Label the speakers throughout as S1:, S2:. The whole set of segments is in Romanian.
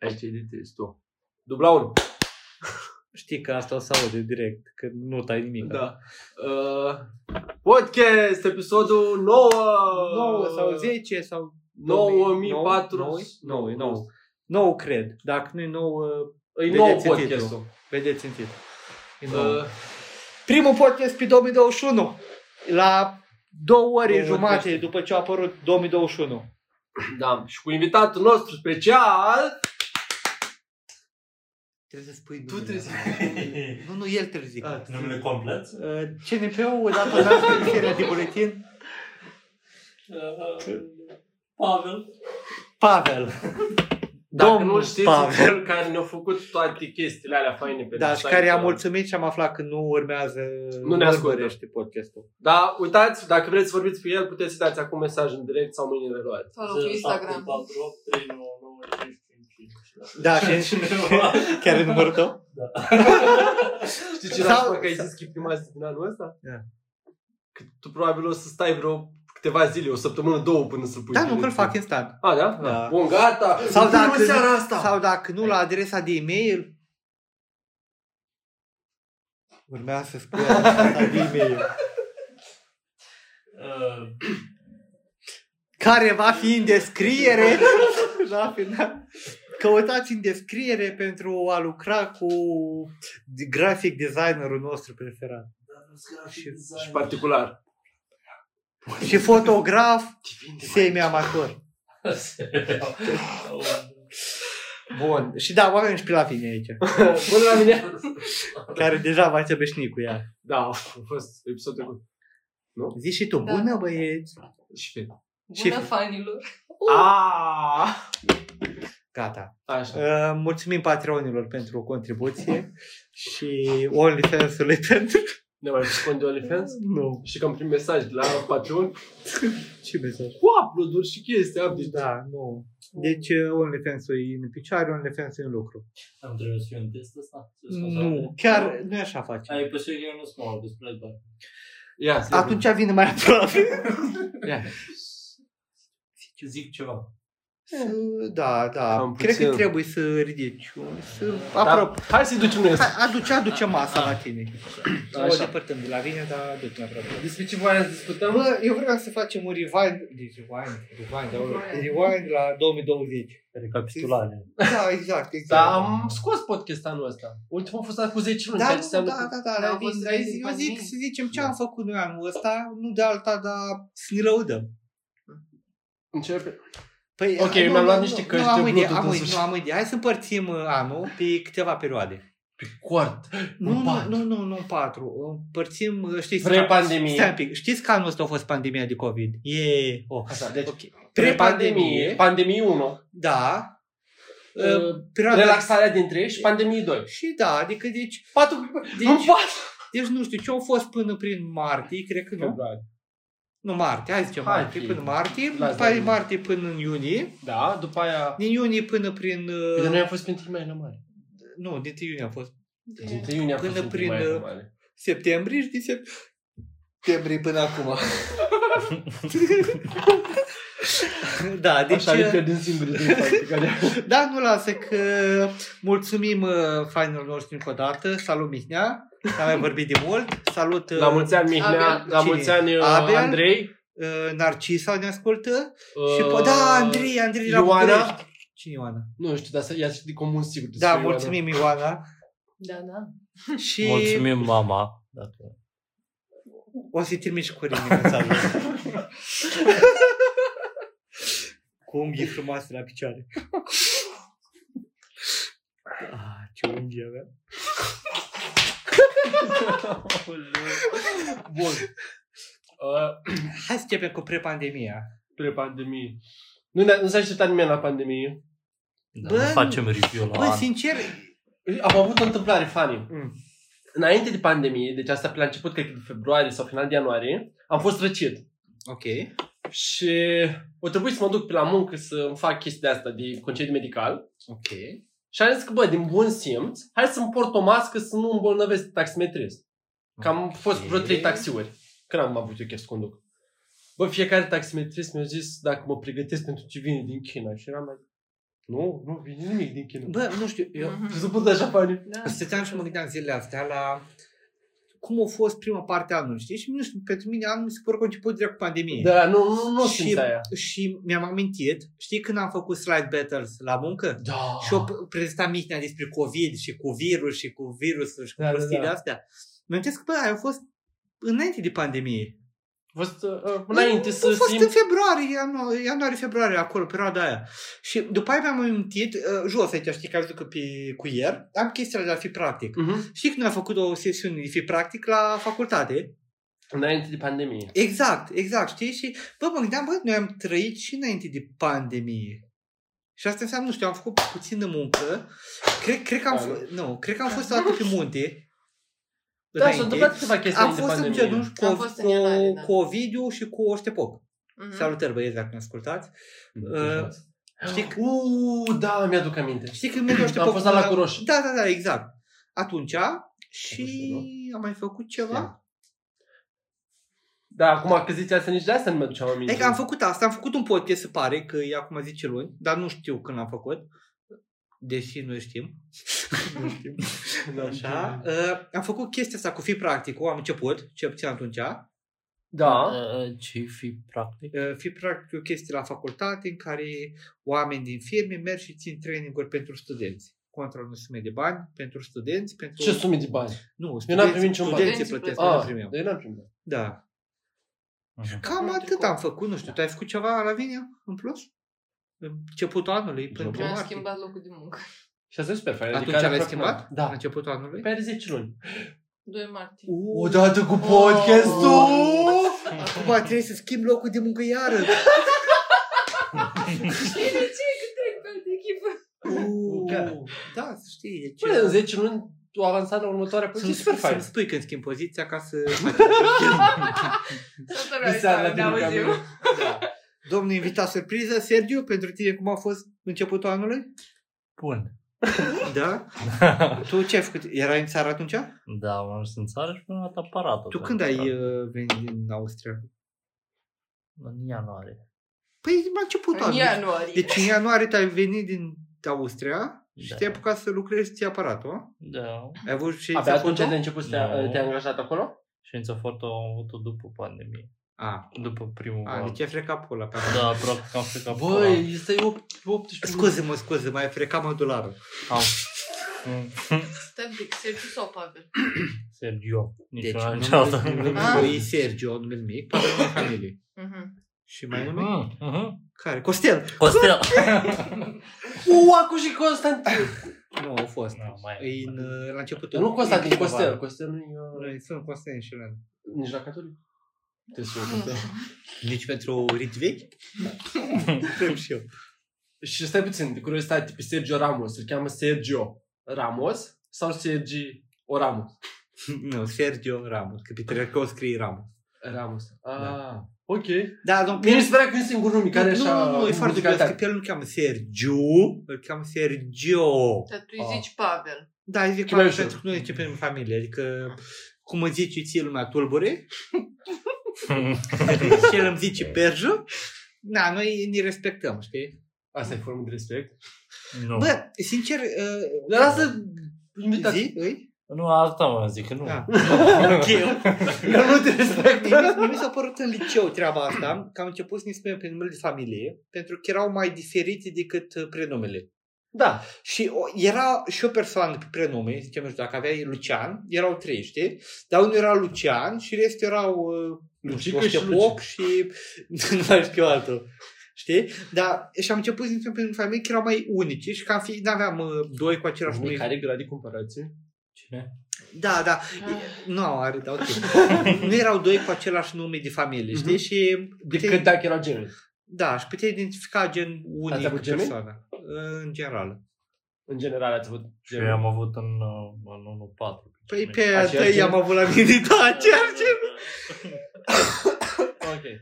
S1: ai ce editezi tu. Dubla 1.
S2: Știi că asta o să aude direct, că nu tai nimic.
S1: Da. Uh, podcast, episodul 9.
S2: 9 sau 10 sau
S1: 9400.
S2: 9, 9. 9 cred. Dacă nu e 9,
S1: E nou
S2: Vedeți în titlu.
S1: podcastul.
S2: vedeți în titlu. E nouă.
S1: Uh,
S2: Primul podcast pe 2021. La două ore
S1: Două
S2: jumate
S1: podcasturi.
S2: după ce a apărut 2021.
S1: da. Și cu invitatul nostru special,
S2: Trebuie să spui
S1: tu trebuie
S2: Da.
S1: să
S2: Nu, nu, el trebuie să zic.
S1: Ah,
S3: Numele complet?
S2: Uh, CNP-ul a dat o dată în seria de buletin.
S3: Pavel.
S2: Pavel.
S1: Dacă
S2: Domnul
S1: nu știți,
S2: Pavel.
S1: cel care ne-a făcut toate chestiile alea faine pe
S2: Da, și
S1: site,
S2: care am mulțumit și am aflat că nu urmează
S1: Nu ne ascultă.
S2: urmărește podcastul.
S1: Da, uitați, dacă vreți să vorbiți cu el, puteți să dați acum mesaj în direct sau mâine le luați.
S4: Follow pe Instagram.
S3: 399
S2: Da, și chiar e numărul tău?
S1: Știi ce
S2: Sau-
S1: sau... că ai zis că e prima zi din anul ăsta?
S2: Da.
S1: Că tu probabil o să stai vreo câteva zile, o săptămână, două până să-l pui.
S2: Da,
S1: direct.
S2: nu, că-l fac instant.
S1: A, da?
S2: Da.
S1: Bun, gata.
S2: Sau
S1: Bună
S2: dacă-
S1: seara asta.
S2: Sau dacă nu, la adresa de e-mail. Urmea să spui adresa de e-mail. Care va fi în descriere. La final. Căutați în descriere pentru a lucra cu graphic designerul nostru preferat.
S1: Și particular.
S2: Și fotograf semi-amator. Bun. Și da, oameni și pe la fine aici.
S1: Bună la mine.
S2: Care deja v-ați obișnuit cu ea.
S1: Da, a fost episodul trecut.
S2: Zici și tu,
S4: Da.
S2: bună băieți.
S1: Și fi.
S4: Bună
S2: Ce-
S4: fanilor!
S2: Uh.
S1: Aaaa!
S2: Gata.
S1: Da, Așa.
S2: Uh, mulțumim Patreonilor pentru contribuție și OnlyFans-ului pentru...
S1: Ne mai spun de OnlyFans?
S2: Nu.
S1: Și că am primit mesaj de la Patreon
S2: Ce mesaj?
S1: cu upload-uri și chestii, update.
S2: Da, nu. Deci uh, OnlyFans-ul e în picioare, OnlyFans-ul e în lucru.
S3: Am trebuit să fiu în test ăsta?
S2: Nu, chiar nu e așa face.
S3: Ai păsări, eu nu sunt mă despre doar.
S1: Ia, să vedem.
S2: Atunci vine mai aproape.
S1: Ia.
S3: Zic ceva.
S2: Uh, Da, da.
S1: Cam
S2: Cred
S1: puțin.
S2: că trebuie să ridici. un- Să
S1: Da,
S2: aproape.
S1: hai să-i ducem noi asta.
S2: Hai, Aduce, aduce masa la tine. O
S1: Așa.
S2: depărtăm de la mine, dar aduce la aproape.
S1: Despre ce voiam să discutăm?
S2: Bă, eu vreau să facem un rewind, Deci, rewind, rewind, aoleu, rewind la 2020.
S3: Recapitulare.
S2: Da, exact, exact.
S1: Da, am scos podcast anul ăsta. Ultimul a fost acum 10 luni.
S2: Da,
S1: ceea
S2: nu,
S1: ce înseamnă
S2: da,
S1: că-
S2: da, da,
S4: Dar
S2: da,
S4: vin
S2: da
S4: zile din
S2: eu zic
S4: pandemie.
S2: să zicem ce
S1: Da.
S2: am făcut noi anul ăsta, nu de alta, dar să ne lăudăm.
S1: Începe.
S2: Păi,
S1: Ok,
S2: a, nu,
S1: mi-am luat
S2: nu,
S1: niște
S2: nu,
S1: căști
S2: nu, am
S1: de
S2: idee,
S1: Bluetooth în
S2: am idee,
S1: sfârșit.
S2: nu am idee. Hai să împărțim uh, anul pe câteva perioade.
S1: Pe coart.
S2: Nu, nu,
S1: patru.
S2: nu, nu, nu, în patru. Împărțim, uh, știți,
S1: Vrei
S2: ca-
S1: pandemie.
S2: Stai un pic. Știți că anul ăsta a fost pandemia de COVID. E, oh.
S1: Așa, deci
S2: Ok.
S1: Pre-pandemie, pandemie 1,
S2: da.
S1: Uh,
S2: Uh, perioada
S1: relaxarea dintre ei și pandemie 2.
S2: Și da, adică deci,
S1: Patru
S2: deci,
S1: în patru.
S2: deci nu știu ce au fost până prin martie, cred că nu.
S1: Februarie.
S2: Nu martie, hai zicem
S1: Hai,
S2: martie,
S1: fi.
S2: până martie,
S1: Lasă,
S2: după aia
S1: nu.
S2: martie până în iunie,
S1: Da, după aia...
S2: din iunie până prin... uh,
S1: Păi, Noi am fost printre mai la mare.
S2: Nu, din iunie a fost
S1: Dintre iunie am
S2: Până
S1: fost printre
S2: prin,
S1: mai la
S2: uh,
S1: mare.
S2: septembrie și din sep- septembrie până acum. da, deci...
S1: Așa le pierdem singurii din practicare.
S2: Da, nu lasă că mulțumim uh, fanilor noștri încă o dată. Salut Mihnea, am mai vorbit de mult. Salut uh,
S1: La mulți ani, Mihnea.
S4: Abel.
S1: La mulți
S2: Cine?
S1: ani, uh,
S2: Abel?
S1: Andrei.
S2: uh, Narcisa ne ascultă. Și
S1: Uh,
S2: po- da, Andrei, Andrei la
S1: Ioana?
S2: București. Cine Ioana?
S1: Nu știu, dar să- ea știe cum un sigur. despre
S2: Da,
S1: Ioana.
S2: mulțumim Ioana.
S4: Da, da.
S2: Și
S3: mama. Da,
S2: o să-i trimit și cu Rini mesajul. cu unghii frumoase la picioare. Ah, ce unghii avea.
S1: Bun. Uh,
S2: Hai să începem cu prepandemia.
S1: pre-pandemie. Nu, ne- nu s-a așteptat nimeni la pandemie.
S3: Da,
S2: Bă, nu facem
S3: review
S2: Bă, sincer,
S1: Am avut o întâmplare funny.
S2: Mm.
S1: Înainte de pandemie, deci asta pe la început, cred că de februarie sau final de ianuarie, am fost răcit.
S2: ok.
S1: Și o trebuie să mă duc pe la muncă să îmi fac chestia asta de concediu medical.
S2: Ok.
S1: Și am zis că, bă, din bun simț, hai să-mi port o mască să nu îmbolnăvesc taximetrist. Că am fost vreo trei taxiuri. Când am avut eu chef să conduc. Bă, fiecare taximetrist mi-a zis dacă mă pregătesc pentru ce vine din China. Și eram mai... Nu, nu vine nimic din China.
S2: Bă, nu știu, eu
S4: Mhm.
S1: Și să pun de așa bani.
S4: Da.
S2: stăteam și mă gândeam zilele astea la cum a fost prima parte a anului, știi? Și nu știu, pentru mine anul mi se pare că a început direct cu pandemie.
S1: Da, nu, nu, nu
S2: și,
S1: simt aia.
S2: și mi-am amintit, știi când am făcut slide battles la muncă?
S1: Da.
S2: Și o p- prezentat Mihnea despre COVID și cu virus și cu virusul și cu
S1: Da,
S2: da,
S1: da,
S2: prostiile
S1: da.
S2: da. astea. Mi-am că, bă, aia a fost înainte de pandemie.
S1: A fost uh, înainte
S2: a
S1: să
S2: fost în
S1: simt...
S2: februarie, ianu- ianuarie, februarie, acolo, perioada aia. Și după aia mi-am amintit, uh, jos aici, știi, că am zis că pe, cu ieri, am chestia de a fi practic.
S1: Mhm.
S2: Știi când am făcut o sesiune de fi practic la facultate?
S1: Înainte de pandemie.
S2: Exact, exact, știi? Și, bă, mă gândeam, bă, noi am trăit și înainte de pandemie. Și asta înseamnă, nu știu, am făcut puțină muncă. Cred, cred că am, f- nu, cred că am fost o dată pe munte.
S1: Da, s-au
S2: înainte.
S1: întâmplat câteva chestii
S2: Am
S1: înainte de
S2: fost în
S1: pandemie.
S2: genunchi
S4: Am
S2: cu,
S4: fost în
S2: cu,
S4: ianuarie, da.
S2: cu Ovidiu și cu Oștepop.
S4: Mhm.
S2: Salutări, băieți, dacă ne ascultați. Uh, știi că-
S1: Uuu, da, mi-aduc aminte.
S2: Știi când mergeau Oștepop?
S1: Am fost la
S2: la-
S1: Lacul Roșu.
S2: Da, da, da, exact. Atunci
S1: Atunci,
S2: și
S1: nu?
S2: am mai făcut ceva.
S1: Știam. Da, acum că zici asta, nici de asta nu mi-aduceam aminte.
S2: E că Adică am făcut asta, am făcut un podcast, se pare, că e acum 10 luni, dar nu știu când l-am făcut, deși noi știm.
S1: Nu știu. Da,
S2: Așa. Uh, am făcut chestia asta cu fi practic, am început, ce puțin atunci. Uh,
S1: Da.
S3: Ce fi practic?
S2: fi practic e o chestie la facultate în care oameni din firme merg și țin training-uri pentru studenți contra unei sume de bani pentru studenți, pentru...
S1: Ce sume de bani?
S2: Nu, studenți,
S1: Eu n-am primit niciun ban.
S2: studenții plătesc, noi nu
S1: Ah,
S2: primeam.
S1: dar eu n-am primit.
S2: Da.
S3: Mhm.
S2: Cam
S4: Practic,
S2: atât am făcut, nu știu, tu ai făcut ceva, Lavinia, în plus? Începutul anului, până
S1: Eu
S2: pe
S4: Mi-am
S2: martie.
S4: schimbat locul de muncă.
S1: Și asta e super fain.
S2: Atunci
S1: adică
S2: l-ai
S1: aproape
S2: schimbat?
S1: un an.
S2: La
S1: Da.
S2: începutul anului?
S1: Pe 10 luni. Ah.
S4: 2 martie.
S2: Uuu,
S1: Odată cu
S4: podcastul!
S2: da. Acum trebuie să schimb locul de muncă iară.
S4: Știi de ce? Că trec pe altă echipă.
S2: Uuu,
S1: Gata.
S2: da, să știi. E
S1: Bă, Uh, Păi, în 10 luni tu avansat la următoarea poziție. E super fain.
S2: Să-mi spui când schimb poziția ca să...
S4: Sărbătoarea
S1: Visează
S4: asta,
S1: la tine
S4: ne
S1: în
S4: auzim.
S2: da. Domnul invitat surpriză, Sergiu, pentru tine cum a fost începutul anului?
S3: Bun.
S2: Da. tu ce ai făcut? Erai în țară atunci?
S3: Da, m-am dus în țară și mi-am luat aparatul.
S2: Tu
S3: pentru
S2: când ai
S3: că-
S2: uh, venit din Austria?
S3: În ianuarie.
S2: Păi la începutul
S4: În
S2: anului.
S4: ianuarie.
S2: Deci în ianuarie tu ai venit din Austria și
S3: Da.
S2: te-ai apucat să lucrezi ți aparatul, a?
S3: Da.
S2: Ai avut și
S1: Abia atunci de
S2: de...
S1: început să te-a-
S3: Nu.
S1: te-ai angajat acolo?
S3: Știința foarte am avut-o după pandemie.
S2: A,
S3: După primul
S2: a,
S3: val.
S2: deci ai frecat pula pe
S3: Da, aproape că am frecat pula.
S1: Băi, este 18
S2: Scuze-mă, scuze-mă, ai frecat mădularul.
S3: Am... Mm.
S4: Stai un pic, Sergiu sau Pavel?
S3: Sergio. Nici
S2: Deci,
S3: una, nici
S2: numele
S3: alta.
S2: numele lui e Sergio, numele mic, patrul meu familie.
S4: Mhm.
S2: Și mai nume?
S3: Mhm, mhm.
S2: Care? Costel!
S3: Costel.
S1: Uu, acum și Constantin.
S2: Nu, au fost.
S3: Nu, mai e.
S2: E în, uh, la începutul...
S1: Nu Constantin,
S2: e
S1: Costel.
S2: primăvară.
S1: Costel nu e...
S2: Noi Sunt Costel și Len.
S1: Nici la catolic. Te sună
S4: Nu.
S1: Costel.
S2: Nici pentru rit vechi? Vrem și eu.
S1: Și stai puțin, de curiozitate, pe Sergio Ramos, îl cheamă Sergio Ramos sau Sergi Oramos?
S2: Nu, Sergio Ramos, că pe Tercau scrie Ramos.
S1: Ramos. Ah,
S2: Da.
S1: ok.
S2: Da, domn
S1: Mie mi se părea că e un singur nume care
S2: nu,
S1: așa...
S2: nu, nu, e foarte
S1: musicalitate.
S2: dubios, că pe el nu cheamă Sergio, îl cheamă Sergio.
S4: Dar tu
S1: Ah.
S4: îi zici Pavel.
S2: Da, eu zic
S1: Chiar mai
S2: mai
S1: ușor.
S2: pentru că noi începem în familie, adică cum îmi zice ție lumea tulbure și el îmi zice perjă, da, noi ne respectăm, știi?
S1: Asta e formă de respect.
S3: Nu.
S2: Bă, sincer, uh,
S1: Dar lasă
S2: zi,
S1: invitați.
S2: îi?
S3: Nu, asta mă zic, că nu.
S2: Da.
S3: Ok.
S1: Eu nu te respect.
S2: Mie mi s-a părut în liceu treaba asta, că am început să ne spunem pe numele de familie, pentru că erau mai diferite decât uh, prenumele.
S1: Da.
S2: Și o, era și o persoană pe prenume, zicem, nu știu, dacă aveai Lucian, erau trei, știi? Dar unul era Lucian și restul erau uh, nu știu,
S1: Lucică și
S2: Oștepoc și nu mai știu altul. Știi? Dar și am început să ne spunem pe numele de familie că erau mai unice și că am fi, n-aveam uh, doi cu același nume.
S1: Care grad de comparație?
S3: Cine?
S2: Da, da. Nu, are, da, ok. nu erau doi cu același nume de familie, știi?
S1: Mhm.
S2: Și
S1: Decât dacă erau genul.
S2: da, și puteai identifica gen
S1: Ați
S2: unic
S1: avut gemeni?
S2: persoană. În general.
S1: În general ați avut
S3: Și eu am avut în, uh, în 1-4.
S2: Păi pe
S1: Aceeași
S2: tăi
S1: gen?
S2: am avut la mine, da, aceeași gen.
S1: Ok.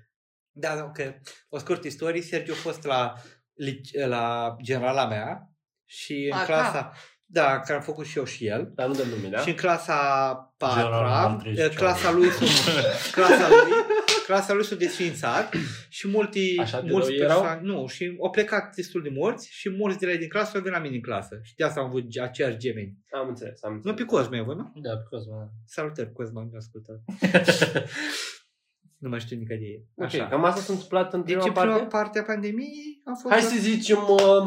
S2: Da, da, că o scurtă istorie, Sergiu a fost la, lic- la generala mea și în
S4: A,
S2: clasa... Da, care am făcut și eu și el.
S1: Dar nu dăm nume, da?
S2: Și în clasa
S3: General, am
S2: patra,
S3: trist,
S2: clasa
S3: ceau.
S2: lui, clasa lui, clasa lui s-a desfințat și multi,
S1: Așa de
S2: mulți
S1: rău erau?
S2: nu, și au plecat destul de mulți și mulți de la ei din clasă au venit la mine în clasă și de asta am avut aceiași gemeni.
S1: Am înțeles, am
S2: Nu
S1: înțeles.
S2: pe Cosme, voi, nu?
S3: Da, pe Cosma.
S2: Salutări, Cosma, mi-a ascultat. nu mai știu nici de ei.
S1: Ok,
S2: Așa.
S1: cam asta s-a întâmplat în
S2: Deci
S1: prima
S2: în prima
S1: parte.
S2: parte a pandemiei a fost...
S1: Hai să zicem uh,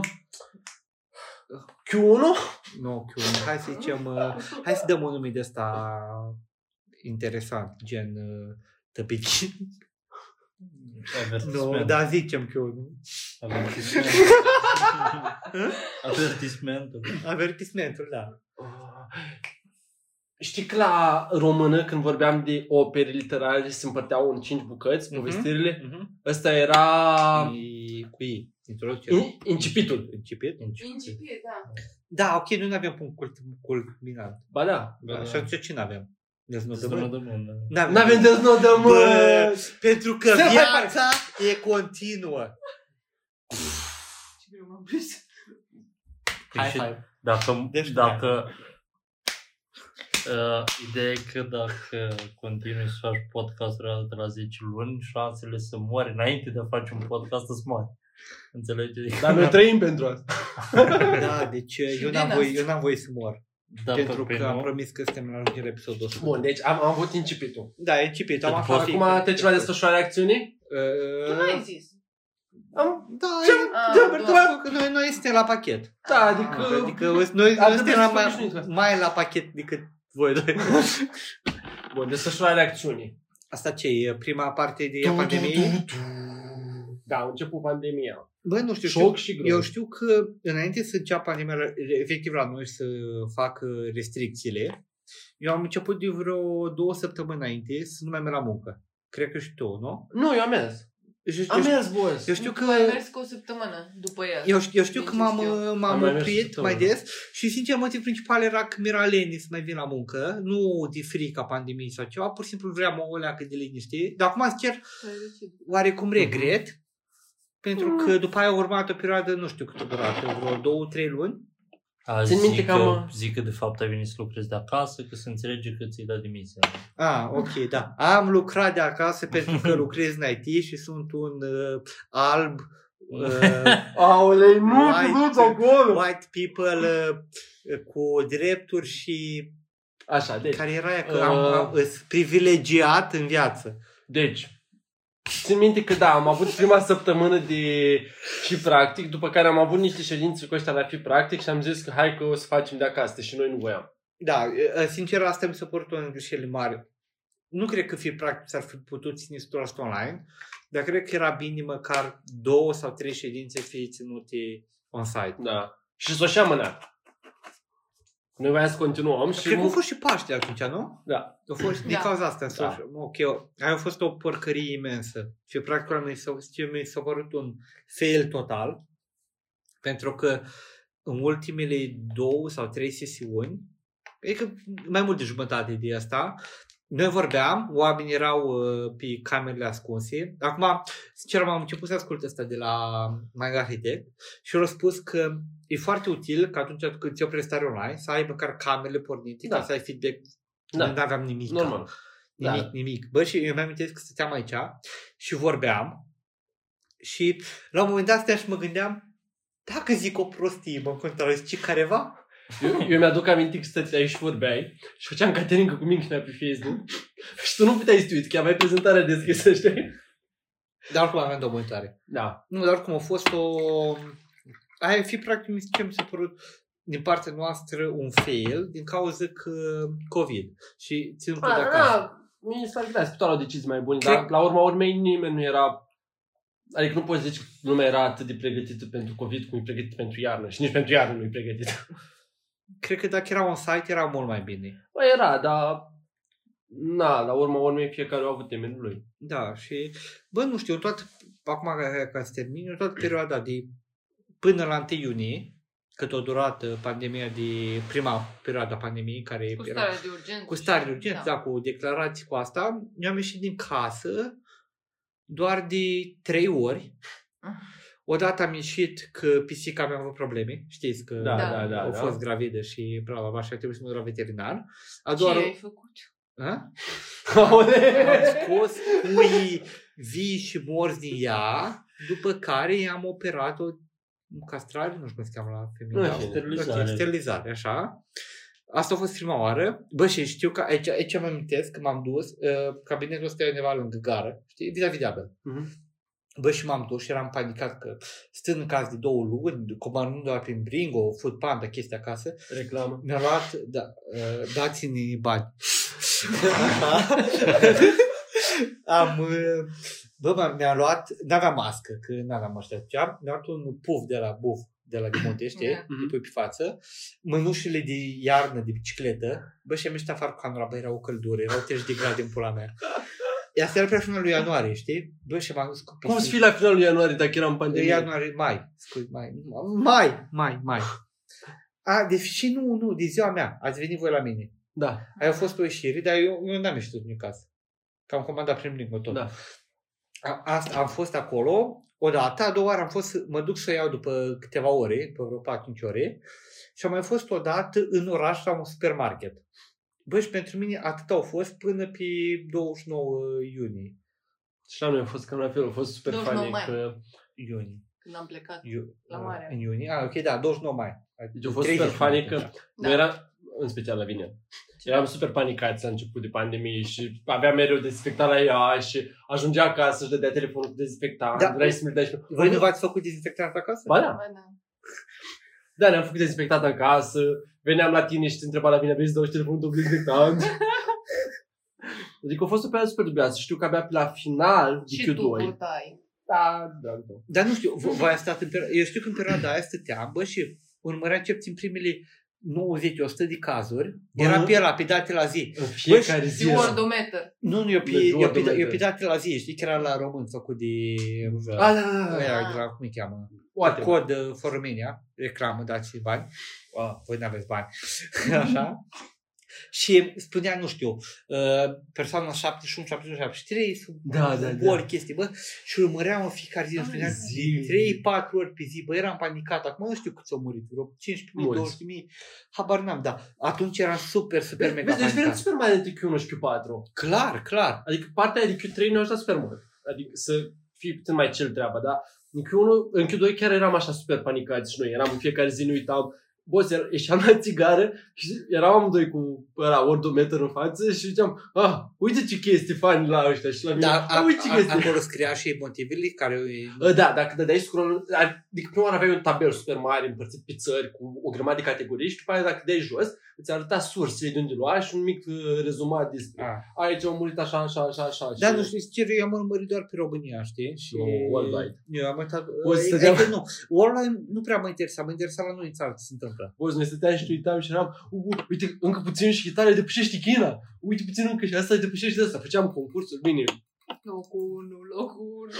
S1: Q1?
S2: No, Q1. Hai să zicem... uh, Hai să dăm un nume de ăsta interesant, gen uh, tăpici. Nu,
S3: Avertisment.
S2: no, dar zicem Q1.
S3: Avertisment. Avertismentul.
S2: Avertismentul, da.
S1: Uh, Știi că la română, când vorbeam de opere literare, se împărteau în 5 bucăți,
S2: Mhm. Mm.
S1: povestirile,
S2: Mhm.
S1: ăsta era
S2: E- Cu ei. Introducere.
S1: in- Uh, incipitul.
S2: Incipit.
S4: Incipie, da.
S2: Da, ok, noi nu avem punct cult, culminant.
S1: Ba da.
S3: Da,
S2: Așa ce ce n-avem? Deznodământ?
S3: Deznodământ.
S2: N-avem.
S1: N-avem deznodământ!
S2: Bă, pentru că
S1: Se mai
S2: viața e continuă.
S4: Ce greu m-am prins.
S3: High
S1: Și-
S3: five. Dacă,
S2: Deci,
S3: dacă uh, ideea e că dacă continui să faci podcasturi alea de la 10 luni, șansele să mori înainte de a face un podcast să mori. Înțelegi? Adică-
S1: Dar noi trăim pentru asta.
S2: Da, deci
S4: din
S2: eu n-am, voie,
S4: asta.
S2: eu n-am voie să mor.
S3: da,
S2: pentru
S3: pe
S2: că am
S3: nu.
S2: promis că suntem la ajungere episodul 100.
S1: Bun, deci am, am avut incipitul.
S2: Da, e incipit. Am
S3: Deci,
S2: aflat. Uh,
S1: Acum trecem la desfășurarea acțiunii.
S4: Tu n-ai zis.
S1: Am,
S2: Da,
S1: Ce-
S2: e-
S4: Ah,
S1: da,
S4: da.
S1: tu ai-
S2: că noi, noi suntem la pachet.
S1: da,
S4: Ah,
S1: adică...
S2: Adică noi,
S1: trebuit
S2: noi suntem
S1: să
S2: la
S1: fim
S2: mai,
S1: obișnuiți cu asta.
S2: mai la pachet decât voi doi.
S1: Bun, desfășurarea acțiunii.
S2: Asta ce e? Prima parte de pandemie?
S1: Da, a început pandemia.
S2: Bă, nu știu. știu
S1: Șoc și greu.
S2: eu știu că înainte să înceapă pandemia, efectiv la noi să facă restricțiile, eu am început de vreo două săptămâni înainte să nu mai merg la muncă. Cred că și tu, nu?
S1: Nu, eu am mers.
S2: Eu știu,
S1: Am mers, boss.
S2: eu știu că...
S4: Ai mers cu o săptămână după ea.
S2: Eu, știu- eu știu
S4: Deci
S2: că m-am, uh,
S4: știu.
S1: Am
S2: m-am
S1: mai mers
S2: oprit
S1: săptămâna.
S2: mai des și, sincer, motivul principal era că mi-era lene să mai vin la muncă, nu de frica pandemiei sau ceva, pur și simplu vreau o leacă de liniște. Dar acum îți cer
S4: Ai decis.
S2: oarecum
S1: Mhm.
S2: regret, pentru că după aia a urmat o perioadă, nu știu cât a durat, vreo două, trei luni.
S3: A,
S1: Țin minte
S3: zic
S1: că
S3: că,
S1: am-
S3: zic că de fapt ai venit să lucrezi de acasă, că se înțelege că ți-ai dat demisia.
S2: Ah, ok, da. Am lucrat de acasă pentru că lucrez în IT și sunt un uh, alb uh,
S1: Aolei,
S2: nu,
S1: nu,
S2: Hai,
S1: nu,
S2: du-ți
S1: nu,
S2: acolo!
S1: acolo!
S2: white people uh, cu drepturi și
S1: Așa, deci,
S2: care era aia că
S1: Uh.
S2: am, am, îs privilegiat în viață.
S1: deci, țin minte că da, am avut prima săptămână de și practic, după care am avut niște ședințe cu ăștia la fi practic și am zis că hai că o să facem de acasă și noi nu voiam.
S2: Da, uh, sincer, asta mi se părut una din greșelile mari. Nu cred că fi practic s-ar fi putut ține 100% online, dar cred că era bine măcar două sau trei ședințe fie ținute on-site.
S1: Da. Și s-o și amânat. Noi voiam să continuăm și...
S2: Cred că a fost și Paște atunci, nu?
S1: Da.
S2: A fost din
S4: Da.
S2: cauza asta.
S1: Da.
S2: Da. Ok, o- aia a fost o porcărie imensă. Și practic oamenii s-au- ce mi s-a părut un fail total, pentru că în ultimele două sau trei sesiuni, adică mai mult de jumătate de asta, noi vorbeam, oamenii erau uh, pe camerele ascunse. Acum, sincer, am început să ascult asta de la Manga Hightech și au spus că e foarte util că atunci când ți-o prestare online să ai măcar camerele pornite,
S1: Da.
S2: ca să ai feedback.
S1: Da.
S2: Da. Nu aveam nimic.
S1: Normal.
S2: Nimic,
S1: Da.
S2: nimic. Bă, și eu mi-am amintesc că stăteam aici și vorbeam și la un moment dat stăteam și mă gândeam dacă zic o prostie, mă contrazice careva?
S1: Eu, eu mi-aduc aminte că stăteai aici și vorbeai și făceam caterincă cu Minchnea pe Facebook și tu nu puteai să te uiți, că aveai prezentarea deschisă, știi?
S2: Dar oricum aveam două monitoare.
S1: Da.
S2: Nu, dar oricum a fost o... Aia fi practic mi- ce mi s-a părut din partea noastră un fail din cauza că COVID și ținut de
S1: Da,
S2: acasă.
S1: da, mi s-ar putea să putea lua decizii mai bune,
S2: Cred-
S1: dar la urma urmei nimeni nu era... Adică nu poți zice că lumea era atât de pregătită pentru COVID cum e pregătită pentru iarnă și nici pentru iarnă nu e pregătită.
S2: Cred că dacă era un site era mult mai bine.
S1: Bă, era, dar... Na, la urma urmei fiecare a avut temenul lui.
S2: Da, și bă, nu știu, în toată, acum ca, ca să termin, în toată perioada de până la 1 iunie, cât a durat uh, pandemia de prima perioadă a pandemiei, care
S4: Cu
S2: era
S4: starea de urgență.
S2: cu stare urgent,
S4: Da.
S2: da. cu declarații, cu asta, eu am ieșit din casă doar de trei ori. Odată am ieșit că pisica mea a avut probleme, știți că
S1: Da,
S4: da,
S1: da,
S2: a
S1: da.
S2: fost gravidă și bla bla bla și a trebuit să mă duc la veterinar. A
S4: Ce
S2: doua,
S4: ai făcut?
S2: A? Am
S1: Aole!
S2: scos cuii vii și morți din ea, după care i-am operat o castrare, nu știu cum se cheamă la
S1: În
S2: femeie.
S1: fine.
S3: Sterilizare.
S2: Ok, sterilizare, așa. Asta a fost prima oară. Bă, și știu că aici, aici îmi amintesc că m-am dus, uh, cabinetul ăsta e undeva lângă gară, știi, vis-a-vis de Abel.
S1: Mhm.
S2: Bă, și m-am dus și eram panicat că stând în caz de două luni, comandând doar prin Bringo, Food Panda, chestia acasă,
S1: Reclamă.
S2: mi-a luat, da, uh, dați-ne bani. Am, uh, bă, mă, mi-a luat, n-aveam mască, că n-aveam așa cea, mi-a luat un puf de la buf, de la Dimonte, știi?
S4: Da.
S2: Îi pui pe față, mânușile de iarnă de bicicletă, bă, și am ieșit afară cu camera, bă, era o căldură, erau 30 de grade în pula mea. Ea era prea finalul ianuarie, știi? Bă, și m-am dus cu
S1: Cum să fii la finalul ianuarie dacă eram în pandemie?
S2: Ianuarie, mai, scuze, mai, mai, mai, mai. A, deci și nu, nu, de ziua mea, ați venit voi la mine.
S1: Da,
S2: Aia a fost o ieșire, dar eu, eu n-am ieșit din casă. Că am comandat prin lingă tot.
S1: da.
S2: A, asta, am fost acolo, o dată, a doua oară am fost, să- mă duc să o iau după câteva ore, pe vreo 4-5 ore, și am mai fost o dată în oraș la un supermarket. Bă, și pentru mine atât au fost până pe 29 iunie.
S1: Și la noi a fost cam la fel, a fost super uh,
S4: 29
S1: funny
S4: mai.
S1: că...
S2: Iunie.
S4: Când am plecat.
S2: Iu-
S4: La mare.
S2: În iunie. Ah, ok, da, 29 mai.
S1: Deci a fost
S2: 30
S1: super funny
S2: mai.
S1: că da. era, în special la mine, eram super panicați la început de pandemie și avea mereu dezinfectat la ea și ajungea acasă și dădea telefonul cu dezinfectant.
S2: Da.
S1: Vrei să mi-l dai și...
S2: Voi nu v-ați făcut dezinfectant acasă?
S1: Ba da,
S4: Ba da.
S1: da, ne-am făcut dezinfectat acasă, veneam la tine și te întreba la mine, vrei să dau și telefonul tău cu dezinfectant? Adică a fost o perioadă super dubioasă. Știu că abia pe la final de
S4: Și tu
S1: Q2.
S4: purtai.
S1: Da, da, da.
S2: Dar nu știu, v- voi ați stat în perioada, eu știu că în perioada aia stăteam, bă, și urmăream ce puțin primele 90-100 de cazuri,
S1: Bă.
S2: era pe la pe date la zi.
S1: În fiecare
S2: Bă, și
S1: zi.
S4: Și ordometer.
S2: Nu, nu, eu pe,
S1: Deci,
S2: eu pe,
S1: ordometer.
S2: eu pe date la zi, știi că era la român făcut de...
S1: Da, da, da, da.
S2: Aia, de la, exact cum îi cheamă?
S1: Poate.
S2: Cod uh, for Romania, reclamă, dați bani. Wow. Voi nu aveți bani. Așa. Și spunea, nu știu, uh, persoana 71, 71, 73, sub
S1: Da, da, da.
S2: ori chestii, bă, și urmăream în fiecare zi, îmi spuneam,
S1: Zi.
S2: 3-4 ori pe zi, bă, eram panicat, acum nu știu câți au murit, vreo 15.000,
S1: Mulți.
S2: 20.000, habar n-am, dar atunci eram super, super mega
S1: Vezi, deci
S2: panicat.
S1: vedem super mare între Q1 și Q4.
S2: Clar, clar.
S1: Adică partea de Q3 ne-a ajutat super mult. Adică să fii puțin mai cel treaba, da? În Q1, în Q2 chiar eram așa super panicați și noi. Eram în fiecare zi, ne uitam. Boss, era- ieșeam la țigară și eram amândoi cu ăla ordometer în față și ziceam, ah, uite ce chestii fani la ăștia și la mine.
S2: Dar
S1: ah,
S2: a,
S1: uite ce
S2: a,
S1: chestii.
S2: acolo scria și motivele care...
S1: Ă, Da, dacă dădeai scroll, adică prima oară aveai un tabel super mare împărțit pe țări cu o grămadă de categorii și după aia dacă dai jos, îți arăta sursele de unde lua și un mic uh, rezumat despre
S2: A.
S1: aici au murit așa, așa, așa, așa.
S2: Da,
S1: și-
S2: nu știu, sincer, eu am urmărit doar pe România, știi? Și
S1: Nu, worldwide.
S2: Eu am uitat...
S1: O,
S2: e-
S1: stăteam-
S2: adică nu, worldwide nu prea mă interesa, mă interesa la noi în țară ce se întâmplă.
S1: Boz, noi stăteam și ne uitam și eram, "U, u, uite, încă puțin și Italia depășește China. Uite puțin încă și asta depășește asta. Făceam concursuri, bine.
S4: Locul 1, locul 1.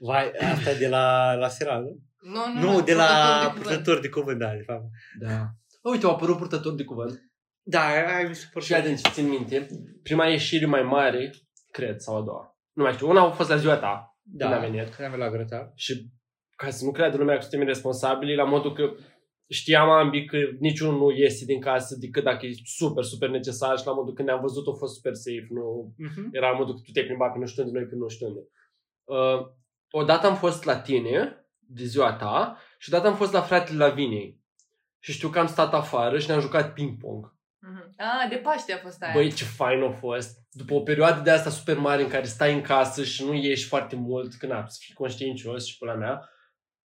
S2: Vai, asta de la, la Seral, nu?
S4: Nu, nu,
S2: Nu, de la
S4: purtător
S2: purtător de cuvânt, da, de fapt.
S1: Da. A, uite, au apărut purtători de cuvânt.
S2: Da, ai mi se
S1: Și atunci, țin minte, prima ieșire mai mare, cred, sau a doua. Nu mai știu, una a fost la ziua ta,
S2: Da,
S1: Când a venit.
S2: Când am venit la grătar.
S1: Și ca să nu creadă lumea că suntem responsabili, la modul că știam ambii că niciunul nu iese din casă decât dacă e super, super necesar și la modul că ne-am văzut a fost super safe, nu
S2: Mhm.
S1: era la modul că tu te plimba pe nu știu unde, noi pe nu știu unde. Uh, odată am fost la tine, de ziua ta, și odată am fost la fratele Lavinei. Și știu că am stat afară și ne-am jucat ping-pong.
S4: A, de Paște a
S5: Da.
S4: fost aia.
S1: Băi, ce fain a fost. După o perioadă de asta super mare în care stai în casă și nu ieși foarte mult, că na, să fii conștiincios și pula mea,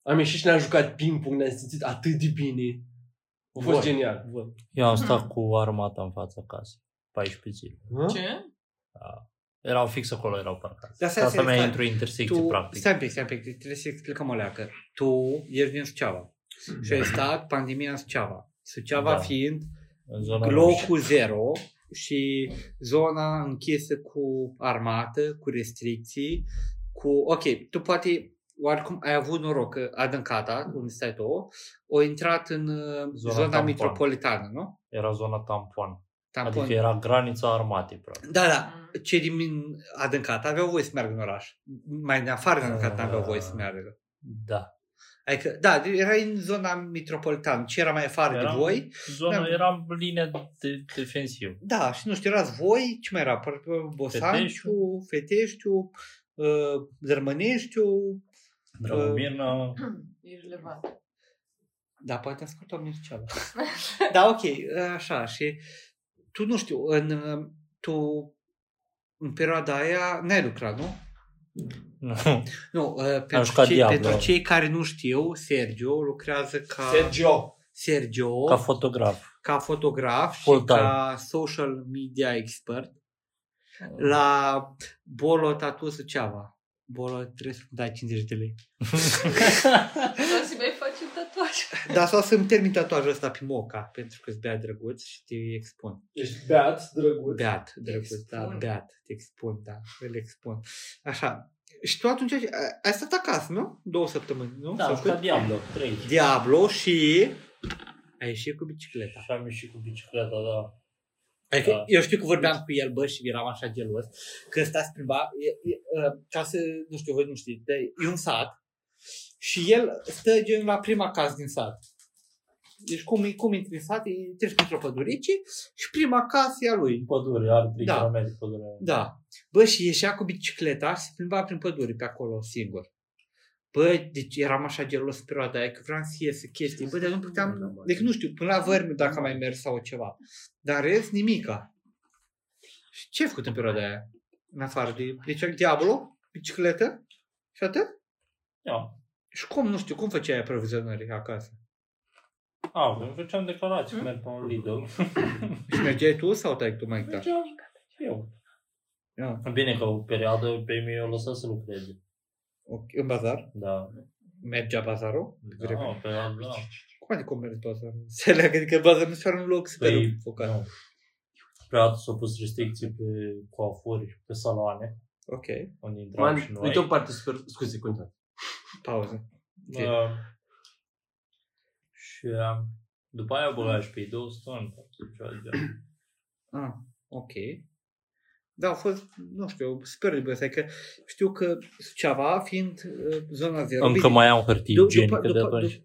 S1: am ieșit și ne-am jucat ping-pong, ne-am simțit atât de bine. A fost
S2: Bun.
S1: genial.
S3: Eu
S2: Mhm.
S3: am stat cu armata în fața casei. 14 zile.
S4: Ce?
S3: Erau fix acolo, erau parcați.
S2: Dar
S3: Da,
S2: stai,
S3: asta
S2: stai,
S3: mi-a
S2: stai.
S3: într-o intersecție,
S2: Tu,
S3: practic.
S2: stai un pic, stai un pic, trebuie să explicăm o leacă. Tu ești din Suceava și ai stat pandemia în Suceava. Suceava
S3: Da.
S2: fiind
S3: În zona roșie.
S2: locul zero și zona închisă cu armată, cu restricții, cu... Ok, tu poate oricum ai avut noroc că Adâncata, unde stai tu, o intrat în uh,
S3: Zona
S2: zona,
S3: tampon.
S2: metropolitană, nu?
S3: Era zona tampon.
S2: Tampon.
S3: Adică era granița armatei, practic.
S2: Da, da. cei din adâncat aveau voie să meargă în oraș. Mai din afară din adâncat n-aveau voie să meargă.
S3: Da.
S2: Adică, da, era în zona metropolitană, ce era mai afară
S3: Era-
S2: de voi.
S3: Zona,
S2: Da.
S3: eram în linia de, defensivă.
S2: Da, și nu știu, erați voi, ce mai era? Păr- păr- Bosanciu, Feteștiu, uh, Zărmăneștiu,
S3: Dragul Mirna,
S4: Irrelevant.
S2: Da, poate ascultă Mirceala. da, ok, așa, și tu nu știu, în, uh, tu în perioada aia n-ai lucrat, nu?
S3: nu,
S2: Nu, uh, pentru,
S3: jucat
S2: cei,
S3: Diablo.
S2: pentru cei care nu știu, Sergio lucrează ca Sergio,
S1: Sergio.
S2: Sergio
S3: ca
S2: ca,
S3: fotograf.
S2: ca fotograf și
S3: Full-time.
S2: ca social media expert
S3: Mm.
S2: la Bolo Tattoo Suceava. Bolo, trebuie să dai 50 de lei.
S4: Doar să mai faci un tatuaj.
S2: Dar sau să-mi termin tatuajul ăsta pe moca, pentru că-ți bea drăguț și te expun.
S1: Ești beat, drăguț.
S2: Beat, drăguț, da,
S4: expun.
S2: beat, te expun, da, îl expun. Așa. Și tu atunci ai, ai stat acasă, nu? Două săptămâni, nu?
S3: Da,
S2: Sau
S3: am jucat
S2: cât?
S3: Diablo 3.
S2: Diablo și... Ai ieșit cu bicicleta.
S3: Și am ieșit cu bicicleta, da.
S2: Adică
S3: Da.
S2: eu știu că vorbeam cu el, bă, și eram așa gelos. Că stați plimba, e, e, uh, ca să, nu știu, voi nu știți, dar e un sat și el stă gen la prima casă din sat. Deci cum, cum intri în sat, e- treci printr-o pădurice și prima casă e a lui.
S3: În pădure, are 3
S2: Da.
S3: km de pădure.
S2: Da. Bă, și ieșea cu bicicleta și se plimba prin pădure pe acolo singur. Bă, deci eram așa gelos în perioada aia că vreau să ies chestii. Bă, dar nu puteam, deci nu știu, până la vârmiu dacă am mai mers sau ceva. Dar în rest, nimica. Și ce ai făcut în perioada aia? În afară de, deci diabolo, bicicletă și atât?
S3: Da.
S2: Și cum, nu știu, cum făceai aprovizionări acasă?
S3: A, îmi făceam declarații,
S2: Mm.
S3: merg pe un Lidl.
S2: Și mergeai tu sau tai tu da? mai tare?
S3: Mergeam eu.
S2: Da.
S3: Bine că o perioadă pe mine eu lăsat să lucreze.
S2: Ok, În bazar?
S3: Da.
S2: Mergea bazarul?
S3: Da, o perioadă, da.
S2: Cum adică cum mergi bazarul? Se leagă, adică bazarul nu un loc super
S3: Păi,
S2: focat.
S3: nu. Perioadă s-au pus restricții pe coafuri, și pe saloane,
S2: Ok,
S3: unde intram și
S1: Man,
S3: noi.
S1: uite o parte super... Scuze, cântă.
S2: pauză.
S3: Uh, și uh, după aia băgași pe ei 200 ani, ceva de genul.
S2: Ah, ok. Da, au fost, nu știu, super de bine, că știu că Suceava, fiind uh, zona zero...
S3: Încă
S2: bine,
S3: mai am hârtii
S2: du-
S3: igienică de atunci.
S2: dup-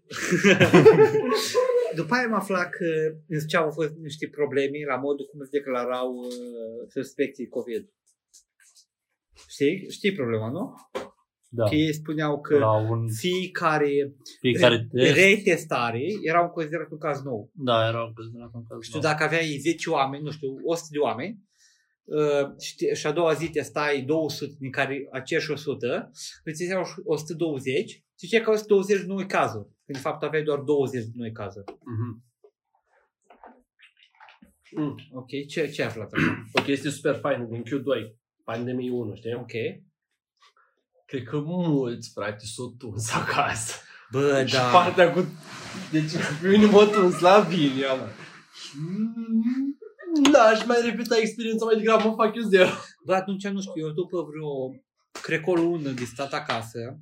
S2: după aia am aflat că în Suceava au fost niște probleme la modul cum îți declarau uh, suspecții COVID. Știi? Știi problema, nu?
S3: Da.
S2: Că ei spuneau că
S3: La un
S2: ții care
S3: fiecare test,
S2: retestare erau considerat un caz nou.
S3: da, erau considerat un caz.
S2: Știu, da.
S3: nou.
S2: dacă aveai 10 oameni, nu știu, 100 de oameni, uh, și, te- și a doua zi te stai 200, din care acești 100, îți iau 120, și ce că 120 nu e cazul. Când, de fapt, aveai doar 20 de noi cazuri.
S1: Mhm. Mm.
S2: Ok, ce, ce ai aflat acum?
S1: O chestie super faină din Q2, pandemie 1, știi?
S2: Ok.
S1: Cred că mulți, frate, s-au tuns acasă.
S2: Bă,
S1: Și
S2: da.
S1: partea cu... Deci pe mine m-a tuns la Vilia, mă. Da, aș mai repeta experiența mai degrabă, mă fac eu zero.
S2: Bă, atunci, nu știu, eu după vreo, cred că o lună de stat acasă,
S4: Trebuie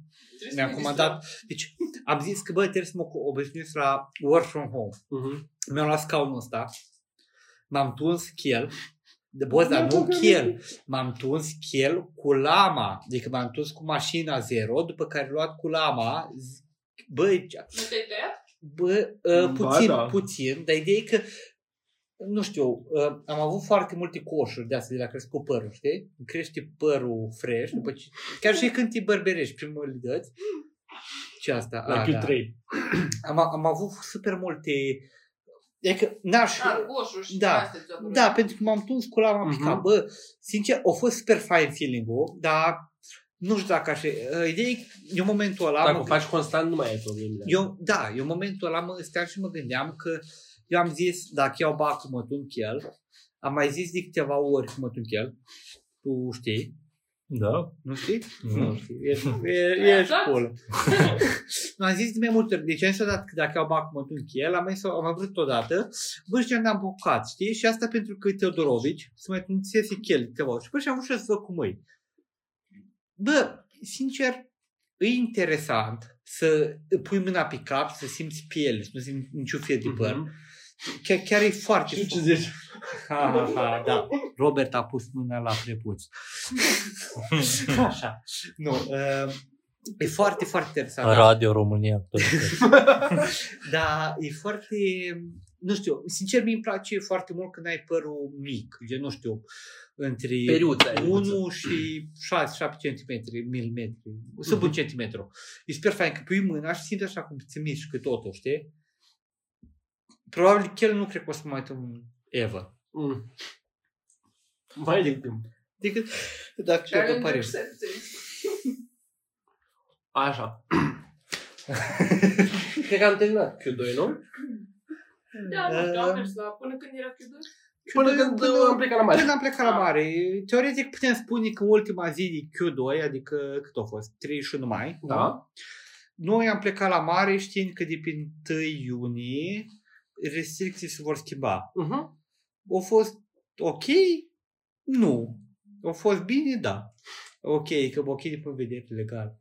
S4: să
S2: mi-am
S4: te
S2: comandat, deci am zis că, bă, trebuie să mă obișnuiesc la work from home.
S1: Mhm.
S2: mi-am luat scaunul ăsta, m-am tuns chel, de bă, dar nu chel, m-am tuns chel cu lama, adică m-am tuns cu mașina zero, după care am luat cu lama, z- bă, ce-
S4: distragi. Nu te-ai tăiat?
S2: bă uh,
S1: Ba,
S2: puțin,
S1: da.
S2: puțin, dar ideea e că, nu știu, uh, am avut foarte multe coșuri de astea de la crescut părul, știi? Îmi crește părul fresh, după ce, chiar și când te bărberești primul dăți, ce asta?
S1: La
S2: A, da.
S1: Q3.
S2: Am, am avut super multe... Adică n-aș...
S4: Ah, coșul și
S2: Da.
S4: astea ți-au apărut.
S2: Da, pentru că m-am tuns cu lama
S1: Mhm.
S2: mm-hmm. picat. Bă, sincer, a fost super fine feeling-ul, dar nu știu dacă aș... Uh, Ideea e că eu în momentul ăla...
S1: Dacă
S2: mă
S1: o faci constant, nu mai ai problemele.
S2: eu, da, eu în momentul ăla mă steam și mă gândeam că eu am zis, dacă iau bacul, mă tun el, am mai zis de câteva ori că mă tun el, tu știi,
S3: Da.
S2: nu știi?
S3: Nu.
S2: știi, e, e, ești
S4: Da.
S2: cool. Nu, am zis de mai multe ori, deci am zis odată că dacă iau bacul, mă tun el, am mai, zis- am mai vrut odată, bă, și ne-am bucat, știi? Și asta pentru că Teodorovici se mai tunsese chel câteva ori. Și bă, și am vrut și să văd cum e. Bă, sincer, e interesant să pui mâna pe cap, să simți piele, să nu simți niciun fir de păr.
S1: Mhm.
S2: Chiar, chiar e foarte...
S1: Și ce zici?
S2: Ha, ha, ha, da. Robert a pus mâna la prepuț. Așa. Nu, uh, E foarte, foarte interesant. da.
S3: Radio România.
S2: Dar e foarte, nu știu, sincer mi-mi place foarte mult când ai părul mic, gen, nu știu, între da,
S5: Periuța, ai
S2: 1 și 6-7 cm, milimetri, sub un centimetru. E super fain că pui mâna și simți așa cum ți mișcă totul, știi? Probabil chiar nu cred că o să mă uit în Eva.
S1: Mm. Mai de timp.
S2: Decât dacă
S4: Și are
S2: ce
S4: un
S2: pare.
S4: excepție.
S1: Așa. Cred că am terminat Q2, nu?
S4: Da, nu știu, am mers la până când era Q2.
S1: Până când uh, am plecat la mare.
S2: Până am plecat la mare, teoretic putem spune că ultima zi de Q2, adică cât a fost? 31 mai.
S1: Da?
S2: Noi am plecat la mare știind că de prin 1 iunie restricții se vor schimba.
S1: Uh-huh.
S2: Au fost ok? Nu. Au fost bine? Da. Ok, că ok din punct de vedere legal.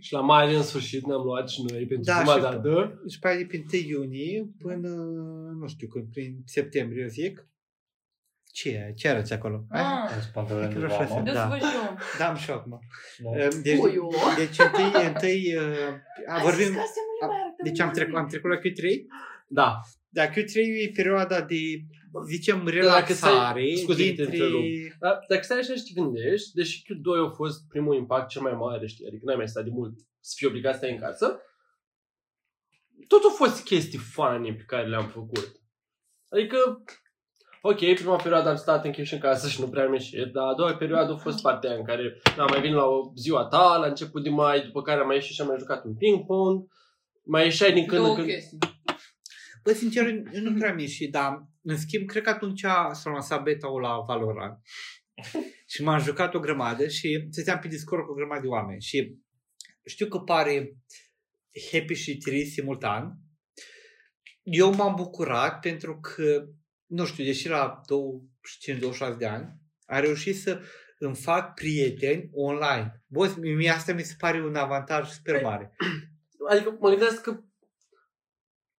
S1: Și la mare în sfârșit ne-am luat și noi pentru
S2: Da,
S1: prima
S2: și-
S1: dată.
S2: Și pe aia de prin 1 iunie până, nu știu, când prin septembrie, eu zic. Ce, e? ce arăți acolo? Ai-
S4: Ah,
S2: Da.
S4: de să văd și eu.
S2: Da, am și eu acum.
S3: Da.
S2: Deci,
S4: Puiu.
S2: deci întâi, întâi uh, a,
S4: Ai
S2: vorbim,
S4: zis că astea nu le
S2: a-
S4: mai arătăm
S2: deci am, trec,
S4: nimănui.
S2: am trecut la Q3.
S1: Da.
S2: Da, Q3 e perioada de, zicem,
S1: Dacă stai-
S2: relaxare
S1: scuze că te
S2: dintre...
S1: întrerup. Dar dacă stai așa și te gândești, deși Q2 a fost primul impact cel mai mare, știi, adică n-ai mai stat de mult să fii obligat să stai în casă, tot au fost chestii funny pe care le-am făcut. Adică, ok, prima perioadă am stat închis în casă și nu prea am ieșit, dar a doua perioadă a fost partea aia în care am mai venit la o ziua ta, la început de mai, după care am mai ieșit și am mai jucat un ping-pong, mai ieșai din când în
S4: Două
S1: când.
S4: chestii.
S2: Bă, sincer, eu nu prea mi și dar în schimb, cred că atunci s-a lansat beta-ul la Valorant. și m-am jucat o grămadă și stăteam pe Discord cu o grămadă de oameni. Și știu că pare happy și trist simultan. Eu m-am bucurat pentru că, nu știu, deși la 25-26 de ani, a reușit să îmi fac prieteni online. Bă, mie asta mi se pare un avantaj super mare.
S1: adică mă gândesc că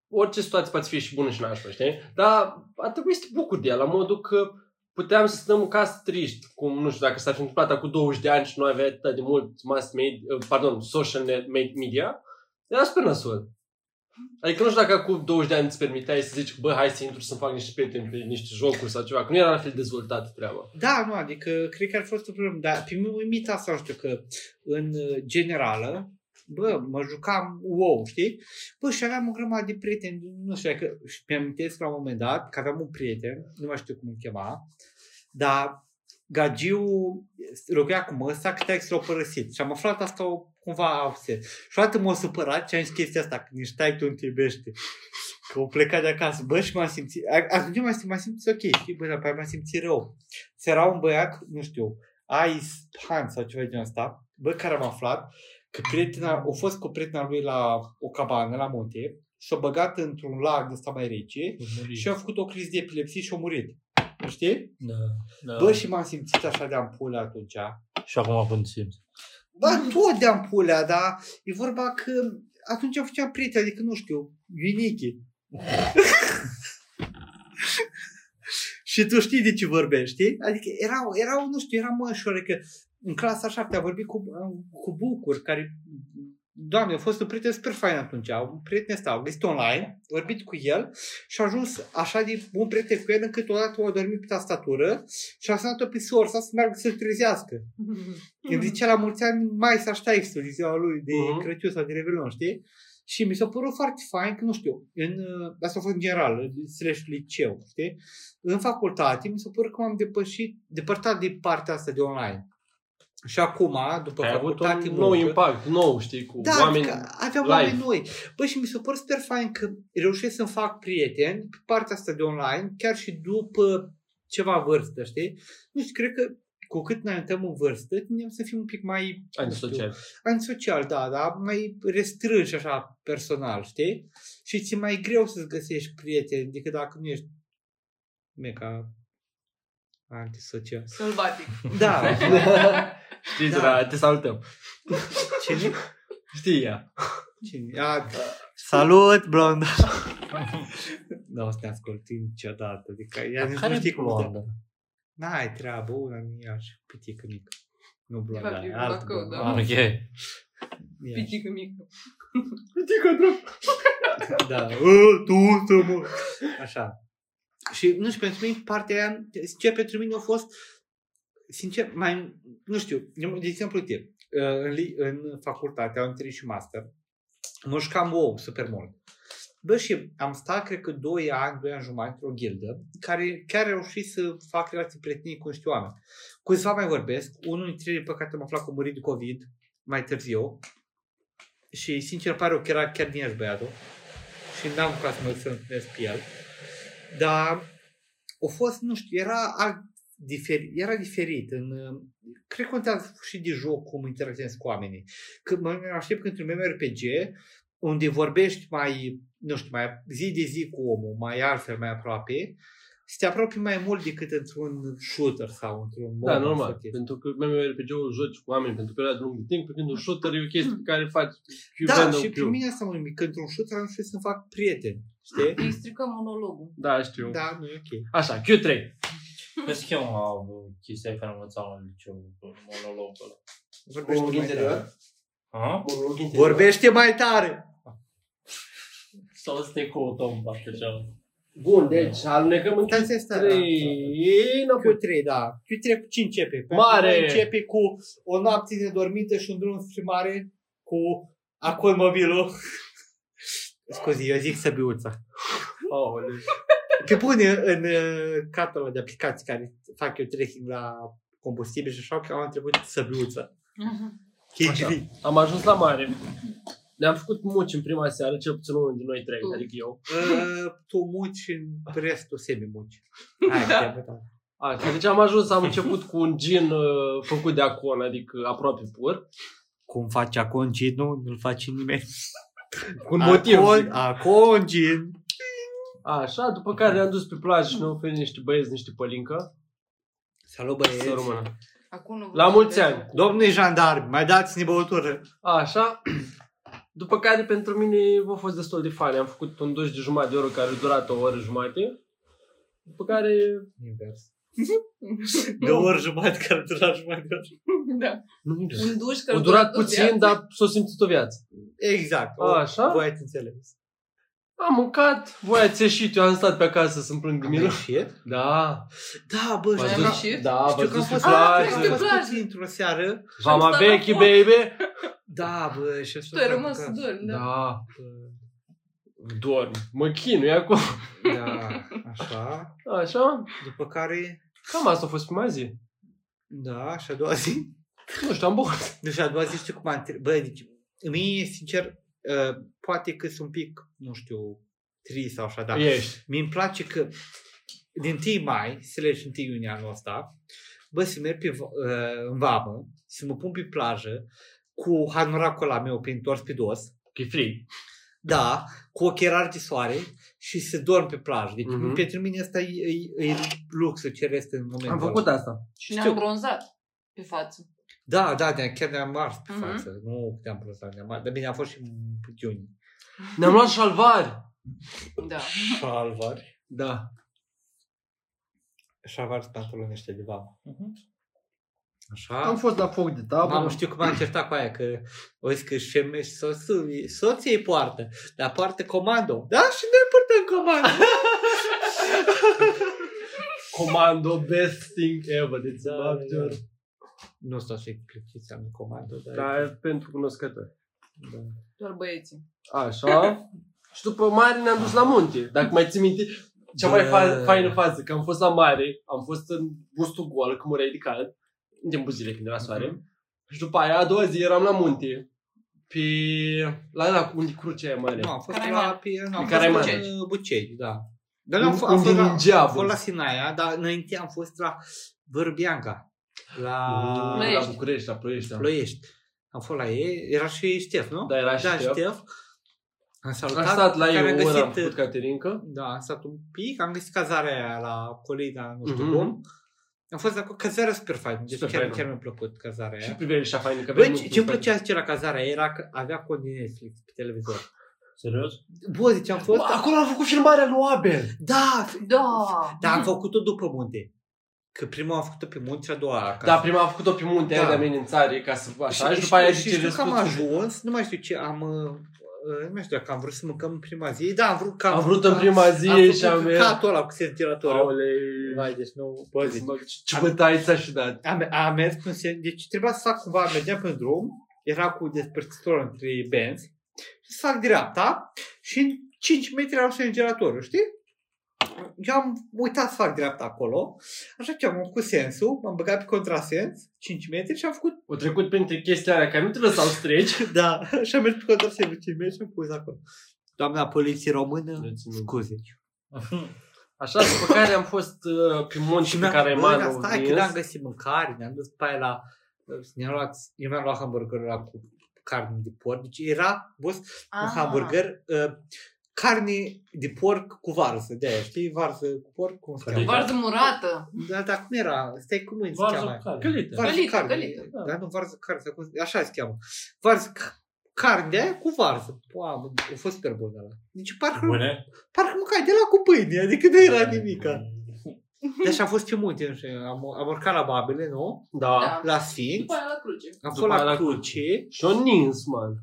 S1: orice situație poate fi și bună și nașpa, știi? Dar a trebuit să te bucuri de ea, la modul că puteam să stăm în casă triști, cum, nu știu, dacă s-ar fi întâmplat acum 20 de ani și nu avea atât de mult mass media, pardon, social net- me- media, era super nasol. Adică nu știu dacă acum 20 de ani îți permiteai să zici, bă, hai să intru să-mi fac niște prieteni pe niște jocuri sau ceva, că nu era la fel dezvoltată treaba.
S2: Da, nu, adică cred că ar fi fost o problemă, dar pe mine mă uimit asta, nu știu, că în uh, generală, bă, mă jucam wow, știi? Bă, și aveam o grămadă de prieteni, nu știu, că și mi-amintesc la un moment dat că aveam un prieten, nu mai știu cum îl chema, dar Gagiu locuia cu măsa că taic l-a părăsit și am aflat asta o, cumva upset. Și o dată m-a supărat și am zis chestia asta, că nici taic tu te iubește. Că au plecat de acasă, bă, și m-am simțit, a- atunci m-am simțit, m-am simțit ok, știi, bă, dar pe aia m-am simțit rău se era un băiat, nu știu, Ice Hunt sau ceva de genul ăsta, bă, care am aflat că prietena, a fost cu prietena lui la o cabană, la munte, și-a băgat într-un lac ăsta mai rece și a făcut o criză de epilepsie și a murit. Nu știi?
S3: Da, da.
S2: Bă, și m-am simțit așa de ampulea atunci.
S3: Și acum cum te simți?
S2: Bă, tot de ampulea, dar e vorba că atunci făceam prieteni, adică nu știu, unichi. și tu știi de ce vorbești, știi? Adică erau, erau nu știu, eram mășoare că în clasa 7 am vorbit cu, cu Bucur, care, doamne, a fost un prieten super fain atunci, un prieten ăsta, am găsit online, vorbit cu el și a ajuns așa de un prieten cu el încât odată o dormit pe tastatură și a sunat-o pe sorsa să meargă să-l trezească. Îmi
S1: Mm.
S2: zicea la mulți ani mai să așteaptă de ziua lui de
S1: Mhm.
S2: uh-huh. Crăciun sau de Revelion, știi? Și mi s-a părut foarte fain că, nu știu, în, uh, asta a fost în general, în slash liceu, știi? În facultate mi s-a părut că m-am depășit, depărtat de partea asta de online. Și acum, după
S1: Ai avut un
S2: facultate,
S1: nou
S2: muncă,
S1: impact, nou, știi, cu
S2: da,
S1: oameni...
S2: adică aveam
S1: live.
S2: oameni noi. Băi, și mi se pare super fain că reușesc să-mi fac prieteni pe partea asta de online, chiar și după ceva vârstă, știi? Nu știu, cred că cu cât ne înaintăm în vârstă, tindem să fim un pic mai...
S1: Antisociali.
S2: Antisocial, da, dar mai restrânși așa personal, știi? Și ți-e mai greu să-ți găsești prieteni decât dacă nu ești meca antisocial.
S4: Sălbatic.
S2: Da,
S1: Știi,
S2: Da.
S1: da. te salutăm.
S2: cine?
S1: Știi ea.
S2: Cine? A, salut, blond! nu o să ne asculti niciodată. Adică ea nici nu știe cum
S3: blondă?
S2: N-ai treabă, una mică și pitică mică. Nu blondă,
S4: fapt, e
S2: altă
S4: Blacău,
S2: blondă.
S4: da.
S2: Ah,
S3: Ok.
S2: ia.
S4: Pitică mică.
S1: Pitică, drop.
S2: Da, "Ă, tu să mă... Așa. Și, nu știu, pentru mine partea aia, sincer, pentru mine a fost, sincer, mai, nu știu, eu, de exemplu, uite, ă, în, li- în facultate am întâlnit și master, mușcam ou super mult. Bă, și am stat, cred că, 2 ani, 2 ani jumătate într-o ghildă, care chiar reușit să fac relații prietenii cu niște oameni. Cu să mai vorbesc, unul dintre ei, pe care am aflat că a murit de COVID mai târziu, și sincer pare rău că era chiar din Iași băiatul și n-am ca să mă duc să întâlnesc pe el. Dar a fost, nu știu, era, alt, diferi, era diferit. În, uh, cred că contează și de joc cum interacționezi cu oamenii. Când mă aștept că într-un MMORPG unde vorbești mai, nu știu, mai zi de zi cu omul, mai altfel, mai aproape, să te apropii mai mult decât într-un shooter sau într-un
S1: Da,
S2: MOBA
S1: normal.
S2: sau chestii.
S1: Pentru că MMORPG-ul joci cu oameni pentru perioada lungă de timp, pe când un shooter e o chestie pe care faci Q
S2: Da,
S1: random
S2: și
S1: Q.
S2: pe mine asta mă nimic. Într-un shooter am știut să fac prieteni, știi?
S4: Îi stricăm monologul.
S1: Da, știu.
S2: Da, nu e ok.
S1: Așa, Q3.
S3: Vezi că eu am avut chestia care am învățat la liceu, monologul ăla.
S2: Vorbește mai tare.
S3: Ha?
S2: Vorbește mai tare!
S3: Sau să te căutăm în partea cealaltă.
S1: Bun, deci alunecăm în
S2: Uitați asta. da.
S1: Q3 înapoi.
S2: Q3, da. Q3 cu 5 începe. Pentru
S1: Mare!
S2: că Începe cu o noapte nedormită și un drum spre mare cu acol mobilul. Scuze, eu zic săbiuța.
S1: Aoleu.
S2: Pe bune, în uh, catalogul de aplicații care fac eu trekking la combustibil și așa, că am întrebat săbiuța.
S1: Așa. Am ajuns la mare. Ne-am făcut muci în prima seară, cel puțin unul din noi trei,
S2: Mm.
S4: Tu.
S1: adică eu.
S2: Uh, tu muci în restul semi-muci. Hai,
S4: Da.
S2: te-am uitat.
S1: Așa, deci am ajuns, am început cu un gin uh, făcut de acon, adică aproape pur.
S2: Cum faci aconcit, nu? Nu-l face nimeni.
S1: Cu un motiv.
S2: Acon,
S1: zic.
S2: aconcit.
S1: Așa, după care ne-am dus pe plajă și ne-au oferit niște băieți, niște pălincă.
S2: Salut
S1: Să
S2: băieți.
S1: rămână.
S4: Acum nu vă
S1: La mulți
S4: vedeți.
S1: ani.
S2: Domnii jandarmi, mai dați-ne băutură.
S1: Așa. După care pentru mine a fost destul de fain. Am făcut un duș de jumătate de oră care a durat o oră jumate. După care...
S2: Invers. Două ori jumătate care dura jumătate de oră.
S4: da.
S1: Nu, nu.
S4: Un duș care
S1: A durat puțin, dar s-a simțit o viață.
S2: Exact.
S1: A, așa?
S2: Voi ați înțeles.
S1: Am mâncat, voi ați ieșit, eu am stat pe acasă să-mi plâng de milă.
S2: ieșit?
S1: Da.
S2: Da, bă,
S1: V-ați
S4: Mai
S2: știu
S4: am
S1: dus-
S2: că-
S4: ieșit?
S1: Da,
S2: știu
S1: v-ați
S2: că am
S1: dus pe
S2: fost,
S4: Ah,
S2: am
S4: plajă.
S1: plajă.
S2: fost
S4: Plajă.
S2: puțin într-o seară.
S1: Vama
S4: Am stat la
S1: vechi,
S4: foc.
S1: baby.
S2: Da, bă, și
S4: Tu ai rămas să dormi, da.
S1: Da. Dorm. Mă chinui acum.
S2: Da, așa.
S1: Așa.
S2: După care,
S1: Cam asta a fost prima zi.
S2: da, și a doua zi.
S1: Nu știu, am băut.
S2: Deci a doua zi știu cum am tre- Bă, deci, mie, sincer, uh, poate că sunt un pic, nu știu, trist sau așa, dar
S1: Ești.
S2: mi îmi place că din 1 mai, slash 1 iunie anul ăsta, bă, să merg pe, va- uh, în vamă, să mă pun pe plajă cu hanoracul ăla meu pe întors pe dos,
S1: Că e frig.
S2: da, cu ochelari de soare și să dorm pe plajă. Deci
S1: Mhm.
S2: mm-hmm. pentru mine asta e, e, e luxul ce reste în momentul
S1: Am făcut da.
S2: ăla.
S1: asta.
S4: Și ne-am
S2: Știu.
S4: bronzat pe față.
S2: Da, da, ne chiar ne-am ars pe
S4: Mhm.
S2: față. Nu ne-am plăsat, ne-am ars. Dar bine, am fost și în iunie.
S1: Ne-am luat șalvari.
S4: Da.
S2: Șalvar.
S1: Da.
S2: Șalvar sunt pantalonește de vamă.
S3: Mhm.
S2: Așa.
S1: Am fost la foc de
S2: Mamă,
S1: tabără.
S2: știu cum am certat cu aia, că o zis că șemești soțul, soții îi poartă, dar poartă comando. Da, și noi purtăm comando.
S1: Comando, best thing ever. Deci, da, da.
S2: Nu stau să explic ce am comando, dar...
S1: Dar pentru cunoscători.
S2: da.
S4: Doar băieții.
S1: Așa. și după mare ne-am dus la munte. Dacă mai ții minte, cea mai fa-
S2: Bă.
S1: faină fază, că am fost la mare, am fost în bustul gol, că mureai de cald, în timpul zilei când era soare.
S2: Mhm.
S1: Și după aia, a doua zi, eram la munte, pe... la la unde crucea e mare.
S2: Nu, am fost
S4: Caraiman.
S2: la... Pe, nu, am
S1: Pe Caraiman.
S2: fost la Bucegi, da. Dar
S1: Un-
S2: am, f- am,
S1: unde
S2: fost la,
S1: mingea,
S2: am
S1: bă.
S2: fost la Sinaia, dar înainte am fost la Vârbianca, la
S1: La, la
S4: Ploiești.
S1: București, la Ploiești, da.
S2: Ploiești. Am fost la ei, era și Ștef, nu?
S1: Da, era și
S2: da,
S1: Ștef.
S2: Ștef. Am
S1: Am
S2: salutat,
S1: stat la
S2: care
S1: ei o
S2: am
S1: oră, am
S2: găsit
S1: făcut Caterinca.
S2: Da, am stat un pic, am găsit cazarea aia la colina, nu știu
S1: Mhm.
S2: mm-hmm. cum. Am fost acolo, cazarea super faină, deci
S1: Super
S2: super chiar,
S1: faină.
S2: chiar mi-a plăcut cazarea
S1: Și
S2: aia.
S1: priveliștea faină, că
S2: Bă,
S1: aveam
S2: ce
S1: un-
S2: îmi plăcea ce la cazarea aia era că avea cont de Netflix pe
S1: Ah.
S2: televizor.
S3: Serios?
S2: Bă, deci am fost...
S1: Bă, Acolo am făcut filmarea lui Abel.
S2: Da!
S4: Da.
S1: Mm.
S2: Dar am făcut-o după munte. Că prima am făcut-o pe munți, a doua acasă.
S1: Da, prima a făcut-o pe munte
S2: Da.
S1: da. de amenințare ca să așa și,
S2: și
S1: după aia
S2: știu-
S1: zice
S2: și știu că am
S1: răspunsul.
S2: ajuns, nu mai știu ce, am... uh, uh, Nu mai știu dacă am vrut să mâncăm în prima zi. Da, am vrut că
S1: Am vrut în prima zi și am-
S2: Am făcut căcatul ăla cu sentiratorul. Vai,
S1: Aolei.
S2: deci nu...
S1: Bă,
S2: zici.
S1: zici, mă, ce- Ce bătaie ți-a și dat.
S2: Am, a mers cu sen- Deci trebuia să fac cumva, mergeam pe drum, era cu despărțitor între benzi, și să fac dreapta și în 5 metri erau sângeratorul, știi? Eu am uitat să fac dreapta acolo, așa că am făcut sensul, m-am băgat pe contrasens, 5 metri și am făcut,
S1: O trecut printre chestia aia, că nu te lăsau să treci.
S2: da, și am mers pe contrasens 5 metri și am pus acolo. Doamna poliție română, scuze.
S1: Așa, după care am fost uh, pe munte pe
S2: mi-am-
S1: care
S2: bă,
S1: Manu
S2: dar
S1: a
S2: Stai că
S1: vins.
S2: n-am găsit mâncare, ne-am dus pe aia la... Ne-am luat, eu mi-am luat hamburgerul ăla cu carne de porc. Deci era, boss,
S4: Ah.
S5: Ah.
S2: un hamburger, uh, carne de porc cu varză, de aia, știi? Varză cu porc, cum se
S3: Călită.
S2: cheamă?
S4: Varză murată.
S2: Da, dar cum era? Stai cum îi se
S3: Varză
S2: cheamă?
S3: cu care?
S1: Călită.
S2: Varză
S4: Călită,
S2: carne.
S4: călită,
S1: da.
S2: Da, nu, varză carne, sau cum- așa se cheamă. Varză c- carne de aia cu varză. Poamă, a fost super bun ăla. Deci parcă,
S3: Bune?
S2: parcă mâncai de la cu pâine, adică nu era nimica. Deci am fost pe munte, nu știu, am, am urcat la Babele, nu?
S1: Da.
S4: Da.
S2: La
S4: După
S2: Sfinți,
S4: aia la cruce.
S2: am
S1: După
S2: fost la,
S1: aia la
S2: Cruce,
S1: Și o nins, man.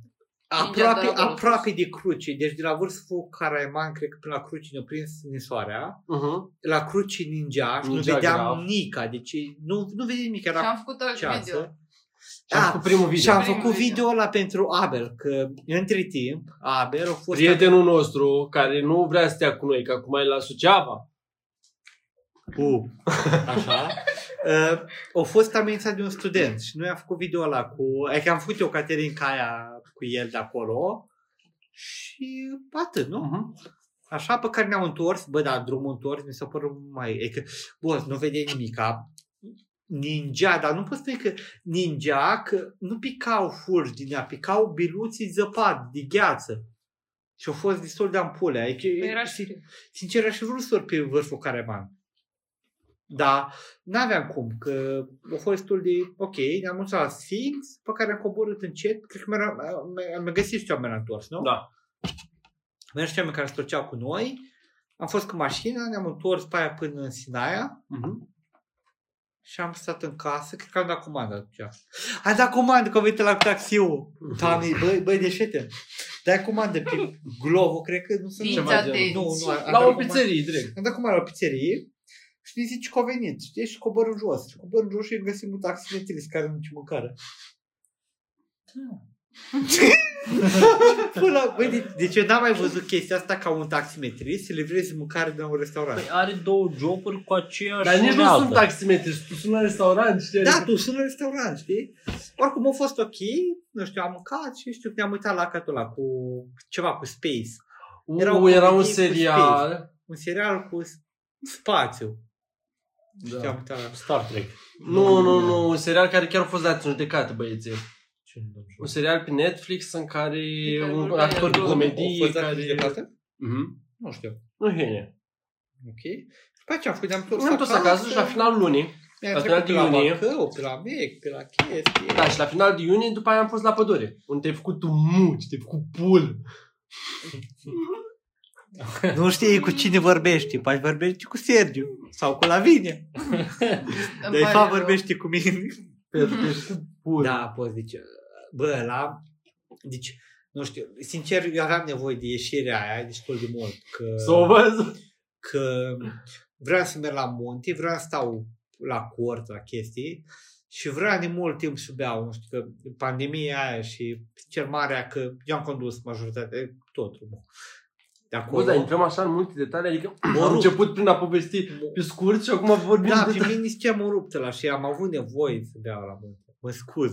S4: Mingea
S2: aproape,
S4: de la
S2: aproape de Cruce, deci de la vârful Caraiman, cred că până la Cruce ne-a prins nisoarea,
S1: Uh-huh.
S2: la Cruce ninja și nu
S1: Ninja
S2: vedeam
S1: grav.
S2: nica, deci nu, nu vedeam nimic,
S4: Și
S2: era
S4: am făcut alt video.
S2: ceasă.
S1: Și am
S2: Da,
S1: făcut primul
S2: și
S1: video.
S2: am
S4: Primul
S2: făcut
S4: video.
S2: video ăla pentru Abel, că între timp Abel a fost...
S1: Prietenul nostru care nu vrea să stea cu noi, că acum e la Suceava.
S2: Uh, așa. Uh, au fost amenințat de un student și noi am făcut video ăla cu... Adică am făcut eu Caterin Caia cu el de acolo și atât, nu?
S1: Uh-huh.
S2: Așa pe care ne-am întors, bă, da, drumul întors mi s-a părut mai... Adică, bă, nu vede nimica. Ninja, dar nu pot spune că ninja, că nu picau furci din ea, picau biluții zăpad, de gheață. Și au fost destul de ampule. Adică,
S4: Păi Era
S2: și-
S4: și
S2: Sincer, aș fi vrut să urc pe vârful Careman. Dar n-aveam cum, că a fost destul de ok, ne-am dus la Sphinx, pe care am coborât încet, cred că mi-am mi-am găsit și eu mi-am întors, nu?
S1: Da.
S2: Mi-am și oameni care se torceau cu noi, am fost cu mașina, ne-am întors pe aia până în Sinaia
S1: Uh-huh.
S2: și am stat în casă, cred că am dat comandă atunci. Am dat comandă că am venit la cu taxiul. Doamne, băi, băi, deșete. Dai comandă pe Glovo, cred că nu sunt
S1: Ceva
S4: dinți
S1: genul.
S4: de
S2: Nu, nu, am
S1: La
S2: dat
S1: o
S2: comandă.
S1: pizzerie, direct.
S2: Când acum la o pizzerie și ne zici că a venit, știi, și coborâm jos. Și coborâm jos și găsim un taximetrist care nu ce mâncare. Până, Da. băi, de- deci eu n-am mai văzut chestia asta ca un taximetrist să livrezi mâncare de la un restaurant.
S3: Păi are două joburi cu aceeași
S1: Dar nici nu
S3: unealtă.
S1: sunt taximetriști, tu sunt la restaurant, știi?
S2: Da, tu sunt la restaurant, știi? Oricum a fost ok, nu știu, am mâncat și știu că ne-am uitat la catul ăla cu ceva cu space.
S1: U,
S2: erau
S1: era un
S2: comedii cu
S1: serial.
S2: Un serial cu s- spațiu. Da.
S1: Da.
S2: am uitat la...
S3: Star Trek.
S1: Nu, nu, nu, un serial care chiar a fost dat în judecată, băieții.
S3: Ce nu
S1: Un serial pe Netflix în care
S4: care
S1: un
S4: vorbea
S1: actor de
S4: el.
S2: A
S1: comedie
S2: fost dat în
S1: care...
S2: judecată?
S1: Mhm.
S2: Nu știu.
S1: Nu e.
S2: Ok. Și pe aceea am făcut, am
S1: Ne-am întors acasă și la finalul lunii.
S2: mi-a
S1: la
S2: trecut pe
S1: finalul
S2: la
S1: iunie.
S2: Bacău, pe la Mec, pe la chestii.
S1: Da, și la final de iunie, după aia am fost la pădure, unde te-ai făcut tu muci, te-ai făcut pul.
S2: Nu știi cu cine vorbești, poate vorbești cu Sergiu sau cu Lavinia.
S4: Îmi
S2: Dar de
S4: pare
S2: fapt
S4: rău.
S2: vorbești cu mine.
S1: Pentru că ești pul.
S2: Da, poți zice, bă, ăla, deci, nu știu, sincer, eu aveam nevoie de ieșirea aia destul de mult, că,
S1: Să o văd.
S2: că
S1: Mm.
S2: vreau să merg la munte, vreau să stau la cort, la chestii, și vreau de mult timp să beau, nu știu, că pandemia aia și cel marea, că eu am condus majoritatea, tot drumul. De
S1: Bă, dar intrăm așa în multe detalii, adică am
S2: rup.
S1: început prin a povesti pe scurt și acum vorbim
S2: Da,
S1: de...
S2: pe mine nici ce m-a rupt ăla și am avut nevoie să beau la munte. Mă scuz.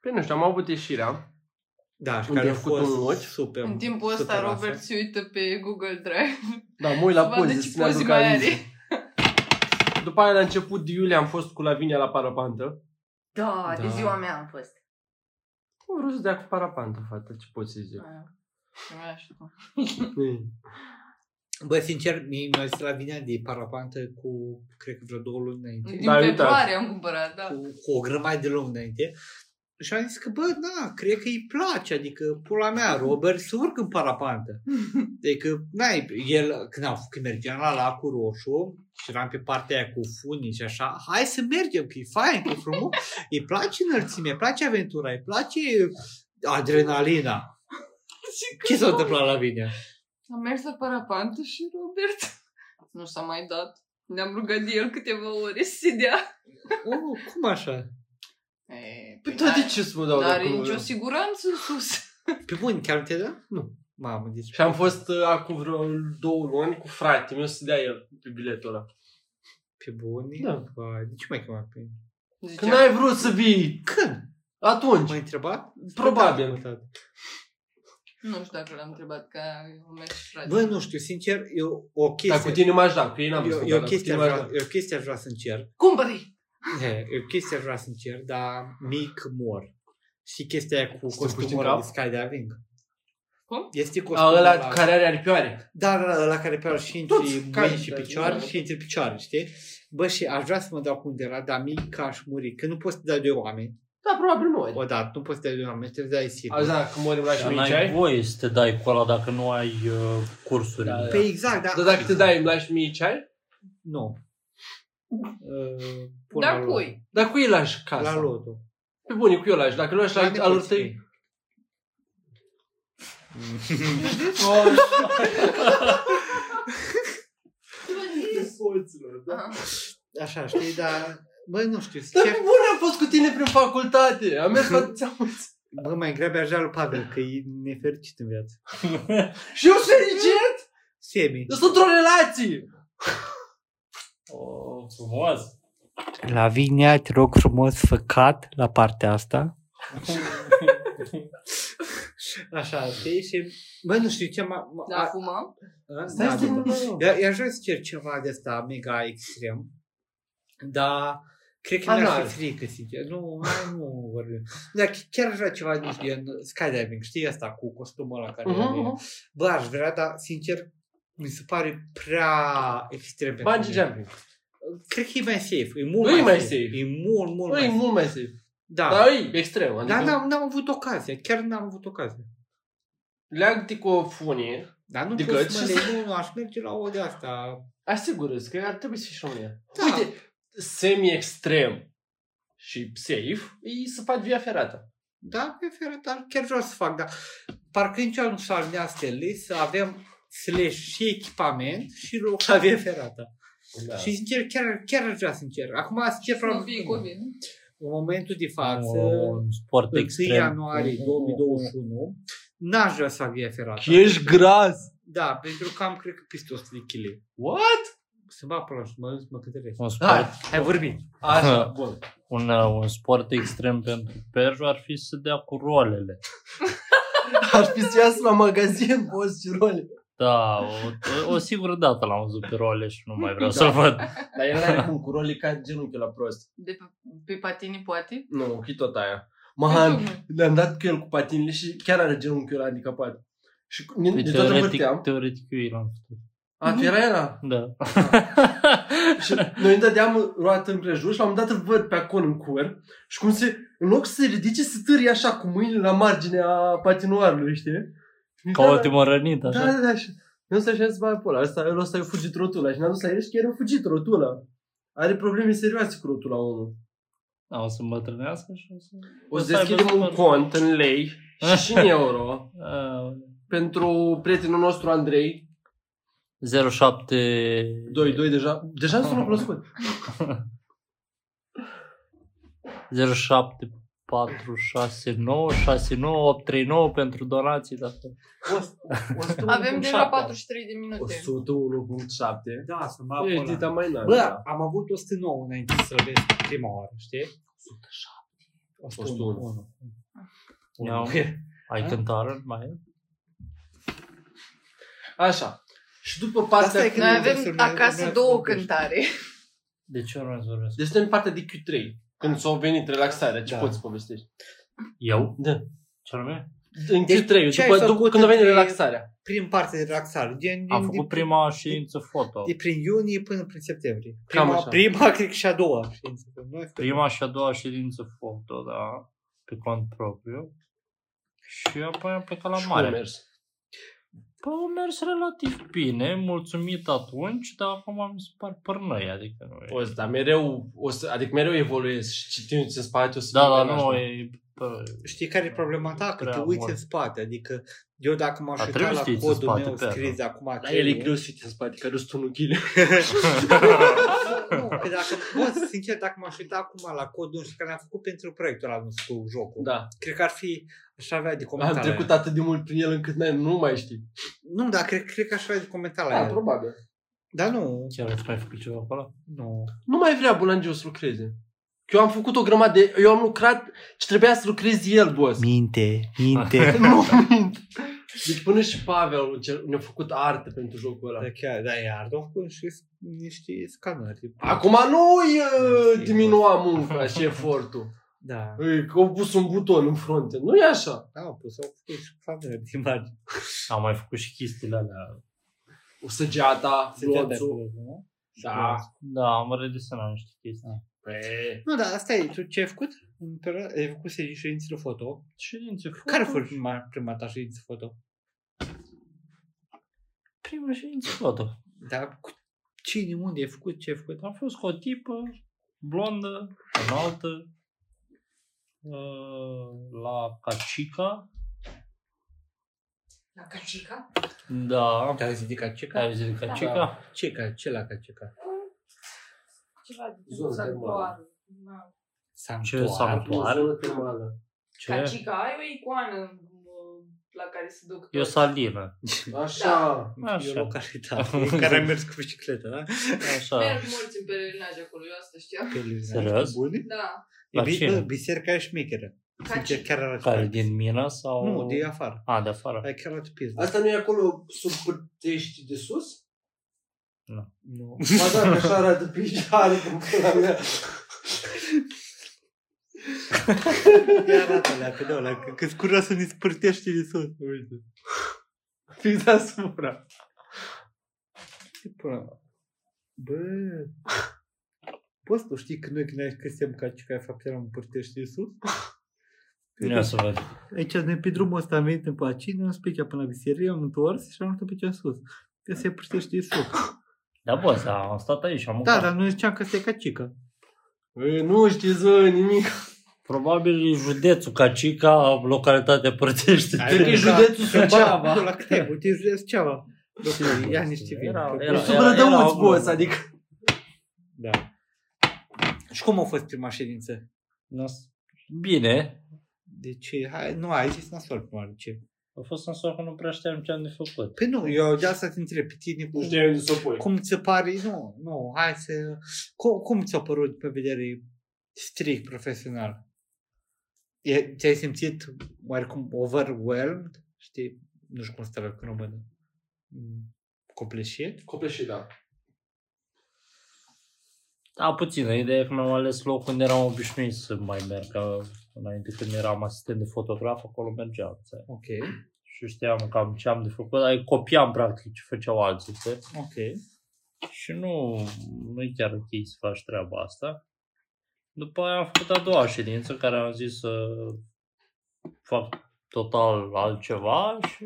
S1: Păi nu știu, am avut ieșirea.
S2: Da, și
S1: Unde
S2: care a
S1: ai făcut un
S2: fost
S1: watch?
S2: super.
S4: În timpul ăsta
S2: super
S4: Robert se uită pe Google Drive.
S1: Da, mă uit la
S4: Să vadă
S1: poze,
S4: ce
S1: spunea
S4: poze
S1: Luca
S4: mai
S1: Alice. După aia, la început de iulie, am fost cu Lavinia la parapantă.
S4: Da,
S2: Da.
S4: de ziua mea am fost.
S1: Am vrut să dea cu parapantă, fată, ce pot să zic.
S4: Aia. Da. Nu mai știu cum.
S2: Bă, sincer, mi- mi-a zis la vinea de parapantă cu, cred că vreo două luni înainte.
S4: Din
S1: Da, ai
S4: februarie am cumpărat, da.
S2: Cu, cu o grămadă de luni înainte. Și am zis că, bă, da, cred că îi place, adică, pula mea, Robert se urcă în parapantă. Adică, n-ai, el, când, a, când mergeam la lacul roșu și eram pe partea aia cu funii și așa, hai să mergem, că e fain, că e frumos, îi place înălțimea, îi place aventura, îi place adrenalina. Ce s-a întâmplat la mine?
S5: Am mers la parapantă și Robert nu s-a mai dat. Ne-am rugat de el câteva ore să se dea.
S2: Oh, cum așa?
S5: E,
S1: Păi da, de ce să mă dau
S5: Dar are
S1: acum?
S5: nicio siguranță în sus.
S2: Pe bun, chiar nu te da? Nu. Mamă, deci...
S1: Și am fost uh, acum vreo două luni cu fratele meu să dea el pe biletul ăla.
S2: Pe bun,
S1: Da.
S2: Vai, de ce mai chemat pe mine?
S1: Că
S5: Ziceam,
S1: n-ai vrut să vii
S2: Când?
S1: atunci,
S2: M-ai întrebat?
S1: Păi probabil.
S2: Da,
S5: nu știu dacă l-am întrebat, că am mers și frate.
S2: Bă, nu știu, sincer, eu o chestie...
S1: Dar cu tine m-aș da, cu da. ei n-am
S2: Eu,
S1: văzut.
S2: eu, chestia vreau, eu chestia aș vrea să încerc.
S5: Cumpără-i!
S2: He, eu chestia aș vrea să încerc, dar mic mor. Și chestia aia cu
S1: Să te puști în
S2: costumul
S1: cap?
S2: ăla de skydiving.
S5: Cum?
S2: Este costumul
S1: Ăla care are aripioare.
S2: Dar la care pe ăla și între
S1: Toți
S2: mâini
S1: cai,
S2: și
S1: da,
S2: picioare
S1: da.
S2: și între picioare, știi? Bă, și aș vrea să mă dau cu undeva, dar mic că aș muri. Că nu poți să dai de oameni.
S1: Da, probabil mori.
S2: Odată, nu poți să dai de oameni, trebuie să dai
S1: Azi,
S2: singur.
S1: da, când morim la
S3: Dar
S1: și mici
S3: n-ai
S1: ai?
S3: voie să te dai cu ăla dacă nu ai uh, cursuri.
S1: Da,
S2: Pe exact, dar...
S1: Dar dacă te dai la și mici ai?
S2: Nu. Uh, pun la
S5: Dar
S2: loto.
S5: cui?
S1: Dar cu ei lași
S2: La
S1: casa.
S2: lotul.
S1: Pe bune, cu eu lași. Dacă nu lași al al lor tăi... Da.
S5: Ah.
S2: Așa, știi, dar... Bă, nu știu,
S1: Dar pe
S2: sincer,
S1: bune am fost cu tine prin facultate. Am mers la... ți-am-
S2: bă, mai grabă așa lui Pavel, că e nefericit în viață.
S1: Și eu sunt fericit!
S2: Semi.
S1: Eu sunt într-o relație!
S3: O, Oh, frumos!
S2: La Vignea te rog frumos făcat la partea asta. Așa, știi, și... Bă, nu știu ce m-a... m-a-
S5: Da, fumăm?
S2: a-
S1: Stai,
S2: da,
S1: stai,
S2: da, da.
S1: stai, stai.
S2: Eu- Eu aș vrea să cer ceva de asta mega extrem, dar cred că
S1: Anal.
S2: mi-ar fi frică, sincer. Nu, hai, nu vorbim. Dar ch- chiar aș vrea ceva nu știu, gen skydiving, știi asta cu costumul ăla care uh-huh.
S1: Mhm.
S2: Bă, aș vrea, dar sincer, mi se pare prea extrem. pentru
S1: Bungee
S2: mine.
S1: jumping.
S2: Cred că e mai safe. E mult
S1: Nu e
S2: mai,
S1: mai safe.
S2: E mult, mult
S1: Nu,
S2: mai
S1: e
S2: safe.
S1: mult mai safe.
S2: Da.
S1: Dar e extrem. Adică
S2: Dar n-am, n-am avut ocazia, chiar n-am avut ocazia.
S1: leagă-te cu o funie.
S2: Dar nu
S1: De
S2: pot
S1: gât
S2: să mă
S1: și-
S2: leg, nu, nu, aș merge la o de asta.
S1: Asigură-ți că ar trebui să fii și în România.
S2: Da.
S1: Uite, semi-extrem și safe, e să faci via ferată.
S2: Da, pe feră, dar chiar vreau să fac, dar parcă niciodată nu s-ar ne stele să avem slash și echipament și loc la via ferată. Da. Și sincer, chiar, chiar aș vrea sincer. Acum, sincer,
S5: Nu
S2: vreau
S5: fii COVID.
S2: în momentul de față,
S3: Oh, Un sport
S2: 1
S3: extrem. Oh,
S2: ianuarie 2021, n-aș vrea să avia ferată.
S1: Ești gras!
S2: Da, pentru că am, cred că, peste 100 de kg.
S1: What?
S2: Să mă apă la și mă, mă cântăresc.
S3: Un sport,
S1: Hai,
S2: Ai vorbit.
S1: așa, bun.
S3: un, uh, un sport extrem pentru Perju ar fi să dea cu rolele.
S1: Aș fi să iasă la magazin, boss și role.
S3: Da, o, o singură dată l-am văzut pe role și nu mai vreau
S1: Da.
S3: să-l văd.
S1: Dar el are cum cu role ca genunchiul la prost.
S5: De pe, pe patini poate?
S1: Nu, cu tot aia.
S5: Pe
S1: Man,
S5: tocmai.
S1: le-am dat cu el cu patinile și chiar are genunchiul ăla handicapat. Și cu- ne,
S3: Păi,
S1: ne Deci tot
S3: teoretic,
S1: învârteam.
S3: teoretic eu i l-am făcut.
S1: A, tu era era?
S3: Da.
S1: Și noi îi dădeam roată împrejur și la un moment dat îl văd pe acolo în cur și cum se, în loc să se ridice, se târie așa cu mâinile la marginea patinoarului, știi?
S3: Ca ultimul rănit,
S1: Da,
S3: așa.
S1: da, da. și- Nu să așa mai pe ăla, asta, el ăsta i-a fugit rotula și ne-a dus la el și chiar a fugit rotula. Are probleme serioase cu rotula omul.
S3: Da, o să îmbătrânească și o să...
S1: O să
S3: să aibă
S1: deschidem un
S3: sport.
S1: cont în lei și și în euro
S3: Aoleu.
S1: pentru prietenul nostru Andrei.
S3: 07...
S1: 2, 2 deja. Deja nu sună cunoscut.
S3: 07 469 69839 pentru donații dacă
S5: Avem deja 43 de minute.
S1: 101.7.
S2: Da, să mă
S1: Păi, Dita mai n-are.
S2: Bă, am avut 109 înainte să slăbesc prima oară, știi?
S1: 101.
S2: 101.
S3: Ia. ai
S2: A?
S3: cântară, mai e?
S1: Așa. Și după
S2: Asta e
S1: partea...
S2: că-
S5: Noi
S2: trebuie să
S5: avem
S2: ne-
S5: acasă
S2: ne-
S5: două
S2: ne-
S5: cântare.
S3: De ce nu ați vorbesc?
S1: Deci suntem partea de Q3. Când s-au venit relaxarea, ce
S2: Da.
S1: poți să povestești?
S3: Eu?
S1: Da.
S3: Ce anume?
S1: În
S2: Deci,
S1: Q3, după,
S2: ce ai făcut
S1: după, când a venit
S2: între-
S1: relaxarea.
S2: Prim parte de relaxare. Gen,
S3: Am
S2: din-
S3: făcut
S2: din-
S3: prima ședință foto.
S2: De prin iunie până prin septembrie.
S1: Cam
S2: Prima,
S1: așa.
S2: prima cred că și a doua. știință. Nu este-
S3: Prima și a doua ședință foto, da. pe cont propriu și apoi am plecat la
S1: Și
S3: mare.
S1: cum mers?
S3: Păi au mers relativ bine, mulțumit atunci, dar acum mi se par părnăi, adică nu e...
S1: O, dar mereu, o să, adică mereu evoluezi și citindu-ți în spate o să
S3: da,
S1: fii
S3: dar
S1: mai nașpa.
S3: nu e... Pă,
S2: Știi care e problema ta? Că
S3: Prea
S2: te uiți
S3: mult.
S2: în spate. Adică eu dacă m-aș
S3: Dar
S2: uita
S3: trebuie
S2: la
S3: să te uiți în
S2: codul
S3: spate,
S2: meu
S3: pe aia,
S2: scris
S3: da.
S2: acum
S1: La el e
S2: trei
S1: greu să citim în spate, că dus un ghile.
S2: Ah, nu, că dacă, bă, sincer, dacă m-aș uita acum la codul și care l-am făcut pentru proiectul ăla, nu cu jocul,
S1: Da.
S2: cred că ar fi, aș avea de
S1: Am
S2: comentarii.
S1: trecut atât de mult prin el încât n-ai- nu mai știi.
S2: Nu, dar cred, cred că aș avea de comentarii.
S1: Da,
S2: Da,
S1: probabil.
S2: dar nu,
S3: chiar ați mai făcut ceva acolo?
S2: nu.
S1: Nu mai vrea Bulangiu să lucreze. Că eu am făcut o grămadă de... Eu am lucrat ce trebuia să lucrez el, boss.
S2: Minte, minte.
S1: nu mint. Deci până și Pavel încer- ne-a făcut arte pentru jocul ăla.
S2: da, chiar, da, iar, dar cu și niște scanări.
S1: Acum nu îi uh,
S2: Mersi,
S1: diminua munca și efortul.
S2: Da,
S1: Îi- Că au pus un buton în frunte. Nu e așa.
S2: da, au pus, au făcut și scanări de imagini.
S3: Am mai făcut și chestiile alea.
S1: O săgeata, glonțul.
S2: nu?
S1: Da.
S3: Da, am redesenat niște chestii.
S1: Păi,
S2: Nu, da, asta e, tu ce ai făcut? În perioada- Ai făcut seri- ședințele foto?
S3: Ședințe. foto.
S2: Care a fost prima, prima ta ședință foto?
S3: Prima ședință foto.
S2: Da, cu cine, unde ai făcut, ce ai făcut?
S3: A fost cu o tipă blondă, înaltă, uh, la Cacica.
S5: La cacica?
S3: Da.
S2: Te-ai zis de caceca?
S3: Ai auzit de Cacica?
S1: Da.
S2: Ce ca, ce la caceca?
S5: Ceva de
S1: Zon
S5: genul sanctuar. Da.
S2: Sanctuar.
S3: sanctuar?
S1: zonă termală.
S3: Ce?
S5: Cacica, ai o icoană mă, la care se duc
S3: E o
S5: toți.
S3: salină.
S1: Așa.
S2: E o
S3: Așa.
S2: localitate care a mers cu bicicleta, da?
S3: Așa.
S5: Merg mulți în pelerinaj acolo, eu asta știam.
S2: Pe Luiza.
S3: Serios?
S2: Bune?
S5: Da.
S3: La
S2: E bi-
S3: cine?
S2: bă, biserica e șmecheră. Sincer,
S5: Cacica.
S2: chiar arată
S3: Care,
S2: fain.
S3: din Mina sau...
S2: Nu, de afară.
S3: A, de afară.
S2: Ai chiar arată pizdă.
S1: Asta nu e acolo sub pârtești de sus?
S2: Nu.
S1: Ba da, că așa arată pijare din pula mea.
S2: Chiar arată alea, pe de alea, că- că scura să ne spârtește de sus. Uite.
S1: Fix deasupra.
S2: Ce până la- Bă... Poți să știi că noi când ai că suntem ca ce care fapt eram împărtești de sus?
S3: Nu o să văd.
S2: Aici ne pe drumul ăsta am venit în pacine, am spus până la biserică, am întors și am luat pe cea sus. Că se părtește de sus.
S3: Da, bă, s-a- am stat aici, am
S2: Da,
S3: mâncat.
S2: dar noi ziceam că este ca cică.
S1: Păi, Nu știți ză, nimic.
S3: Probabil e județul Cacica, localitatea Părtești.
S1: Cred că e județul Suceava.
S2: La câte ai putut, județul Ceava. Doctor, ia niște vin.
S3: Era-
S1: Era,
S3: era-
S1: sub Rădăuț, boss, adică.
S2: Da. Și cum a fost prima ședință?
S3: Bine.
S2: Deci, hai, nu, ai zis nasol prima de ce?
S3: A fost în soare că nu prea știam ce am de făcut.
S2: Păi nu, eu de asta te întreb pe tine cum,
S1: unde să o pui.
S2: cum ți se pare, nu, nu, hai să, cum, cum ți-a părut pe vedere strict profesional? E, te-ai simțit oarecum overwhelmed? Știi, nu știu cum să traduc în română. Mm, Copleșit?
S1: Copleșit, da.
S3: Da, puțină. Ideea e că mi-am ales loc unde eram obișnuit să mai merg. că Înainte când eram asistent de fotograf, acolo mergeam. înțelegi?
S2: Ok,
S3: Și știam cam ce am de făcut, dar copiam practic ce făceau alții. înțelegi?
S2: ok.
S3: Și nu, nu e chiar ok să faci treaba asta. După aia am făcut a doua ședință care am zis să fac total altceva și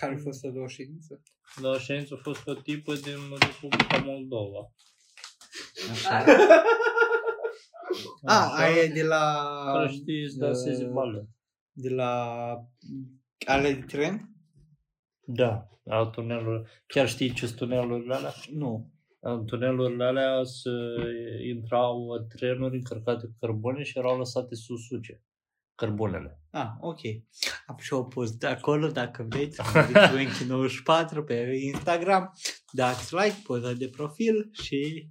S2: Care a fost a doua ședință?
S3: La ședință a fost o tipă din Republica Moldova.
S2: Așa. A, Ah, aia e de la...
S3: Fără știți, dar se zi vale.
S2: uh, De la... Ale de tren?
S3: Da. A tunelurilor. Chiar știi ce sunt tunelurile alea?
S2: Nu.
S3: În tunelurile alea se intrau trenuri încărcate cu cărbune și erau lăsate sus suce. Cărbunele.
S2: Ah, ok. Am și o poză de acolo, dacă vreți, Winky94 pe Instagram. Dați like, poza de profil și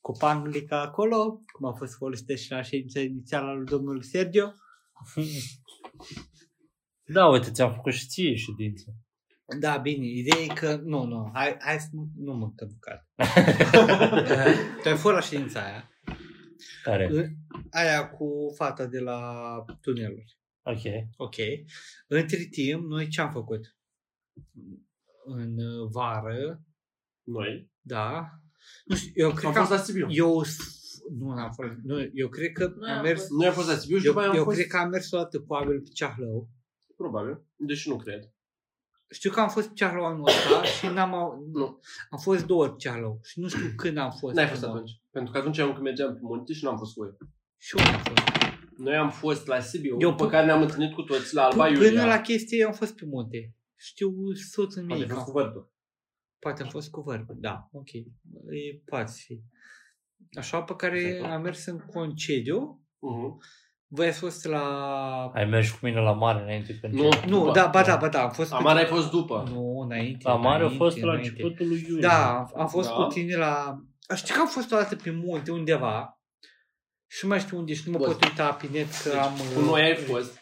S2: cu panglica acolo, cum a fost folosită și la ședința inițială a lui domnul Sergio.
S3: Da, uite, ți-am făcut și ție ședință.
S2: Da, bine, ideea e că... Nu, nu, hai, hai să nu, nu mâncăm bucat. tu ai fost la ședința aia.
S3: Care?
S2: Aia cu fata de la tuneluri.
S3: Ok.
S2: Ok. Între timp, noi ce am făcut? În uh, vară,
S1: Noi.
S2: da. Nu știu, eu cred
S1: Am
S2: că
S1: fost
S2: am,
S1: la Sibiu.
S2: eu s- nu, n-am fost. Nu, eu cred că
S4: Noi
S2: am
S4: am
S2: mers...
S4: fost.
S1: Nu i-a fost la Sibiu și după aia
S2: Eu,
S1: am
S2: eu
S1: fost...
S2: cred că am mers o dată probabil pe Ceahlău.
S1: Probabil. Deci nu cred.
S2: Știu că am fost pe Ceahlău anul ăsta și n-am... au-
S1: Nu.
S2: Am fost două ori pe Ceahlău și nu știu când am fost.
S1: N-ai fost
S2: acum.
S1: atunci. Pentru că atunci eu când mergeam pe munte și n-am fost cu voi.
S2: Și eu am fost.
S1: Noi am fost la Sibiu,
S2: Eu
S1: eu pe
S2: până-
S1: care ne-am întâlnit cu toți la Alba
S2: Până
S1: Iulia.
S2: la chestie eu am fost pe munte. Știu soț în
S1: Poate
S2: mine.
S1: a fost cu vârtul.
S2: Poate am fost cu vârbă, da, ok. E, poate fi. Așa pe care
S1: Exact.
S2: am mers în concediu.
S1: Uh-huh.
S2: Voi ați fost la...
S3: Ai mers cu mine la mare înainte când
S1: Nu,
S2: Nu,
S1: după.
S2: da, ba da, ba da, am fost... cu-
S1: Amara ai fost după.
S2: Nu, înainte.
S3: La mare a
S2: înainte,
S3: fost la
S2: înainte.
S3: începutul lui iunie.
S2: Da, am- am fost
S1: Da.
S2: cu tine la... A, Știi că am fost o dată pe munte, undeva. Și nu mai știu unde și nu mă
S1: Bă,
S2: pot uita pe net că
S1: Deci,
S2: am... uh,
S1: Cu noi ai fost.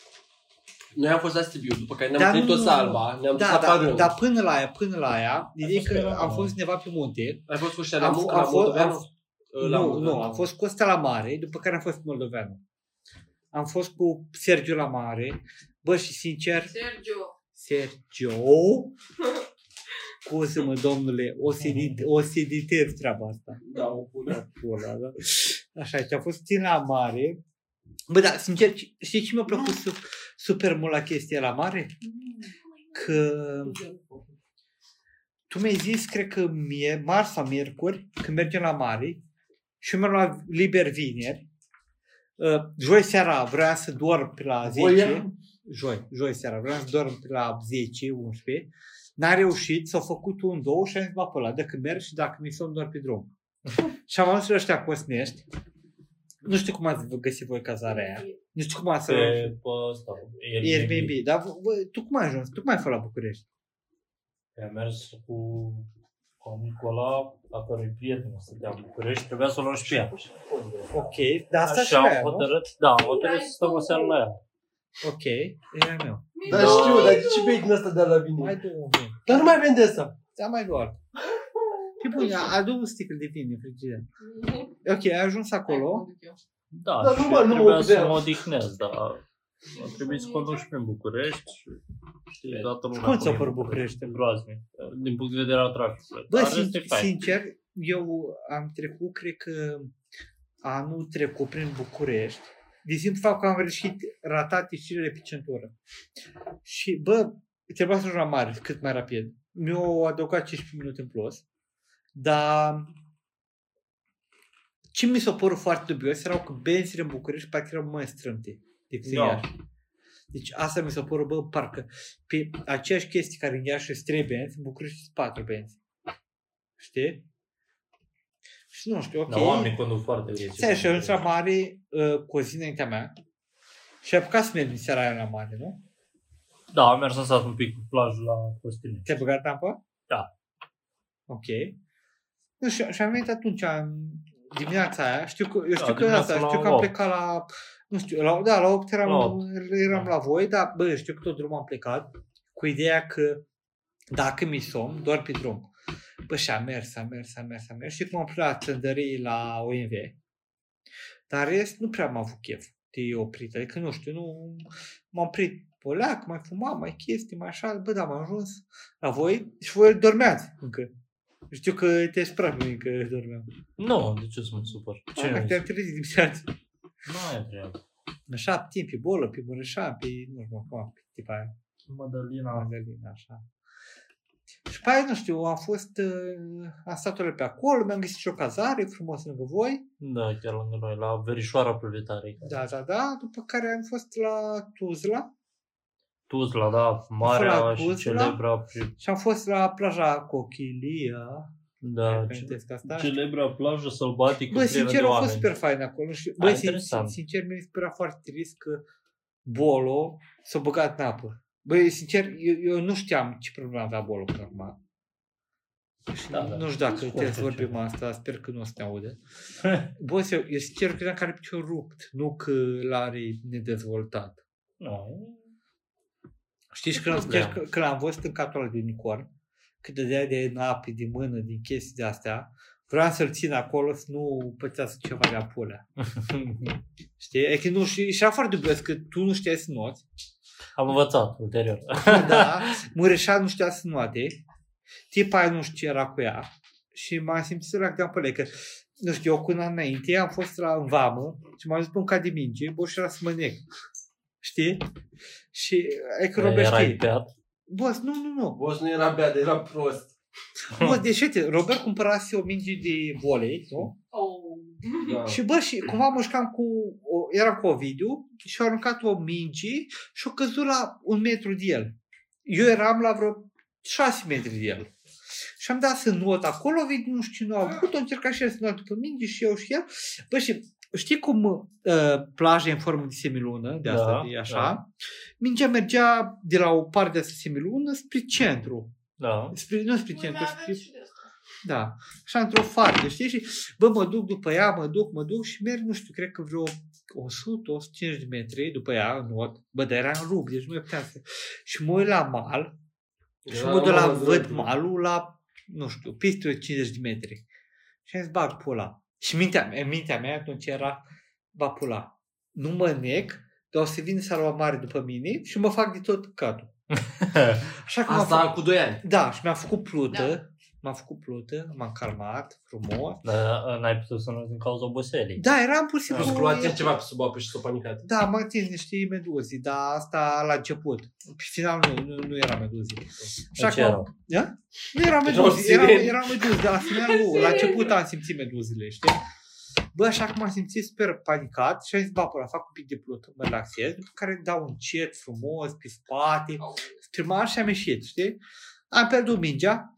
S1: Noi am fost la Sibiu, după care ne-am
S2: Dar
S1: întâlnit
S2: nu-
S1: toți la Alba, ne-am dus
S2: Da,
S1: la
S2: da,
S1: Parând.
S2: dar până la aia, până la aia, ideea e
S1: fost pe-
S2: că am fost undeva pe munte.
S1: Ai fost cu
S2: Am
S1: Șereamu,
S2: f-
S1: la
S2: am fost-
S1: Moldoveanu?
S2: am-
S1: Uh, la
S2: nu,
S1: Moldoveanu.
S2: nu, am fost cu ăsta la mare, după care am fost cu Moldoveanu. Am fost cu Sergiu la mare, bă, și sincer,
S4: Sergio.
S2: Sergio, cum să mă, domnule, o să edit- o să editez treaba asta.
S1: Da, o pune.
S2: Pula, da? Așa, și a fost cine la mare. Bă, da, sincer, ci- știi ce mi-a plăcut su- super mult la chestia la mare? Că tu mi-ai zis, cred că mie, marți sau miercuri, când mergem la mare, și eu mi-am luat liber vineri, Uh, joi seara vreau să dorm pe la 10.
S1: Voiam.
S2: Joi, joi seara vreau să dorm pe la 10, 11. N-a reușit, s-a făcut un, două și am zis, bă, pe ăla, dacă merg și dacă mi somn doar pe drum. și am ajuns la ăștia cosnești. Nu știu cum ați găsit voi cazarea aia. Nu știu cum ați...
S3: Pe, pe ăsta, Airbnb.
S2: Airbnb. Dar vă- vă- tu cum ai ajuns? Tu cum ai fost la București?
S3: Am mers cu, cu un Nicola, a cărui prieten stătea în București, trebuia să o luăm și pe ea.
S2: Ok, dar asta
S3: Așa,
S2: și
S3: am
S2: aia, nu?
S3: hotărât, da, am hotărât să stăm o seară la ea.
S2: Ok, era meu.
S1: Da, știu, dar ce bei din asta de la vin?
S2: Mai două vin.
S1: Dar nu mai vende asta.
S2: Da, mai doar. Și bun, a- adu un sticlă de vin din frigider. Ok, ai ajuns acolo.
S3: Da,
S1: Dar
S3: și
S1: nu mă- nu mă
S3: trebuia să
S1: vedeam.
S3: mă odihnesc, dar a trebuit să conduc și prin București. și, Știi, toată lumea
S2: Cum ți-a
S3: acolo e
S2: părut București?
S3: Groaznic, din punct de vedere al traficului.
S2: Bă,
S3: Dar
S2: sin-
S3: este fain.
S2: sincer, eu am trecut, cred că anul trecut prin București, de simplu fapt că am reușit ratat ieșirile pe centură. Și, bă, trebuia să ajung la mare cât mai rapid. Mi-au adăugat 15 minute în plus, dar ce mi s-a părut foarte dubios erau că benzile în București parcă erau mai strâmte decât da.
S3: Da.
S2: Iași. Deci asta mi s-a părut, bă, parcă pe aceeași chestie care în Iași sunt 3 benzi, în București sunt 4 benzi. Știi? Și nu știu, ok.
S3: Dar oamenii conduc foarte bine.
S2: Ți-ai și ajuns la mare uh, cu o zi înaintea mea și ai apucat să mergi în seara aia la mare, nu?
S3: Da, am mers să stat un pic cu plajul la Costine.
S2: Ți-ai băgat în apă?
S3: Da.
S2: Ok. Nu știu, și am venit atunci, în dimineața aia, știu că, eu
S3: Da,
S2: știu că
S3: dimineața
S2: asta,
S3: la
S2: știu că am
S3: opt.
S2: plecat la, nu știu, la, da, la 8 eram,
S3: La
S2: la,
S3: opt.
S2: eram
S3: Da.
S2: la voi, dar bă, știu că tot drumul am plecat cu ideea că dacă mi somn, doar pe drum. Bă, și am mers, am mers, am mers, am mers și cum am plecat la țăndării la OMV. Dar în rest nu prea am avut chef de oprit, adică nu știu, nu m-am oprit polac, mai fumam, mai chestii, mai așa, bă, dar am ajuns la voi și voi dormeați încă. Știu că te spravi că dormeam.
S3: Nu, de ce să mă supăr? Ce
S2: Am te-am trezit dimineața.
S3: Nu e prea.
S2: Așa, pe timp, pe bolă, pe Mureșan, pe, nu știu cum, pe tipa aia.
S3: Madalina.
S2: Madalina, așa. Și pe aia, nu știu, am fost, uh, am stat orele pe acolo, mi-am găsit și o cazare frumos lângă voi,
S3: Da, chiar lângă noi, la verișoara proletarei.
S2: da, da, da, după care am fost la Tuzla
S3: Tuzla, da,
S2: Fără
S3: marea și
S2: Tuzla.
S3: celebra, pri-
S2: și am fost la plaja Cochilia.
S3: da, ce-
S2: amintesc asta.
S3: celebra plajă sălbatică
S2: Bă,
S3: plină
S2: sincer,
S3: de
S2: a
S3: oameni.
S2: fost super fain acolo și,
S3: A,
S2: bă, sincer,
S3: interesant.
S2: sincer, mi-a părea foarte trist că Bolo s-a băgat în apă. Bă, sincer, eu, eu nu știam ce problemă avea Bolo până acum.
S3: Da, da.
S2: Nu știu dacă
S3: Scurt,
S2: te
S3: ce
S2: vorbim asta, sper că nu o să ne aude. Bă, eu, eu sincer credeam că are picior rupt, nu că l-are nedezvoltat.
S3: Nu,
S2: Știi și
S3: Nu
S2: că,
S3: știam.
S2: că, că l-am văzut în capul ăla de unicorn, când dădea de napi, din mână, din chestii de astea, vreau să-l țin acolo să nu pățească ceva de apulea. Știi? E că nu, și, și era foarte dubios că tu nu știai să nuți,
S3: Am învățat ulterior.
S2: da, Mureșan nu știa să nuate, tipa aia nu știa ce era cu ea și m-am simțit sărac de apele, că nu știu, eu cu un an înainte am fost la în vamă și m-am dus pe un cad de minge, bă, și era smănec. Știi? Și e că Robert
S3: Erai
S2: știe.
S3: beat?
S2: Boss, nu, nu, nu.
S1: Boss nu era beat, era prost.
S2: Boss, deci uite, Robert cumpărase o minge de volei, nu?
S4: Oh.
S1: Da.
S2: Și bă, și cumva mușcam cu, o, era cu Ovidiu și a aruncat o minge și a căzut la un metru de el. Eu eram la vreo 6 metri de el. Și am dat să not acolo, Ovidiu nu știu cine a avut, a încercat și el să not după minge și eu și el. Bă, și știi cum uh, plaja în formă de semilună, de asta,
S3: Da,
S2: e așa?
S3: da.
S2: Mingea mergea de la o parte a semilună spre centru.
S3: Da.
S2: Spre, nu spre
S4: Voi
S2: centru,
S4: mai
S2: spre
S4: aveți și de asta.
S2: da. Așa într-o fartă, știi? Și bă, mă duc după ea, mă duc, mă duc și merg, nu știu, cred că vreo 100, 150 de metri după ea, în not. Bă, dar era în rug, deci nu mai puteam să... Și mă uit la mal și mă duc la văd malul la, nu știu, peste 50 de metri. Și am zis, bag pula. Și mintea mea, mintea mea atunci era, va pula. Nu mă nec, dar o să vin salva mare după mine și mă fac de tot cadul. Așa că m-am făcut-
S1: Asta cu 2 ani.
S2: da, și mi-a făcut plută. Da. M-a făcut plută, m-am calmat, frumos.
S3: Dar Da, n-ai putut să nu din cauza oboselii.
S2: Da, eram pur și
S1: Am
S2: simplu...
S1: scrolat ceva pe sub apă și s-a panicat.
S2: Da, m-a atins niște meduzi, dar asta la început. Pe final nu, nu, nu era meduzi. Și
S3: Deci
S2: acum,
S3: erau.
S2: nu era meduzi,
S1: sirene.
S2: era, era meduzi, dar la final nu. La început am simțit meduzile, știi? Bă, așa cum am simțit super panicat și am zis, bă, pula, fac un pic de plută, mă relaxez, după care dau un cet frumos, pe spate,
S4: Au.
S2: spre mare și am ieșit, știi? Am pierdut mingea,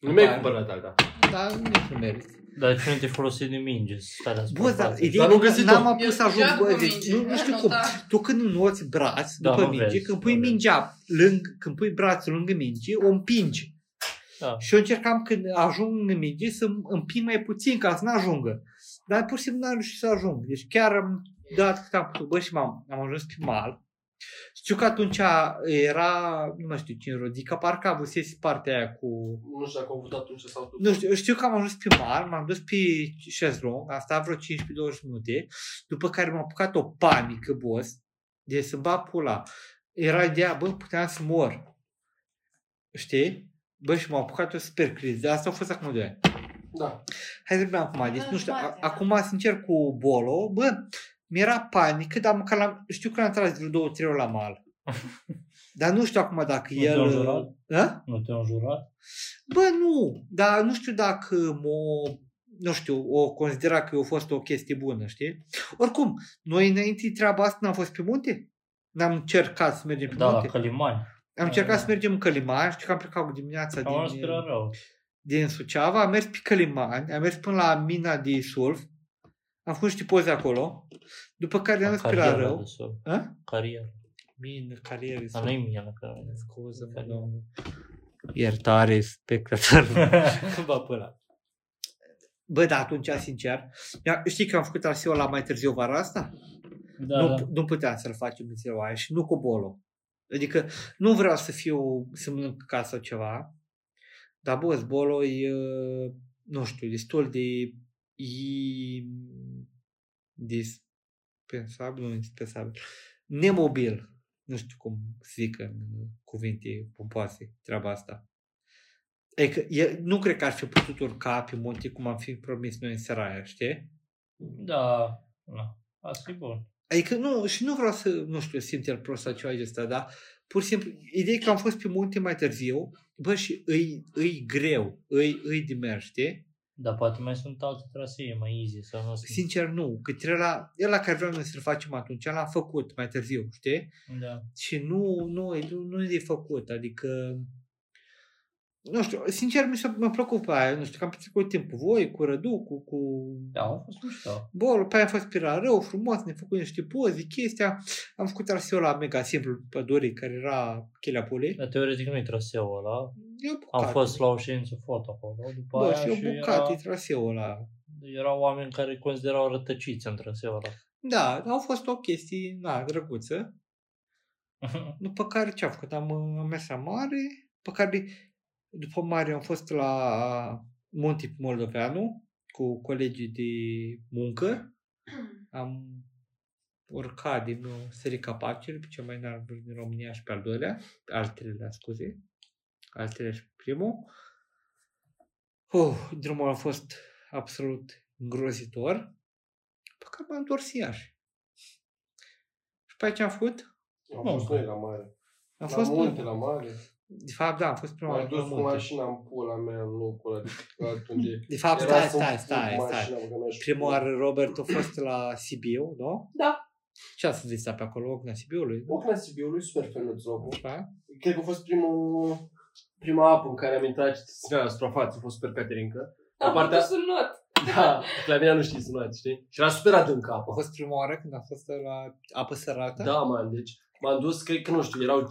S1: Nu mi-ai cumpărat da, alta.
S2: dar nici nu merg.
S3: Dar ce nu te folosi de minge? Stai la
S2: Bă, dar
S3: spate.
S2: ideea
S1: nu
S2: e că
S1: găsit-o.
S2: n-am
S4: Eu
S2: apus să ajung,
S4: deja
S2: bă,
S4: după
S2: deci
S4: minge,
S2: nu, nu știu
S4: am
S2: cum.
S4: notat.
S2: Tu când înoți braț
S3: Da,
S2: după
S3: nu
S2: minge,
S3: vezi,
S2: când
S3: nu
S2: pui
S3: vezi.
S2: mingea, lâng, când pui brațul lângă minge, o împingi.
S3: Da.
S2: Și eu încercam când ajung în minge să împing mai puțin ca să nu ajungă. Dar pur și simplu n-am reușit să ajung. Deci chiar am dat cât am putut, bă, și m-am am ajuns pe mal. Știu că atunci era, nu mai știu cine, Rodica, parcă avusese partea aia cu
S1: Nu știu dacă au avut atunci sau tu.
S2: nu știu, știu că am ajuns pe mar, m-am dus pe șezlong, am stat vreo 15-20 minute, după care m-a apucat o panică, boss, de să bat pula. Era ideea, bă, puteam să mor. Știi? Bă, și m-a apucat o super criză. Asta a fost acum 2 ani.
S1: Da.
S2: Hai să vorbim acum. Deci,
S4: Da,
S2: nu știu, a,
S4: jumate, da.
S2: acum sincer cu Bolo, bă, mi-era panică, dar măcar l-am, știu că l-am tras vreo două, trei ori la mal. Dar nu știu acum dacă
S3: Nu te-a
S2: el...
S3: înjurat?
S2: Da?
S3: Nu te-au înjurat?
S2: Bă, nu, dar nu știu dacă mă, nu știu, o considera că a fost o chestie bună, știi? Oricum, noi înainte treaba asta n-am fost pe munte? N-am încercat să mergem pe da,
S3: Da, la
S2: munte?
S3: Călimani.
S2: Am încercat
S3: da.
S2: să mergem în Călimani, știu că am plecat dimineața
S3: Am
S2: din,
S3: aspirat rău.
S2: din Suceava, am mers pe Călimani, am mers până la mina de Sulf, am făcut niște poze acolo, după care am
S3: Carieră
S2: spirat rău.
S3: de sol.
S2: A?
S3: Carieră.
S2: Mină, carieră,
S3: Dar nu-i mie la care.
S2: scuză-mă,
S3: Carieră.
S2: domnul. Iertare, spectator. Cumva pe ăla. Bă, da, atunci, sincer, ia- știi că am făcut traseu la mai târziu vara asta?
S3: Da,
S2: nu,
S3: da.
S2: nu puteam să-l facem în ziua aia și nu cu bolo. Adică nu vreau să fiu, să mănânc ca sau ceva, dar bă, bolo e, uh, nu știu, destul de e, dispensabil, nu dispensabil, nemobil. Nu știu cum să zic în cuvinte pompoase treaba asta. Adică e, nu cred că ar fi putut urca pe munte cum am fi promis noi în seara aia, știi?
S3: Da. da. Asta e bun.
S2: Adică nu, și nu vreau să, nu știu, simt el prost sau ceva de ăsta, dar pur și simplu, ideea e că am fost pe munte mai târziu, bă, și îi, îi greu, îi, îi de mers, știi?
S3: Dar poate mai sunt alte trasee mai easy sau nu sunt.
S2: Sincer, nu, că trebuie la, el la care vreau noi să-l facem atunci, l-am făcut mai târziu, știi?
S3: Da.
S2: Și nu, nu, nu, nu e de făcut, adică, nu știu, sincer, mi s-a, mi-a plăcut pe aia, nu știu, că am petrecut timp cu voi, cu Rădu, cu, cu
S3: Da, a fost mișto.
S2: Bol, pe aia a fost pira rău, frumos, ne făcut niște poze, chestia. Am făcut traseul la mega simplu pe Dori, care era chelea polei.
S3: Dar teoretic nu-i traseul ăla.
S2: Eu
S3: Am fost la o ședință foto acolo. După
S2: Bă,
S3: aia
S2: și eu
S3: și
S2: bucat,
S3: era,
S2: era... traseul ăla.
S3: erau oameni care considerau rătăciți în traseul ăla.
S2: Da, au fost o chestie, na, drăguță. După care ce am făcut? Am, uh, am mers la mare, după care după mare am fost la Munte Moldoveanu cu colegii de muncă. Am urcat din nou serii capacele, pe cel mai înalt vârf din România și pe al doilea, pe al treilea, scuze, al treilea și primul. Oh, drumul a fost absolut îngrozitor, pe care m-am întors iar. Și pe aici am făcut,
S1: Am
S3: Nu.
S1: fost noi la mare.
S2: am
S1: la
S2: fost,
S1: munte, la mare.
S2: de fapt, da, am fost prima
S1: M-am
S2: oară la
S1: dus cu
S2: munte.
S1: mașina în pula mea în locul ăla de căcat unde...
S2: De fapt,
S1: era
S2: stai,
S1: să
S2: stai,
S1: fug
S2: stai, stai.
S1: mașina, băga mea și-
S2: Prima oară, Robert, a fost la Sibiu, nu?
S4: Da.
S2: Ce a zis pe acolo, ocna Sibiului? nu?
S1: Ocna Sibiului, super făinuț locul.
S2: Așa.
S1: Cred că a fost primul, prima apă în care am intrat și ținea la suprafață, a fost super caterincă.
S4: Am
S1: Partea-
S4: putut să not.
S1: Da, la mine nu știi să luați, știi? Și era super adâncă
S2: A
S1: apa.
S2: fost prima oară când a fost la apă sărată?
S1: Da, man, deci m-am dus, cred că nu știu, erau 5-10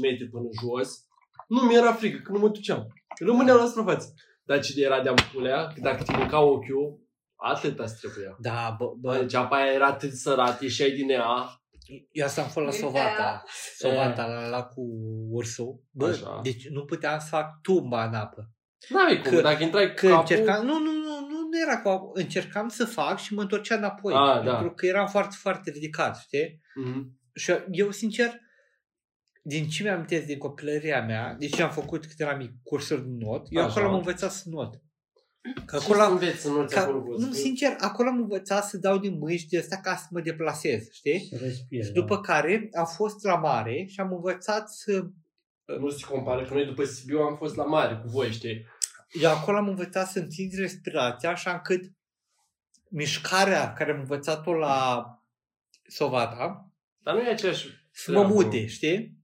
S1: metri până jos. Nu mi-era frică, că nu mă duceam. Rămâneam la suprafață. Dar cine era de-am pulea, că dacă te mânca ochiul, atâta îți trebuia.
S2: Da, bă,
S1: Bă,
S2: bă,
S1: deci apa aia era atât sărat, ieșeai din ea.
S2: eu asta am fost la
S4: Mintea.
S2: Sovata. Sovata, la lacul Ursu. Bă,
S1: Așa.
S2: deci nu puteam să fac tumba în apă.
S1: N-avei cum,
S2: Că-
S1: dacă intrai
S2: Că
S1: capul...
S2: încercam, nu, nu, nu, nu, nu era cu apă. Încercam să fac și mă întorceam înapoi.
S1: A, da.
S2: pentru că eram foarte, foarte ridicat, știi?
S1: Mhm.
S2: Și eu, sincer, din ce mi-am amintesc din copilăria mea, deci am făcut câte eram mic cursuri de not, eu
S1: Așa.
S2: acolo am învățat să not. Că
S1: Ce
S2: acolo
S1: să
S2: am,
S1: înveți să nu-ți
S2: ca,
S1: acolo cu
S2: nu, sincer, acolo am învățat să dau din mâini și de asta ca să mă deplasez, știi?
S3: Respiră.
S2: Și după care am fost la mare și am învățat să...
S1: Nu se compară, că noi după Sibiu am fost la mare cu voi, știi?
S2: Eu acolo am învățat să întind respirația așa încât mișcarea care am învățat-o la Sovata
S1: Dar nu e aceeași,
S2: să mă
S1: Da,
S2: mute, știi?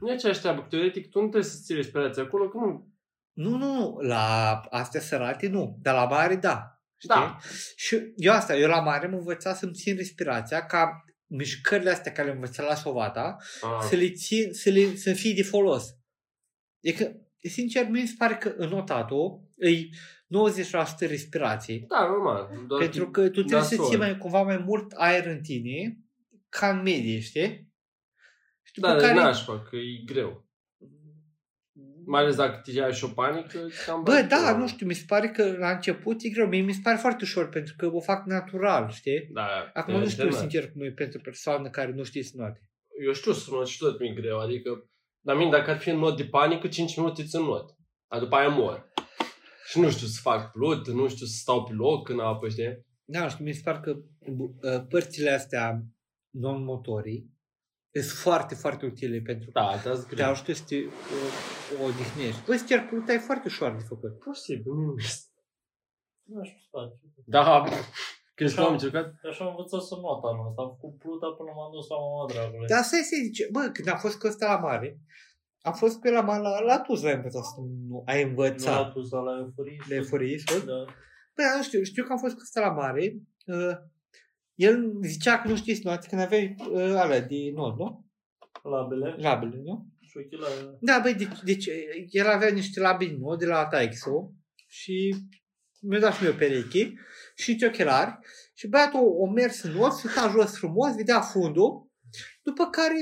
S1: nu e aceeași treabă, că teoretic tu nu trebuie să ții respirația acolo, că nu...
S2: Nu, nu, nu, la astea sărate nu, dar la mare da. Știi?
S1: Da.
S2: Și eu asta, eu la mare am învățat să-mi țin respirația ca mișcările astea care le-am învățat la Sovata
S1: Ah.
S2: să le țin, să le să fie de folos. E că, sincer, mi se pare că în notatul îi 90% respirație.
S1: Da, normal. Doar
S2: Pentru că tu trebuie să
S1: nasol.
S2: ții mai, cumva mai mult aer în tine ca în medie, știi? Și după
S1: Da,
S2: care...
S1: care... nașpa, că e greu. Mai ales dacă te ai și o panică, cam
S2: Bă,
S1: bate
S2: da,
S1: pula.
S2: nu știu, mi se pare că la început e greu. Mie mi se pare foarte ușor pentru că o fac natural, știi?
S1: Da,
S2: Acum
S1: e
S2: nu știu,
S1: internat.
S2: sincer, cum e pentru persoană care nu știe să note.
S1: Eu știu să not și tot mi-e greu, adică... Dar mine, dacă ar fi un not de panică, 5 minute ți not. Dar după aia mor. Și nu știu să fac plut, nu știu să stau pe loc în apă, știi?
S2: Da, nu știu, mi se pare că bu- uh, părțile astea non-motorii sunt foarte, foarte utile pentru că
S1: Da, dar
S2: te
S1: greu.
S2: ajută să te uh, odihnești. Bă, sincer, pluta e foarte ușor de făcut.
S1: Posibil, nu
S3: Nu știu ce faci.
S1: Da, când știu, am
S3: Așa.
S1: încercat.
S3: Așa am învățat să not anul ăsta. Am făcut pluta până m-am dus la mama dragului.
S2: Dar asta se zice, bă, când am fost cu ăsta la mare, am fost cu el la, ma- la, la Tuzla, ai învățat să nu ai
S3: Nu l-a
S2: învățat.
S3: dus la la euforie.
S2: Le furii,
S3: Da.
S2: Păi, nu știu, știu că am fost cu ăsta la mare. Uh, el zicea că nu știi să noți când aveai uh, alea de not, nu?
S3: Labele.
S2: Labele, nu?
S3: Și ochelare.
S2: Da, băi, deci, deci uh, el avea niște labe de not de la Taixo și mi-a dat și mie o pereche și niște ochelari și băiatul o mers în not, se uita jos frumos, vedea fundul, după care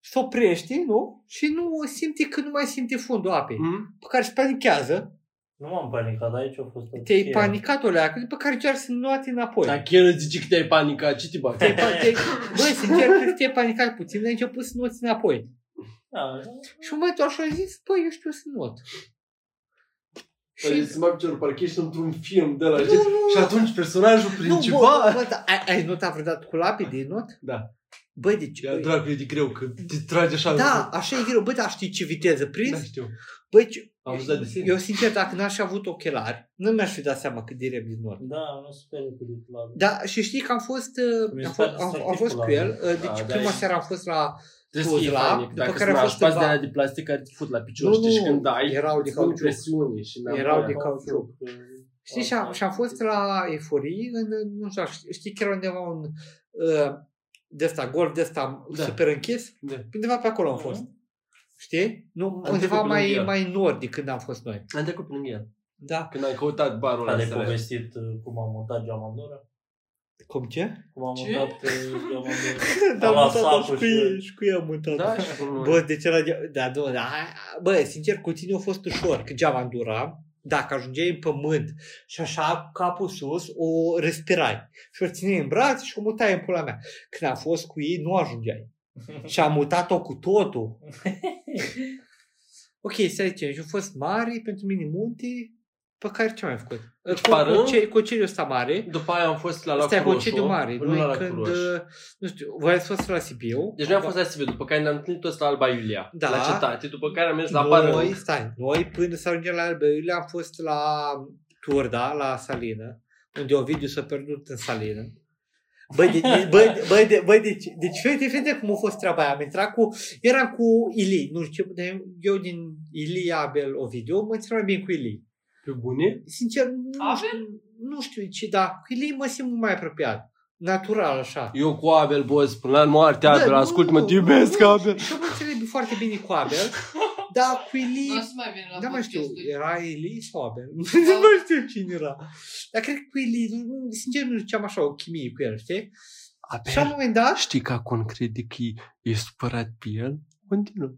S2: se oprește, nu? Și nu simte că nu mai simte fundul apei,
S1: Mm?
S2: pe care se panichează,
S3: Nu m-am panicat, aici a fost tot.
S2: te-ai panicat o leacă, după care încearcă să nuate înapoi.
S1: Dacă el îți zice că te-ai panicat, ce te bagi?
S2: te, te, bă, sincer, cred că te-ai panicat puțin, ai început să noți înapoi.
S3: Da,
S2: Și în momentul așa a zis, bă, eu știu să not.
S1: Păi,
S2: Și,
S1: să mă piciorul, parcă ești într-un film de la
S2: nu, nu,
S1: Și atunci personajul
S2: nu, bă,
S1: principal...
S2: bă, bă, da, ai, ai notat vreodată cu lapid de not?
S1: Da.
S2: Băi, deci,
S1: Ia, dracu, e de greu, că te trage așa.
S2: da, așa e greu, bă, dar știi ce viteză
S1: Da,
S2: prins?
S1: știu.
S2: Băi, ce-
S1: Am văzut de sine.
S2: eu sincer, dacă n-aș fi avut ochelari, nu mi-aș fi dat seama cât de repede not.
S3: da, nu sper că de la
S2: Da, și știi că am fost,
S3: Mi
S2: uh,
S3: se
S2: am fost,
S3: pare
S2: am, am
S3: distractiv
S2: fost
S3: cu
S2: cu el, uh, deci
S1: Da, da,
S2: prima
S1: e-
S2: seară am fost la,
S1: Trebuie să fii
S2: Tuzla,
S1: panic.
S2: după
S1: Dacă
S2: care
S1: care
S2: a
S1: a
S2: fost
S1: fost de
S2: câtva-
S1: aia de plastic care te fut la picior,
S2: Nu,
S1: știi, și
S2: nu,
S1: când dai,
S2: erau de
S1: îți pun
S2: cauciuc.
S1: presiune și n-am
S2: Erau
S1: voie.
S2: de cauciuc.
S3: uh,
S2: Știi, și am, și am fost la Eforii, în, nu știu, știi că era undeva un uh, de ăsta, golf de ăsta da.
S1: Da.
S2: super închis?
S1: Da.
S2: Undeva pe acolo am fost. Știi? Nu,
S1: Am
S2: undeva
S1: trecut pe lângă
S2: mai,
S1: el.
S2: mai nordic când am fost noi.
S1: Am trecut prin el.
S2: Da.
S1: Când am căutat barul
S3: Care
S1: ăla. să-
S3: povestit uh, cum am mutat geamandura?
S2: Cum ce?
S3: Cum am
S1: Ce?
S3: mutat uh, geamandura?
S2: da,
S3: la
S2: mutat
S3: sapă
S2: și cu
S3: și-
S2: ei, și cu ei am mutat.
S1: Da, și cum nu.
S2: Bă, deci era de... Da, nu, da, bă, sincer, cu tine a fost ușor, că geam îndura, dacă ajungeai în pământ și așa cu capul sus, o respirai. Și o țineai în braț și o mutai în pula mea. Când am fost cu ei, nu ajungeai. Și am mutat-o cu totul. ok, să zicem, și a fost mare pentru mine munte, Pe care ce mai am făcut?
S1: Deci,
S2: Cu,
S1: parând-
S2: cu, ce, cu ceriul ăsta mare.
S1: După aia am fost la
S2: Asta e
S1: Lacroșul.
S2: concediu mare.
S1: Nu la
S2: Noi când,
S1: Lacroș.
S2: uh, nu știu, voi ați fost la Sibiu.
S1: Deci noi am fost la Sibiu, după care ne-am întâlnit toți la Alba Iulia,
S2: Da.
S1: la cetate, după care am mers la
S2: noi,
S1: Bară.
S2: stai, noi până să ajungem la Alba Iulia am fost la Turda, la Salină, unde Ovidiu s-a pierdut în Salină. Băi, de, de, băi, băi, de, băi, deci, deci fete, fete, cum a fost treaba aia. Am intrat cu, eram cu Ili, nu știu, de, eu din Ilie Abel Ovidiu, mă țineam mai bine cu Ili.
S1: Pe bune?
S2: Sincer, nu știu, nu știu ce, dar cu Ili mă simt mai apropiat. Natural, așa.
S1: Eu cu Abel, boss, până la moarte, Abel,
S2: nu,
S1: ascult-mă,
S2: nu,
S1: te iubesc,
S2: nu,
S1: Abel.
S2: Și eu mă înțeleg foarte bine cu Abel, dar cu
S5: Nu o
S2: Ili...
S5: să mai vin la
S2: Da, mai știu,
S5: podcastul.
S2: era Eli sau Abel? nu mai știu cine era. Dar cred că cu Eli, nu- nu- sincer, nu știam așa o chimie cu el, știi? Și la un moment dat,
S1: știi că acum crede că e supărat pe el? Continuă.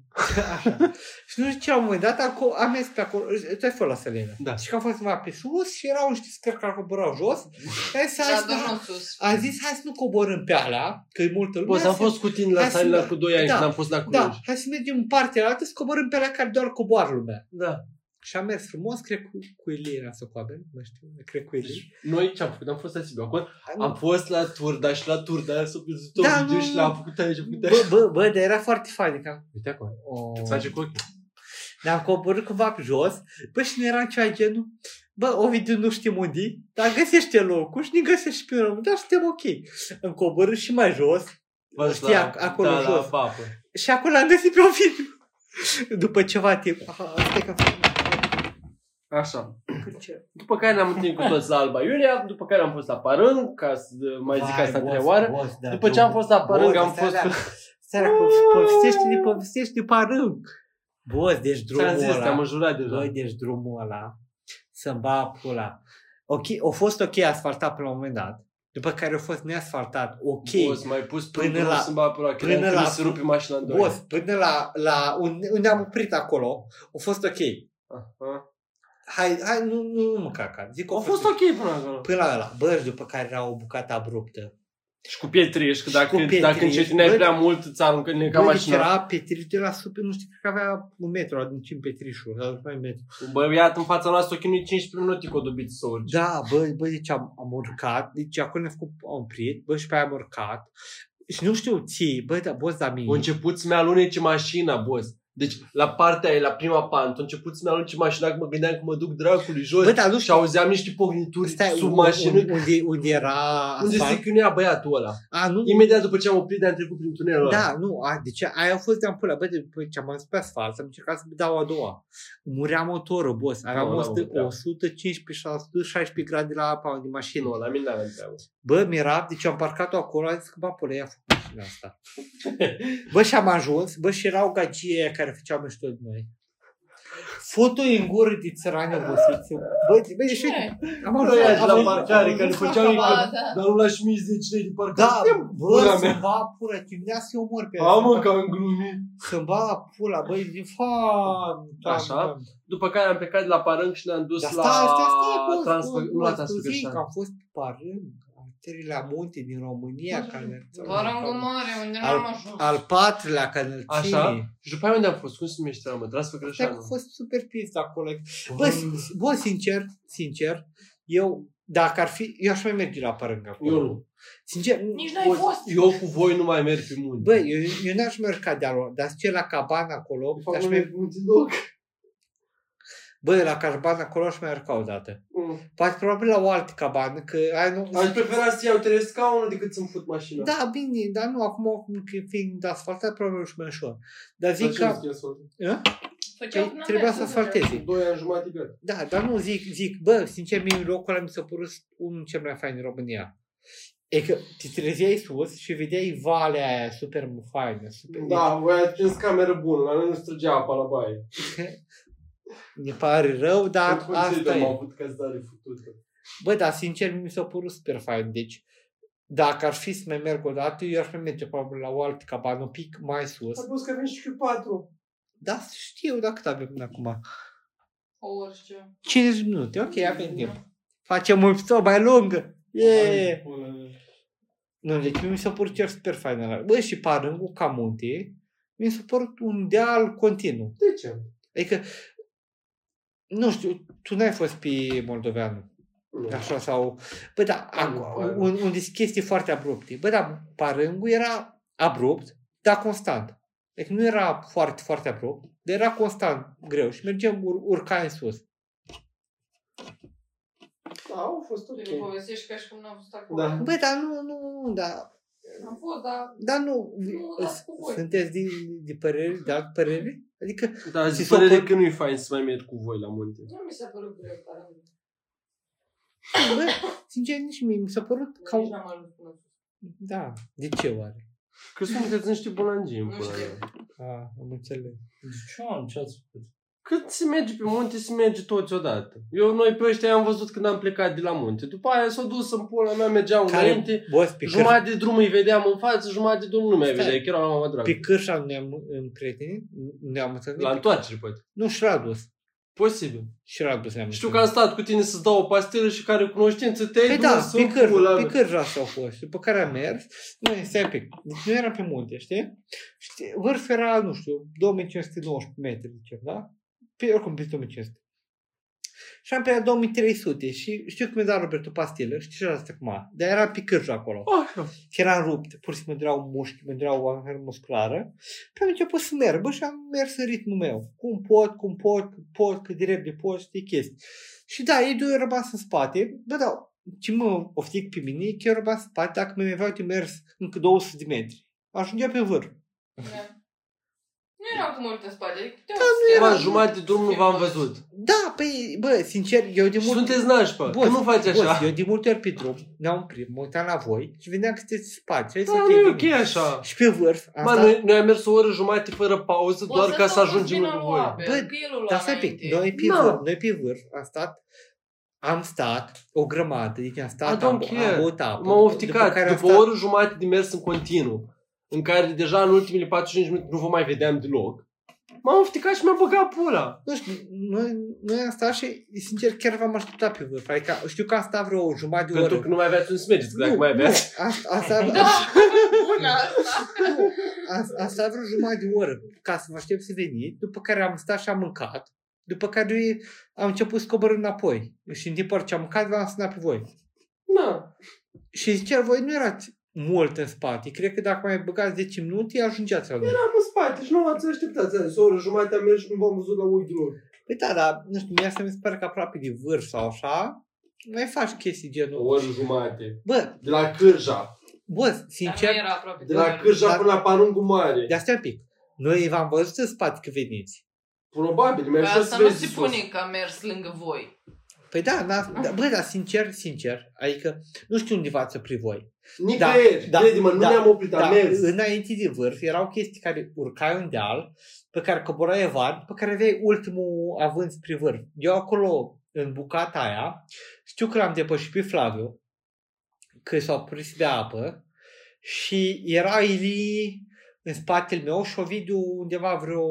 S2: Așa. Și nu știu ce, la un moment dat, aco- am mers pe acolo, tu ai fost la Selena.
S1: Da.
S2: Și că am fost mai pe sus și erau niște scări care coborau jos. Și am zis, hai
S5: Da,
S2: să-
S5: domnul sus.
S2: am zis, hai să nu coborâm pe alea, că e multă lume.
S1: Boss,
S2: hai
S1: am
S2: să-
S1: fost cu tine la
S2: Hai să-
S1: Salina cu 2 ani
S2: da,
S1: când am fost la Cluj.
S2: Da, hai să mergem în partea aia altă, să coborâm pe alea care doar coboară lumea.
S1: Da.
S2: Și am mers frumos, cred cu, cu Ilie era sau cu Abel, nu știu, cred cu Ilie.
S1: Deci, noi ce am făcut? Am fost la Sibiu. Acum am
S2: Am-
S1: fost la Turda și la Turda s-a pierdut
S2: Da,
S1: un video
S2: nu.
S1: și l-am făcut aici, am făcut aici.
S2: Bă, bă, bă, dar era foarte fain. Că am,
S1: Uite acum,
S2: o...
S1: îți face cu ochii.
S2: Ne-am coborât cumva pe jos, bă, și ne era ceva genul, bă, Ovidiu nu știm unde e, dar găsește locul și ne găsește și pe urmă, dar suntem ok. Am coborât și mai jos
S1: V-ați
S2: Știi, ac- acolo
S1: da, la
S2: jos.
S1: papă.
S2: și acolo am găsit pe Ovidiu. După ceva timp, aha, asta e că
S1: Așa. După care ne-am întâlnit cu toți la Alba Iulia, după care am fost la Parâng, ca să mai zic asta trei oară.
S2: da,
S1: După ce am fost la Parâng, am fost...
S2: Seara, povestește-ne, povestește-ne parâng. Bă, deci
S1: Ți-am
S2: drumul
S1: zis,
S2: ăla.
S1: te-am înjurat
S2: Băi,
S1: deja.
S2: deci drumul ăla, să-mi ba pula. Ok, a fost ok asfaltat până la un moment dat, după care a fost neasfaltat, ok.
S1: Boss, mai pus
S2: Până
S1: până la...
S2: la-
S1: Să-mi bag pe la
S2: până
S1: creier,
S2: la-
S1: să rupi mașina în doi.
S2: Boss, până la, la unde, unde am oprit acolo, a fost ok.
S1: Aha.
S2: Hai, hai, nu, nu, nu mă caca. Zic, că
S1: Ah, A fost ok până acolo.
S2: Până la ăla, bă, și după care era o bucată abruptă.
S1: Și cu pietriș, că
S2: Și
S1: dacă,
S2: cu pietriș,
S1: dacă încetineai
S2: bă.
S1: prea mult, ți aruncă în ca
S2: Bă, deci
S1: mașina.
S2: era petrit de la sub, nu știu, cred că avea un metru adâncim petrișul, sau mai metru.
S1: Bă, iată în fața noastră, că nu 15 minute cu o dubiță să urci.
S2: Da, bă, bă, deci am, am urcat, deci acolo ne-a făcut, am oprit, bă, și pe aia am urcat. Și nu știu ții, bă, dar boss la
S1: A
S2: mine.
S1: început să-mi alunece mașina, boss. Deci, la partea aia, la prima pantă, a început să-mi alunece mașina, că mă gândeam că mă duc dracului jos.
S2: Bă, dar nu
S1: și
S2: știu,
S1: auzeam niște pognituri
S2: stai,
S1: sub
S2: un-
S1: mașină.
S2: un- unde, unde era
S1: unde
S2: asfalt.
S1: zic că nu era băiatul ăla.
S2: A, nu,
S1: Imediat după ce am oprit, am trecut prin tunelul ăla.
S2: Da, nu, a, deci aia a fost de ampulă. Bă, după ce am ajuns pe asfalt, am încercat să-mi dau a doua. Murea motorul, boss. Aveam
S1: Mamă,
S2: 100,
S1: da.
S2: 115, 116 grade la apa din mașină.
S1: Nu, la mine n-avea treabă.
S2: Bă, mi-era, deci eu am parcat-o acolo, am zis că, bă, pule, ia fă mașina asta. Bă, și am ajuns, bă, și erau gagii aia care făceau mișto de noi. Foto în gură de țărani obosiți. Bă, bă, deci,
S5: Ce?
S2: am
S1: Bă,
S2: ajuns
S1: aia de la
S2: am-
S1: parcare, care făceau ei,
S5: Ba,
S1: că-
S5: da.
S1: dar nu lași mie 10 lei de parcare.
S2: Da,
S1: Pula
S2: bă,
S1: mea.
S2: să-mi va pula, chimnea să-i omor pe
S1: A, mă,
S2: ăsta.
S1: că am glumit.
S2: Să-mi va pula, băi, de fa...
S1: Așa. După care am plecat de la Parâng și ne-am dus
S2: Dar
S1: la...
S2: stai, stai, stai, bă,
S1: Transfer...
S2: bă,
S1: Nu la
S2: bă, zic că
S1: Transfăgășan.
S2: am fost pe parâng, arterile munte din România, care...
S5: Barangul mare, unde n-am ajuns.
S2: Al patrulea care îl ține.
S1: Așa? Și după aia unde am fost? Cum se numește ăla, mă?
S2: Stai că
S1: Transfăgășan.
S2: a fost super pist acolo. Bă, sin- bă, sincer, sincer, eu, dacă ar fi, eu aș mai merge la parâng acolo.
S1: Eu nu.
S2: Sincer,
S5: Nici n-ai fost.
S1: Eu cu voi nu mai merg pe munte.
S2: Bă, eu, eu n-aș merge de lor, dar ce la caban acolo,
S1: Fac
S2: aș
S1: un
S2: mai,
S1: munte loc.
S2: bă, la caban acolo aș mai merge o dată. Poate probabil la o altă cabană, că ai nu...
S1: Aș prefera să iau trei scaunul decât să-mi fut mașina.
S2: Da, bine, dar nu, acum când fiind asfaltat, probabil și mai ușor. Dar
S1: Dar
S2: zic
S1: ce
S2: că...
S1: zic eu să fac?
S2: Hă?
S5: Făceau
S2: Păi,
S5: până
S2: trebuia
S5: mers,
S2: să
S5: nu vedeam.
S2: asfaltezi.
S1: Doi ani jumate gata.
S2: Da, dar nu, zic, zic, bă, sincer, mie locul ăla mi s-a părut unul cel mai fain în România. E că te trezeai sus și vedeai valea aia super faină, super...
S1: Da, voi ați prins cameră bună, la noi nu străgea apa la baie.
S2: Ne pare rău, dar Da, asta
S1: am
S2: e.
S1: avut ca stare futută.
S2: Bă, dar sincer, mi s-a părut super fain, deci dacă ar fi să mai merg o dată, eu aș mai merge probabil la o altă cabană, un pic mai sus.
S1: Am spus că avem și Q4.
S2: Da, știu, dar cât avem până acum?
S5: Orice.
S2: 50 minute, ok, avem timp. Facem un episod mai lung. Yeah. Nu, deci mi s-a părut chiar super fain ăla. Bă, și parângul ca munte, mi s-a părut un deal continuu.
S1: De ce?
S2: Adică, Nu știu, tu n-ai fost pe moldoveanul.
S1: Nu.
S2: Așa sau... Bă, da,
S1: Parângu,
S2: ac- un, un dis- chestii foarte abrupte. Bă, da, parângul era abrupt, dar constant. Deci nu era foarte, foarte abrupt, dar era constant greu și mergem, ur- urca în sus.
S1: Da, au fost
S5: Tu
S1: ok.
S5: povestești ca și cum n-am fost acolo.
S1: Da.
S2: Bă, dar nu, nu, nu, da,
S5: Am fost, dar
S2: dar nu.
S5: Nu, las cu voi.
S2: Sunteți din, de păreri, de alt părere? Adică,
S1: Dar
S2: Și
S1: zic
S2: s-o
S1: părere
S2: pă-
S1: că nu-i fain să mai merg cu voi la munte.
S5: nu mi s-a părut greu parângul.
S2: bă, sincer, nici mie mi s-a părut ca...
S5: Nici n-am ajuns până sus.
S2: Da, de ce oare?
S1: Că sunteți niște bolangii în
S5: Nu
S1: pula
S5: știu.
S1: mea.
S2: A, am înțeles.
S3: Ce am, ce ați făcut?
S1: Cât se merge pe munte, se merge toți odată. Eu, noi pe ăștia am văzut când am plecat de la munte. După aia s-au dus în pula mea, mergeam
S2: Care-
S1: înainte.
S2: Boss, pe, câr-
S1: Jumătate de drum îi vedeam în față, jumătate de drum nu mai
S2: Stai.
S1: vedeai, că era la mama dragă.
S2: pe cârșa ne-am împrietenit, ne-am întâlnit.
S1: La întoarcere, poate.
S2: Nu, și Radus.
S1: Posibil.
S2: Și Radus ne-am
S1: Știu că am
S2: întâlnit.
S1: stat cu tine să-ți dau o pastilă și care cunoștință te-ai
S2: Păi
S1: dus
S2: da,
S1: în
S2: pe
S1: pula
S2: câr,
S1: mea.
S2: pe cârșa asta au fost. După care am mers, noi stai un pic. Deci nu era pe munte, știi? Și vârful era, nu știu, 2519 metri, zicem, da? Pe, oricum, pe 2500. Și am plecat 2300 și știu cum mi-a dat Robert o pastilă, știi și asta cum Dar era pe cârșa acolo.
S1: Așa.
S2: că Deci era rupt, pur și simplu erau mușchi, erau anhări musculară. Și am început să merg, bă, și am mers în ritmul meu. Cum pot, cum pot, cât pot, cât de repede pot, știi chestii. Și da, ei doi au rămas în spate, bă, da, ce mă oftic pe mine, e că eu rămas în spate, dacă mi-am avea de mers încă 200 de metri. Ajungea pe vârf.
S5: Da. Nu eram cu multe spate. adică puteam
S2: Da,
S5: să
S2: nu
S5: te-
S1: Bă, jumătate de drum nu v-am văzut.
S2: Da, păi, bă, sincer, eu de
S1: Și
S2: mult...
S1: Sunteți nașpa, că nu faci
S2: Boss,
S1: așa.
S2: eu de multe ori pe drum ne-am oprit, mă uitam la voi și vedeam că sunteți în spate. și
S1: Da,
S2: să
S1: nu
S2: fie
S1: e
S2: bine.
S1: ok așa.
S2: Și pe vârf, am
S1: Bă,
S2: stat-
S1: noi, noi am mers o oră jumate fără pauză
S5: Bă,
S1: doar ca să
S5: stau cu
S1: ajungem
S5: spina
S1: la
S5: lui
S1: voi.
S5: Abel,
S2: Bă,
S5: că el o lua
S2: Dar stai pe,
S5: înainte.
S2: noi pe,
S1: Nu.
S2: vârf, noi pe vârf am stat, am stat o grămadă, deci am
S1: I
S2: stat,
S1: don't
S2: am,
S1: care.
S2: am băut apă.
S1: Ah, M-am ofticat
S2: care
S1: după,
S2: am
S1: după o oră jumate de mers în continuu, în care deja în ultimele 45 minute nu vă mai vedeam deloc. M-am ofticat și mi-a băgat pula.
S2: Nu știu, noi, noi am stat și, sincer, chiar v-am așteptat pe vârf. Adică știu că am stat vreo jumătate de oră.
S1: Pentru că nu mai aveați unde să mergeți, că dacă mai
S2: nu,
S1: aveați.
S2: am, am, stat,
S5: Da, bună asta.
S2: am, am stat vreo jumătate de oră ca să vă aștept să veniți, după care am stat și am mâncat, după care am început să coborâm înapoi. Și în timpul ce am mâncat, v-am sunat pe voi.
S1: Da.
S2: Și sincer, voi nu erați mult în spate. Cred că dacă mai băgați 10 minute, ajungeați la noi.
S1: Am în spate și nu m-ați așteptat. Ți-am zis, O oră jumate am mers și nu v-am văzut la ochi deloc.
S2: Păi da, dar, nu știu, mie asta mi se pare că aproape de vârf sau așa, mai faci chestii
S1: O
S2: genul.
S1: oră jumate.
S2: Bă,
S1: De la Cârja.
S2: bă,
S5: Dar nu
S2: sincer,
S5: era aproape.
S1: De la Cârja
S2: Dar-
S1: până la Panungu Mare.
S2: de asta un pic. Noi v-am văzut în spate că veniți.
S1: Probabil, mi-a
S5: Păi
S1: ajutat să
S5: Asta nu
S1: vezi
S5: se
S1: sus.
S5: pune că am mers lângă voi.
S2: Păi da, da,
S5: Ah.
S2: da bă, dar sincer, sincer, adică nu știu unde v-ați oprit voi.
S1: Nicăieri,
S2: Da, da,
S1: crede-mă, nu
S2: da,
S1: ne-am oprit, am
S2: Dar
S1: mers.
S2: înainte de vârf erau chestii care urcai un deal, pe care coborai evan, pe care aveai ultimul avânt spre vârf. Eu acolo, în bucata aia, știu că l-am depășit pe Flaviu, că s-a oprit să bea apă și era Ili în spatele meu și Ovidiu undeva vreo,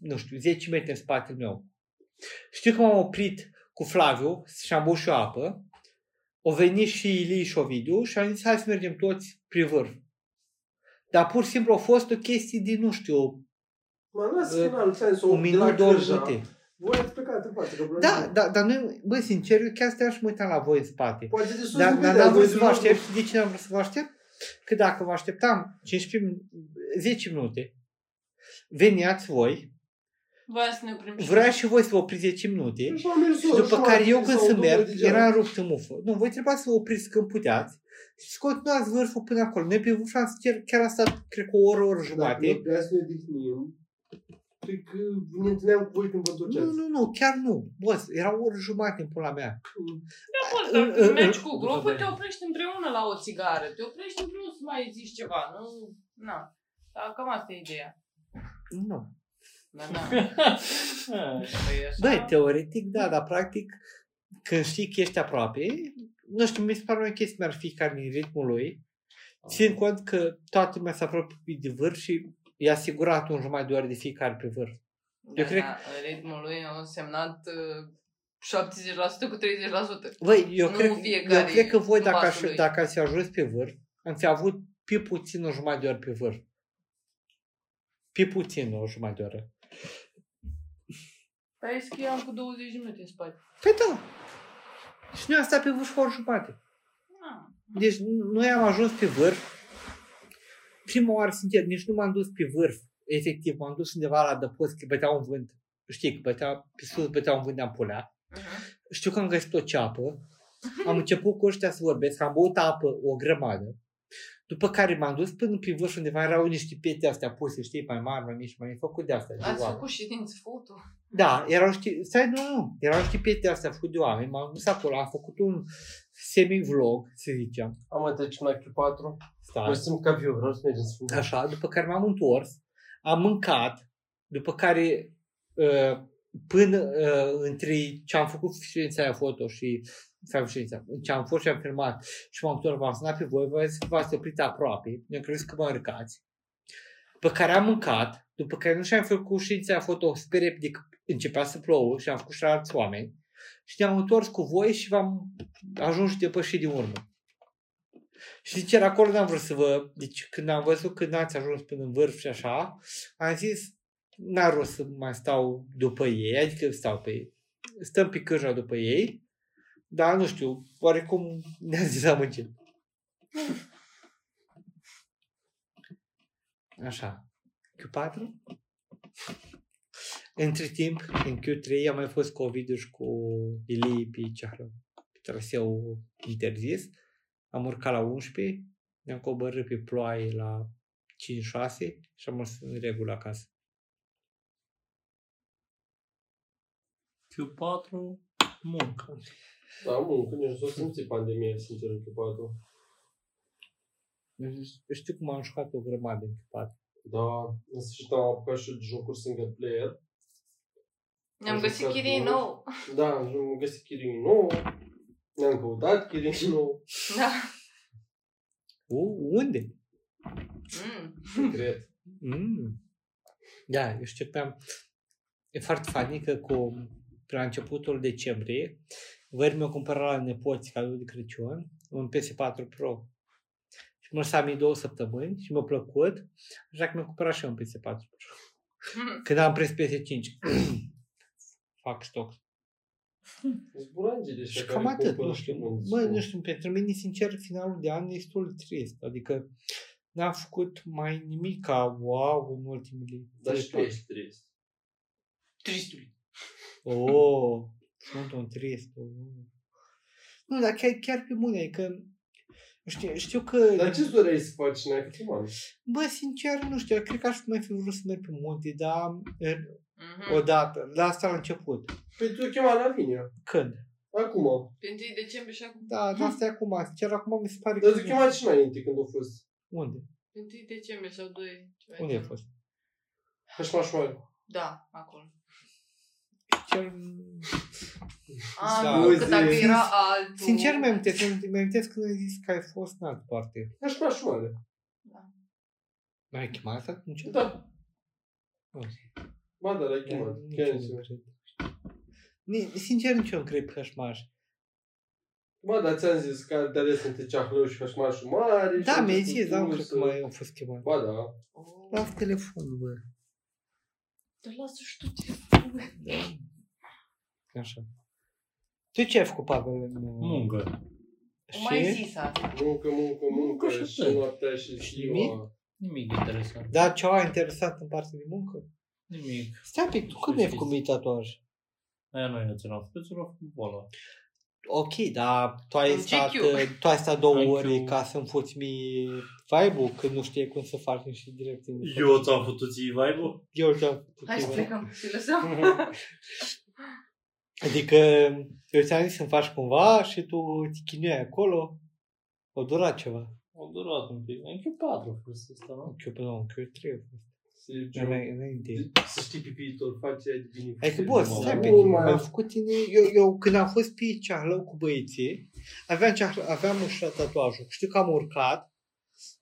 S2: nu știu, 10 metri în spatele meu. Știu că m-am oprit cu Flaviu și am băut și eu apă. O venit și Ili și Ovidiu și am zis hai să mergem toți prin vârf. Dar pur și simplu a fost o chestie din, nu știu,
S1: Mă las final, sensul
S2: un minut, două minute.
S1: Voi ați plecat în față, că
S2: Da, da, dar noi, bă, sincer, eu chiar stai și mă uitam la voi în spate.
S1: Poate de sus
S2: Dar
S1: nu
S2: dar
S1: vedeam,
S2: n-am vrut
S1: Păi, voi
S2: să vă
S1: nu-
S2: aștept. De ce n-am vrut să vă aștept? Că dacă vă așteptam 15, min- 10 minute, veneați voi,
S5: Voia să ne oprim și
S2: vrea și voi să vă opriți 10 minute,
S1: Și am mers
S2: și
S1: sus,
S2: după
S1: jumătate
S2: care eu
S1: de
S2: când
S1: sau
S2: să
S1: două
S2: merg,
S1: degeaba.
S2: era rupt în mufă. Nu, voi trebuia să vă opriți când puteați și să continuați vârful până acolo. Noi pe vârf am chiar, chiar am stat, cred că o oră, o oră jumate.
S1: Dacă vrea să ne odihnim, cred că ne întâlneam cu voi când vă
S2: Nu,
S1: întorceați.
S2: nu, nu, chiar nu. Boss, era o oră jumate în pula mea.
S5: Da, poți,
S2: În- în-
S5: dacă mergi
S2: în-
S5: cu grupul, te oprești împreună la o țigară, te oprești împreună să mai zici ceva, nu? Na. Dar cam asta e ideea.
S2: Nu.
S5: Da, na. Păi e așa.
S2: Bă, teoretic, da, dar practic, când știi că ești aproape, nu știu, mi se pare o chestie mi-ar fi care din ritmul lui, țin cont că toată lumea se apropie de vârf și e asigurat un jumătate de oră de fiecare pe vârf.
S5: Da,
S2: eu cred-
S5: da, ritmul lui a însemnat uh, 70% cu 30%.
S2: Băi, eu,
S5: Nu
S2: cred,
S5: fiecare
S2: eu cred că voi,
S5: în
S2: dacă aș,
S5: pasul lui.
S2: dacă ați fi ajuns pe vârf, ați fi avut pe puțin o jumătate de oră pe vârf. Pe puțin o jumătate de oră.
S5: Hai că eu am Păi, cu 20 de minute în spate.
S2: Păi da. Și noi am stat pe vârf cu o oră jumate.
S5: Ah.
S2: Deci noi am ajuns pe vârf. Prima oară, sincer, nici nu m-am dus pe vârf. Efectiv, m-am dus undeva la adăpost, că bătea un vânt. Știi, că bătea, pe sus bătea un vânt de ampulea.
S5: Uh-huh.
S2: Știu că am găsit o ceapă. Am început cu ăștia să vorbesc, am băut apă o grămadă. După care m-am dus până pe vârf undeva, erau niște pete astea puse, știi, mai mari, mai mici, mai făcut de astea. de
S5: Ați
S2: oameni.
S5: făcut ședință foto.
S2: Da, erau știi, stai, nu, nu, erau știi pietre astea făcute de oameni, m-am dus acolo, am făcut un semi-vlog, să zicem,
S1: Am mai trece în actul 4.
S2: stai,
S1: Mă simt ca viu, vreau să mergem să fumăm.
S2: așa, după care m-am întors, am mâncat, după care uh, până uh, între ce am făcut ședința aia foto și să am ședința, ce am fost și am filmat și m-am întors, m-am sunat pe voi, voi v-ați oprit aproape, mi-am crezut că mă înrăcați, după care am mâncat, după care nu și-am făcut ședința aia foto super repede, că începea să plouă și am făcut și la alți oameni, și ne-am întors cu voi și v-am ajuns și depășit din urmă. Și sincer, acolo n-am vrut să vă... Deci când am văzut că n-ați ajuns până în vârf și așa, am zis, n-ar rost să mai stau după ei, adică stau pe ei. Stăm pe cârja după ei, dar nu știu, oarecum ne-a zis amăgit. Așa. Q4? Între timp, în Q3 a mai fost covid și cu Ilie pe ceară, pe traseu interzis. Am urcat la 11, ne-am coborât pe ploaie la 5-6 și am mers în regulă acasă.
S3: Q4, muncă.
S1: Da, mă, când nici nu s-o simți pandemia, sincer, în Q4.
S2: Eu Știu cum am jucat o grămadă în Q4.
S1: Da, în sfârșit am apucat și jocuri single player.
S5: Ne-am
S1: Am
S5: găsit
S1: jucat
S5: chirii
S1: mult.
S5: nou.
S1: Da, am găsit Kirin nou. Ne-am căutat Kirin nou.
S5: Da.
S2: U, unde?
S5: Mm.
S1: Cred.
S2: Mm. Da, eu știu că am... E foarte funny că cu, la începutul decembrie, Văr mi-a cumpărat la nepoți cadou de Crăciun un PS4 Pro. Și mă lăsa mie două săptămâni și mi-a plăcut, așa că mi-a cumpărat și eu un PS4 Pro. Când am prins PS5. Fac stoc. Deci,
S1: Zburangele
S2: Și cam
S1: Ну,
S2: atât, nu știu. Mă, nu știu, pentru mine, sincer, finalul de an e destul de trist. Adică n-am făcut mai nimic ca wow în ultimele
S1: Dar
S2: trei
S1: și tu
S2: ani.
S1: ești trist.
S5: Tristului.
S2: Oh, sunt un trist. oh. Nu, dar chiar, chiar pe bune, adică știu, știu că...
S1: Dar ce doreai să faci în actul an?
S2: Bă, sincer, nu știu, cred că aș mai fi vrut să merg pe munte, dar eh,
S5: Mhm.
S2: odată, la asta la început.
S1: Păi tu chema la linie.
S2: Când?
S1: Acum.
S5: Pe 1 decembrie și acum.
S2: Da, dar asta e acum, sincer, acum mi se pare
S1: Dar
S2: că...
S1: tu chema și înainte când a fost.
S2: Unde?
S5: Pe 1 decembrie sau 2. ceva
S2: Unde
S5: de
S2: a
S5: genul.
S2: fost?
S1: Hășmașoare.
S5: Da, acolo.
S2: Cel...
S5: A,
S2: Da.
S5: nu, că dacă
S1: Auzi.
S5: era altul...
S2: Sincer, mi-am mi amintesc când ai zis că ai fost în altă parte.
S1: Hășmașoare.
S2: N-ai chemat atunci?
S1: Da.
S2: Ok.
S1: Ba, da, l-ai
S2: Dar
S1: chemat.
S2: nici
S1: Chiar
S2: eu
S1: nici
S2: nu
S1: eu.
S2: cred. Ni- Sincer, nici eu nu cred că aș marș.
S1: Ba, dar ți-am zis că de ales între ceahlău și hășmașul mare. și
S2: Da,
S1: între
S2: mi-ai zis, dar nu
S1: cultură
S2: cred
S1: să-
S2: că mai am fost chemat.
S1: Ba, da.
S5: Oh.
S2: Las telefonul, bă.
S5: Dar lasă și tu ce
S2: Da. Așa. Tu ce ai făcut, Pavel? în- uh,
S3: Muncă.
S5: O mai
S2: Și?
S5: zis asta.
S1: Muncă, muncă, muncă
S3: Muncă și
S1: și
S3: atât.
S1: noaptea și ziua.
S2: nimic?
S3: Nimic interesant.
S2: Da, ceva interesant în partea de muncă?
S3: Nimic.
S2: Stai pe tu,
S3: Nu
S2: când
S3: știu
S2: ai
S3: ce
S2: făcut
S3: zic.
S2: mie tatuaj?
S3: Aia nu e național. Făcut l-a făcut boala.
S2: Ok, dar tu ai,
S5: În
S2: stat, uh,
S5: GQ.
S2: tu ai stat două
S3: IQ.
S2: ore ca să-mi fuți mie vibe-ul când nu știi cum să faci și direct în
S3: ți-am făcut ție vibe
S2: Eu ți-am făcut
S5: Hai să
S2: eu.
S5: plecăm. Te lăsăm.
S2: Adică eu ți-am zis să-mi faci cumva și tu te chinuiai acolo. O dura ceva.
S3: A durat un pic. În Q4 a fost asta, nu?
S2: Un Q, nu, un Q trebuie.
S1: Se- Э,
S2: Înainte.
S1: Să știi pe viitor, face aia de bine.
S2: Adică, boss,
S3: Nu
S2: stai pe
S1: Nu
S2: tine.
S1: mai-
S2: Am făcut tine, eu, eu, când am fost pe ceahlău cu băieții, aveam, ceahlă, aveam ușa tatuajul. Știu că am urcat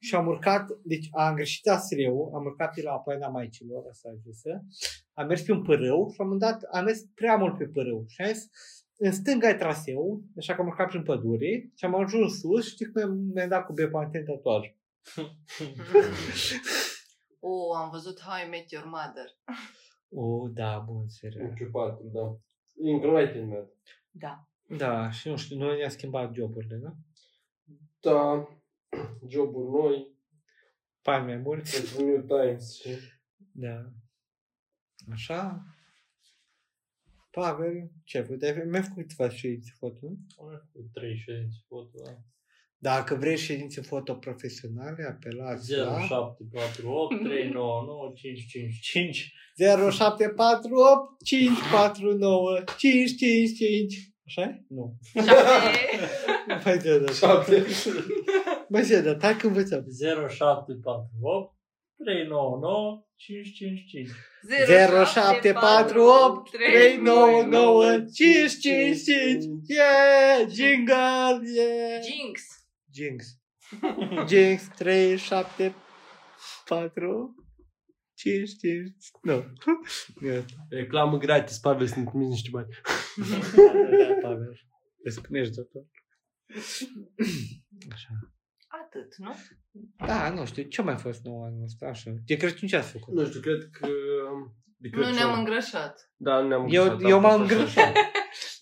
S2: și am urcat, deci am greșit asreu, am urcat pe la Poiana Maicilor, asta a zisă, am mers pe un părâu și am un dat, am mers prea mult pe părâu și am zis, în stânga e traseu, așa că am urcat prin pădure și am ajuns sus, știi că mi-am, mi-am dat cu bepanten tatuaj.
S5: Oh, am văzut How I Met Your Mother.
S2: O, da, bun, serial.
S1: Începat, da. Enlightenment.
S5: Da.
S2: Da, și nu știu, noi ne-am schimbat joburile, da?
S1: Da. Joburi noi,
S2: Pai mai mulți.
S1: pentru New Times și...
S2: Da. Așa. Pavel, ce ai făcut? Ai- Mi-ai făcut câteva ședințe foto, nu?
S3: Cu trei ședințe foto, da.
S2: Dacă vrei ședințe foto profesionale, apelați la
S3: 0748 399 555
S2: 0748 549 555. Așa Nu.
S5: Șapte.
S2: Mai de dat.
S1: Șapte.
S2: Mai de dat. Hai că învățăm.
S3: 0748 399 555
S1: 555.
S2: 0748 399 555 Yeah! Jingle! Yeah!
S5: Jinx.
S2: Jinx. Jinx 3, 7, 4, 5, 5. Nu. Gata.
S1: Reclamă gratis, Pavel, să ne trimiți niște bani.
S2: Pavel. Îți spunești totul. Așa.
S5: Atât, nu?
S2: Da, nu știu, ce mai fost nou anul ăsta? Așa. De Crăciun ce ați făcut?
S1: Nu știu, cred că... De
S5: Nu
S1: Crăciun.
S5: ne-am îngrășat.
S1: Da, nu ne-am
S2: Eu,
S1: gândit,
S2: eu
S1: am
S2: m-am
S1: fost așa.
S2: îngrășat.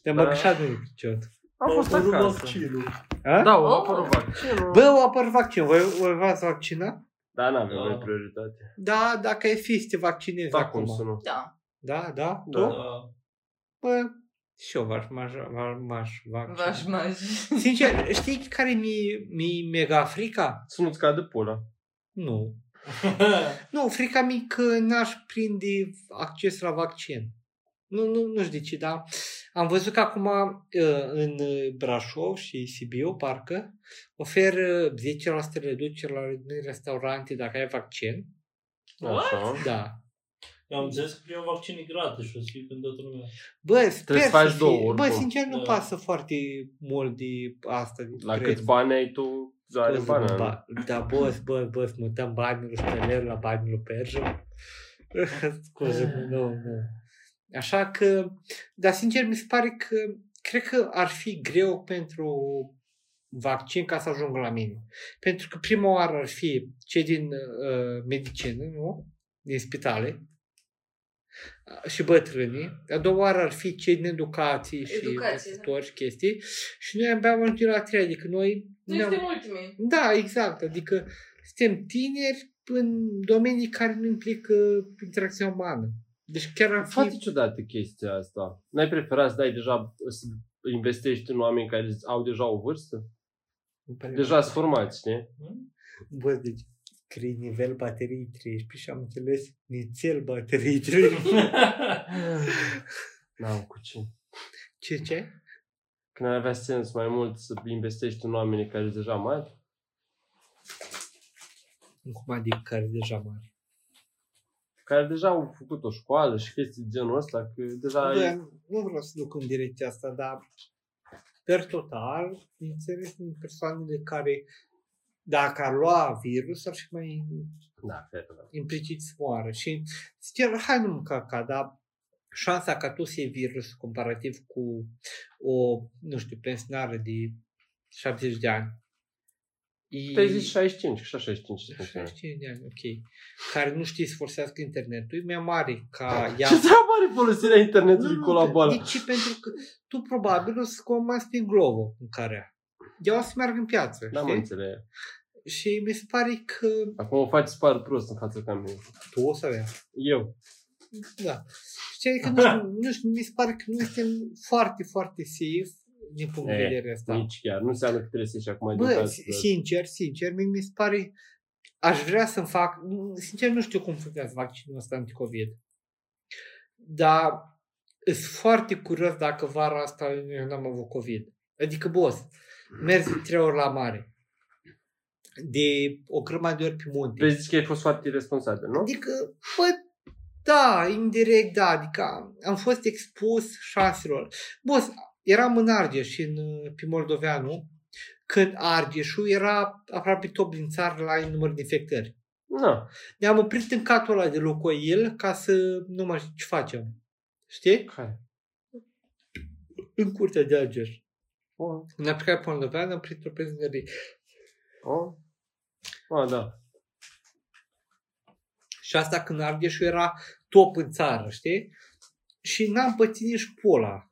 S2: Te-am
S1: Da.
S2: îngrășat de Crăciun.
S1: Am fost
S3: Au apărut
S1: acasă.
S3: vaccinul.
S2: A?
S1: Da, au
S5: Oh.
S1: apărut vaccinul.
S2: Bă, au apărut vaccin. Voi, voi v-ați vaccinat?
S1: Da, n-avem
S3: Da.
S1: noi prioritate.
S2: Da, dacă e fi să te vaccinezi
S1: Da, cum să
S2: acum.
S1: nu.
S5: Da.
S2: Da, da,
S1: Da.
S2: da. Tu?
S3: Da.
S2: Bă, și eu v-aș, m-aș, m-aș vaccina.
S5: V-aș mai...
S2: Sincer, știi care mi mi mega frica?
S1: Să nu-ți cadă pula.
S2: Nu. Nu, frica mi că n-aș prinde acces la vaccin. Nu, nu, nu știu de ce, dar am văzut că acum uh, în uh, Brașov și Sibiu, parcă, oferă 10% reducere la în restaurante dacă ai vaccin.
S1: Așa.
S2: Da.
S3: Eu am zis că primul vaccin e gratis și o să fie pentru toată lumea.
S2: Bă, sper
S1: să faci
S2: fie-
S1: două, oricum.
S2: Bă, sincer, nu
S3: Da.
S2: pasă foarte mult de asta. de
S1: La
S2: preț.
S1: câți bani ai tu, are
S2: Bă,
S1: bani.
S2: bă, ba- Da, bă, bă, bă, să mutăm banii lui Steler la banii lui Perjă. Scuze, nu, nu. Așa că, dar sincer mi se pare că cred că ar fi greu pentru vaccin ca să ajungă la mine. Pentru că prima oară ar fi cei din uh, medicină, nu? Din spitale și bătrânii. A doua oară ar fi cei din educație și
S5: Educație,
S2: educatori și chestii. Și noi abia am ajuns la a treia, adică noi...
S4: Nu
S2: ne-am-
S4: suntem ultimii.
S2: da, exact. Adică suntem tineri în domenii care nu implică interacțiunea umană. Deci chiar ar fi...
S1: Foarte ciudată chestia asta. N-ai preferat să dai deja, să investești în oameni care au deja o vârstă? Deja sunt formați, știi?
S2: Bă, deci scrie nivel bateriei 13 și am înțeles nițel bateriei 13.
S1: N-am cu ce.
S2: ce, ce?
S1: Când ar avea sens mai mult să investești în oamenii care sunt deja mari?
S2: Cum adică care deja mare?
S1: Care deja au făcut o școală și chestii de genul ăsta, că deja Da, e...
S2: Bă, nu vreau să duc în direcția asta, dar per total, înțeles în persoanele care dacă ar lua virus, ar fi mai
S1: Da, fer, da.
S2: implicit să moară. Și sincer, hai nu mânca ca, dar șansa ca tu să iei virus comparativ cu o, nu știu, pensionară de 70 de ani. E...
S1: Pe zi 65, că și așa 65 se funcționează.
S2: 65 de ani, ok. Care nu știe să folosească internetul, e mai mare ca ea.
S1: Ce treabă are folosirea internetului
S2: Nu,
S1: cu la
S2: că-
S1: boală?
S2: De ce? Pentru că tu probabil o să comanzi prin globul în care ea o să meargă în piață.
S1: Da, mă
S2: știi?
S1: înțeleg.
S2: Și mi se pare că
S1: Acum o faci să par prost în fața camerei.
S2: tu o să avea.
S1: Eu.
S2: Da. Și adică, nu știu, nu știu, mi se pare că noi suntem foarte, foarte safe din punct de
S1: E,
S2: vedere
S1: Da.
S2: ăsta.
S1: Nici chiar. Nu înseamnă că trebuie să ieși acum din
S2: Bă,
S1: casă.
S2: si- sincer, sincer, mi mi se pare, aș vrea să-mi fac, sincer nu știu cum funcționează vaccinul ăsta anticovid, dar sunt foarte curios dacă vara asta eu n-am avut COVID. Adică, boss, mergi de trei ori la mare, de o crămadă de ori pe munte.
S1: Vezi zici că ai fost foarte irresponsabil, nu?
S2: Adică, bă, da, indirect, da, adică am- am fost expus șanselor. Bă, eram în Argeș și în, uh, pe Moldoveanu, când Argeșul era aproape top din țară la număr de infectări.
S1: Nu.
S2: Ne-am oprit în catul ăla de locoil ca să nu mai știu ce facem. Știi?
S1: Care?
S2: În curtea de Argeș.
S1: O,
S2: În aplicare pe Moldoveanu, am oprit o prezinărie.
S1: o. O, da.
S2: Și asta când Argeșul era top în țară, știi? Și n-am pățit nici pola.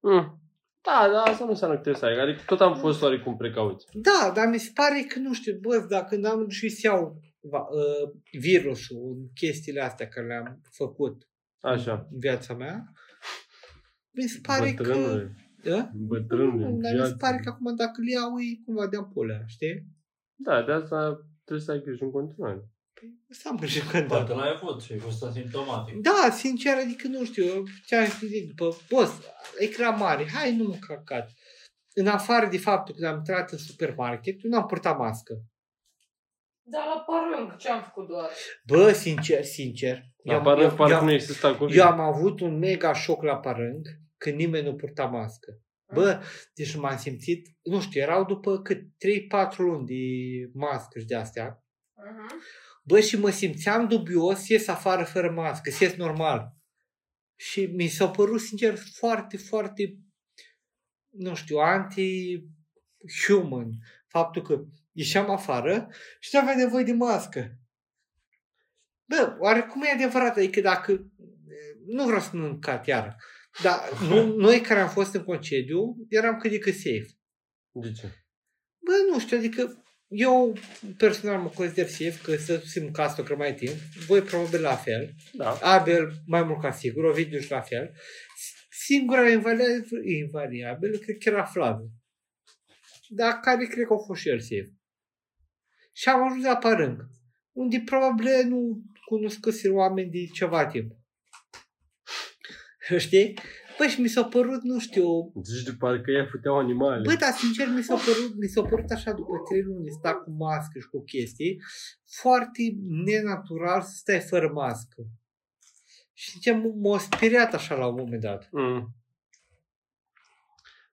S1: Mm. Da, da, asta nu înseamnă că trebuie să ai. Adică tot am fost oarecum precauți.
S2: Da, dar mi se pare că, nu știu, bă, dacă n-am și să iau va, uh, virusul în chestiile astea care le-am făcut
S1: Așa.
S2: în viața mea, mi se pare că...
S1: Bătrânule.
S2: Da?
S1: Bătrânule.
S2: Nu, Dar mi se
S1: viață.
S2: pare că acum dacă le iau, e cumva de ampulea, știi?
S1: Da, de asta trebuie să ai grijă în continuare.
S2: Păi, Să am grijă când
S3: Poate l-ai avut și ai fost asimptomatic.
S2: Da, sincer, adică nu știu, eu ce am fi zic, bă, boss, ecran mare, hai nu mă căcat. În afară de faptul că am intrat în supermarket, eu n-am purtat mască.
S5: Da, la parâng, ce am făcut doar?
S2: Bă, sincer, sincer. eu am-
S1: Apar
S2: eu-
S1: în parc
S2: eu am-
S1: nu exista COVID.
S2: Eu am avut un mega șoc la parâng când nimeni nu purta mască.
S5: Ah.
S2: Bă, deci m-am simțit, nu știu, erau după cât 3-4 luni de mască și de astea.
S5: Mhm.
S4: Uh-huh.
S2: Bă, și mă simțeam dubios, ies afară fără mască, să ies normal. Și mi s-a părut, sincer, foarte, foarte, nu știu, anti-human. Faptul că ieșeam afară și nu aveam nevoie de mască. Bă, oarecum e adevărat, adică dacă, nu vreau să mă încat iară, dar nu, noi care am fost în concediu eram cât de cât safe.
S1: De ce?
S2: Bă, nu știu, adică eu personal mă consider safe că să simt casă o mai timp, voi probabil la fel,
S1: Da.
S2: Abel mai mult ca sigur, Ovidiu și la fel. Singura invariabilă, invariabilă cred că era Flaviu. Dar care cred că a fost și el safe. Și am ajuns la Parâng, unde probabil nu cunoscuse oameni de ceva timp. Știi? Păi și mi s-a părut, nu știu,
S1: Zici de parcă ei făteau animale.
S2: Bă, dar sincer mi s-a părut, mi s-a părut așa după trei luni de stat cu mască și cu chestii, foarte nenatural să stai fără mască. Și ce m- m-a speriat așa la un moment dat.
S1: Mm.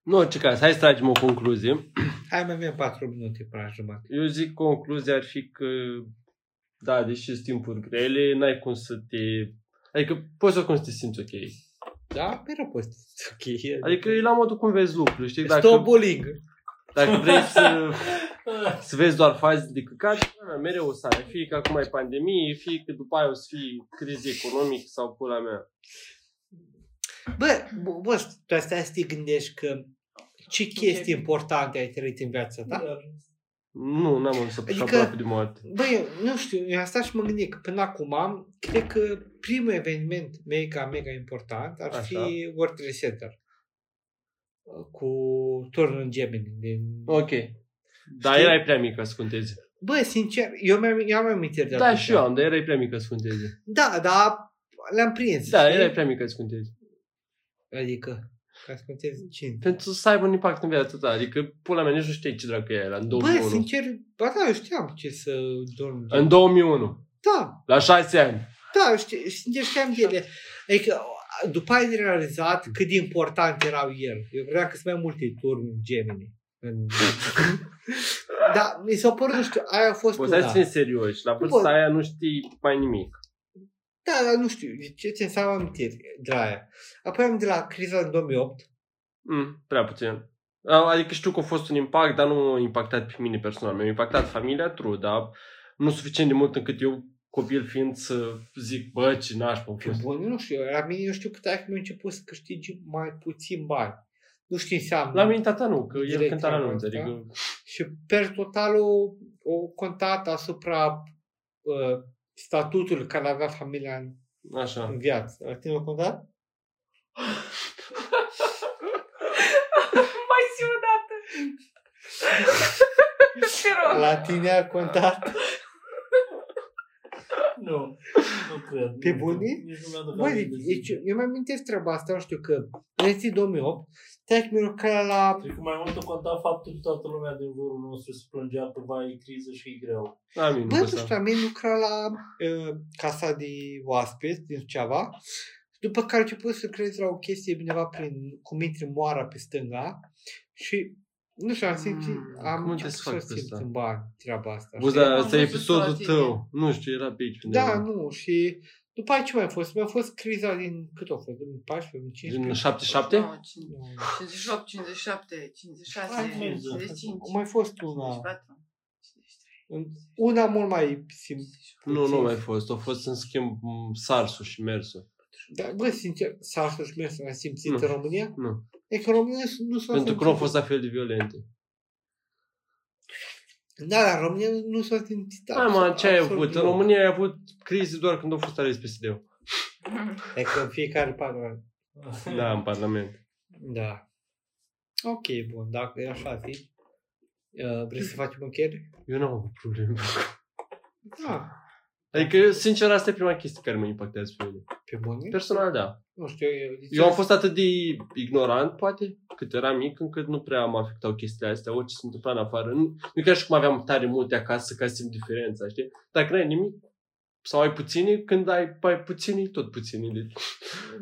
S1: Nu, ce caz, hai să tragem o concluzie.
S2: Hai mai avem patru minute până la jumătate.
S1: Eu zic concluzia ar fi că, da, deși sunt timpuri grele, n-ai cum să te... Adică poți să cum să te simți ok.
S2: Da? Mereu poți. să- Ok.
S1: Adică e la modul cum vezi lucrul, știi?
S2: Dacă... Stop bullying.
S1: Dacă vrei să, să vezi doar faze de căcat, pula mea, mereu o să ai. Fie că acum e pandemie, fie că după aia o să fie crize economică sau pula mea.
S2: Bă, bă, bă, tu asta să te gândești că ce chestii importante ai trăit în viața ta?
S1: Nu, n-am ajuns să
S2: Adică-
S1: adică... aproape de moarte.
S2: Bă, eu nu știu, eu asta și mă gândesc. Până acum, cred că primul eveniment mega, mega important ar
S1: Așa.
S2: fi World Trade Center. Cu turnul în Gemini. Din...
S1: Ok. Dar
S2: Știi?
S1: Da, erai prea mic ca să conteze.
S2: Bă, sincer, eu mi-am, eu am amintiri de
S1: Da,
S2: atunci.
S1: și eu am, dar erai prea mic ca să conteze.
S2: Da, da, le-am prins.
S1: Da,
S2: știi?
S1: erai prea mic ca să conteze.
S2: Adică, ca să contez 5.
S1: Pentru să aibă un impact în viața ta. Adică, pula mea, nici nu știi ce dracu e la în
S2: Bă,
S1: 2001.
S2: sincer, ba da, eu știam ce să dorm.
S1: în 2001.
S2: Da,
S1: La 6 ani.
S2: Da, știi, sincer știam de ele. Adică, după aia am realizat cât de important erau el. Eu credeam că sunt mai multe turnuri Gemini. În... da, mi s-a părut, nu știu, aia a fost
S1: Poți
S2: una.
S1: să fim serioși. La
S2: da. Bă.
S1: vârsta aia nu știi mai nimic.
S2: Da, dar nu știu, de ce ți înseamnă amintiri de la aia. Apoi am de la criza în 2008.
S1: Mm, prea puțin. A, Adică știu că a fost un impact, dar nu a impactat pe mine personal. Mi-a impactat familia, true, dar nu suficient de mult încât eu, copil fiind, să zic, bă, ce nașpa am
S2: Pe
S1: fost.
S2: bune, nu știu, la mine eu știu că taică mi-a început să câștigi mai puțin bani. Nu știu ce înseamnă.
S1: La mine tata nu, că el
S2: Direct
S1: cânta la nunți,
S2: asta.
S1: adică...
S2: Și per total o, o contat asupra uh, statutul care avea familia în
S1: Așa.
S2: în viață. La tine o contat?
S5: Mai zi o dată! Te rog!
S2: La tine a contat?
S3: Nu, nu cred.
S2: Pe
S3: Nu,
S2: bune?
S3: Nici nu mi-aduc
S2: Băi,
S3: aminte.
S2: deci, eu mi-am amintesc treaba asta, nu știu că în 2008, te-ai mi la...
S3: Cred că mai mult o conta faptul că toată lumea din jurul nostru se plângea că va e criză și e greu.
S1: La mine,
S2: Bă,
S1: nu
S2: nu
S1: păsa.
S2: știu, am lucra la uh, casa de oaspeți din Suceava, după care a început să creezi la o chestie undeva prin, cum intri în moara pe stânga și nu știu, am simțit,
S1: Mm,
S2: am
S1: cum te
S2: început
S1: să fac
S2: să
S1: pe
S2: simt
S1: asta?
S2: în bani treaba asta.
S1: Bă,
S2: știi?
S1: dar
S5: Am
S1: ăsta e
S5: văzut la
S1: episodul
S5: tine.
S1: tău. Nu știu, era pe aici.
S2: Da,
S1: undeva.
S2: nu, și după aia ce mai a fost? Mi-a fost criza din, cât a fost? Din 14,
S1: Din
S2: 15? Da,
S1: 77?
S5: 58, 57, 56,
S2: Hai,
S5: 55,
S2: Au mai Da. fost una.
S5: 54, 53.
S2: Una mult mai simplu.
S1: Nu, nu mai fost. Au fost, în schimb, m, sarsul și mersul.
S2: Dar, Da, bă, sincer, Sarsul și Mersul a simțit
S1: Nu.
S2: în România?
S1: Nu.
S2: E că în România s- nu s-a
S1: Pentru că nu au
S2: simțit.
S1: fost la fel de violente.
S2: Da, dar în România nu s-a simțit.
S1: Da, mă,
S2: absolut-
S1: ce ai
S2: absolut
S1: avut? În
S2: deloc.
S1: România ai avut crize doar când au fost ales PSD-ul.
S2: E că în fiecare parlament. Hm.
S1: Da, în Parlament.
S2: Da. Ok, bun, dacă e așa zici. Uh, vrei să facem încheiere?
S1: Eu n-am avut probleme.
S2: Da.
S1: Adică, eu, sincer, asta e prima chestie care mă impactează pe mine.
S2: Pe bune?
S1: Personal, da.
S2: Nu știu, eu...
S1: Eu am fost atât de ignorant, poate, cât eram mic, încât nu prea mă afectau chestiile astea, orice se întâmpla în afară. Nu, nu e ca și cum aveam tare multe acasă ca să simt diferența, știi? Dacă n-ai nimic, sau ai puțini, când ai, ai puțini, tot puțini. Deci,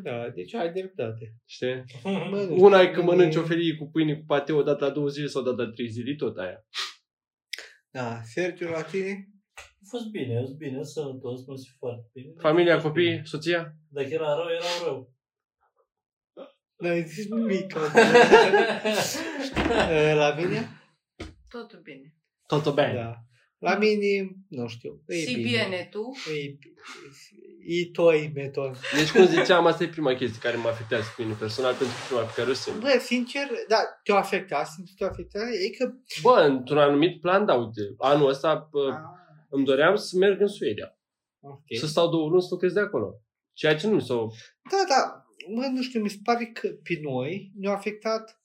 S2: Da, deci ai dreptate.
S1: știi?
S3: Deci
S2: Bă, nu
S1: Una e
S2: știu,
S1: că mănânci o felie cu pâine cu pateu odată la două zile sau odată la trei zile, tot aia.
S2: Da, Sergiu, la tine?
S3: A fost bine, a fost bine, sănătos, mă simt foarte bine.
S1: Familia, copii, soția?
S3: Dacă era rău, era rău.
S2: N-ai zis nimic. mă. Eh, la mine?
S5: Totul bine.
S1: Totul bine. Da.
S2: Da. La mine, nu știu. E
S5: Si
S2: bine.
S5: bine tu.
S2: E, e toi, meton.
S1: Deci, cum ziceam, asta e prima chestie care mă afectează pe mine personal, pentru prima pe care o simt.
S2: Bă, sincer, da, te-o afecta, simți că te-o afecta, e că...
S1: Bă, într-un anumit plan, da, uite, anul ăsta bă, îmi doream să merg în Suedia.
S2: Ah, Ok.
S1: Să stau două luni să lucrez de acolo. Ceea ce nu mi s-o...
S2: Da, da, mă, nu știu, mi se pare că pe noi ne-a afectat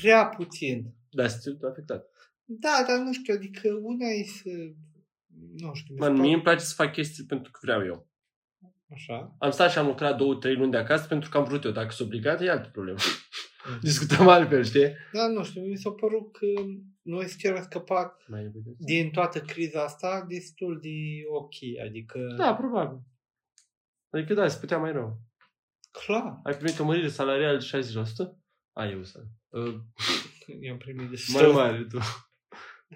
S2: prea puțin.
S1: Da, sunt afectat.
S2: Da, dar nu știu, adică una e să... Nu știu, mi
S1: Mă,
S2: se
S1: mie
S2: pare
S1: îmi place să fac chestii pentru că vreau eu.
S2: așa.
S1: Am stat și am lucrat două, trei luni de acasă pentru că am vrut eu. Dacă sunt obligat, e altă problemă. Discutăm altfel, știi?
S2: Da, nu știu, mi s-a părut că noi chiar am scăpat
S1: Mai repede.
S2: din toată criza asta destul de ok, adică...
S1: Da, probabil. Adică da, se putea mai rău.
S2: Clar,
S1: Ai primit o mărire salarială de 60%? Ai eu să... Uh,
S2: i-am primit de
S1: Mai mare tu.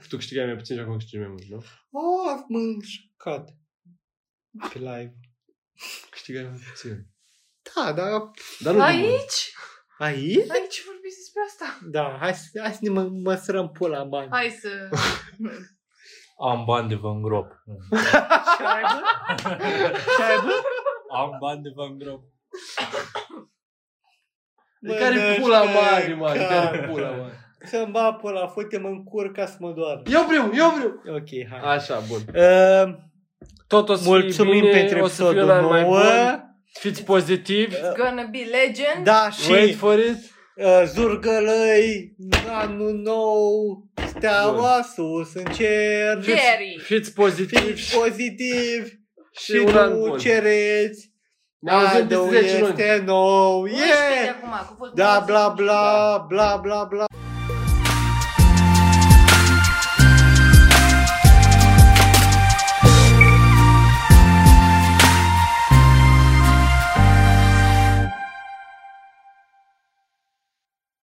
S1: Tu câștigai mai puțin și acum câștigi mai mult, nu?
S2: Oh, m-am șocat pe live.
S1: Câștigai mai puțin.
S2: Da, da,
S1: Dar nu din mult.
S5: Aici?
S2: aici?
S5: Aici vorbiți despre asta.
S2: Da, hai să, hai să ne mă, măsurăm pula în bani.
S5: Hai să...
S3: Am bani de vă îngrop.
S2: Ce ai, bă? Ce ai, bă?
S3: Am bani de vă îngrop.
S1: De care pula mare, mare, de care pula mare.
S2: Să-mi bag pula, fute-mă în cur ca să mă doară.
S1: Eu vreau, eu vreau.
S2: Ok, hai.
S1: Așa, bun.
S2: Uh,
S1: Tot o să fie
S2: mulțumim
S1: bine,
S2: pentru
S1: o să fie un
S2: episodul
S1: an mai
S2: nou.
S1: bun. Fiți pozitivi.
S5: It's gonna be legend.
S2: Da,
S1: Wait
S2: și
S1: for it.
S2: uh, zurgălăi, anul nou, steaua sus în cer.
S5: Jerry.
S1: Fiți pozitivi
S2: Fiți pozitiv
S1: și
S2: și
S1: un an
S2: nu
S1: bun.
S2: cereți.
S1: Ne auzim
S2: Anul
S1: peste 10 luni.
S2: este nou.
S5: Uite de
S2: Yeah!
S5: acum, că a fost
S2: Da,
S5: bun.
S2: bla, bla, bla, bla, bla.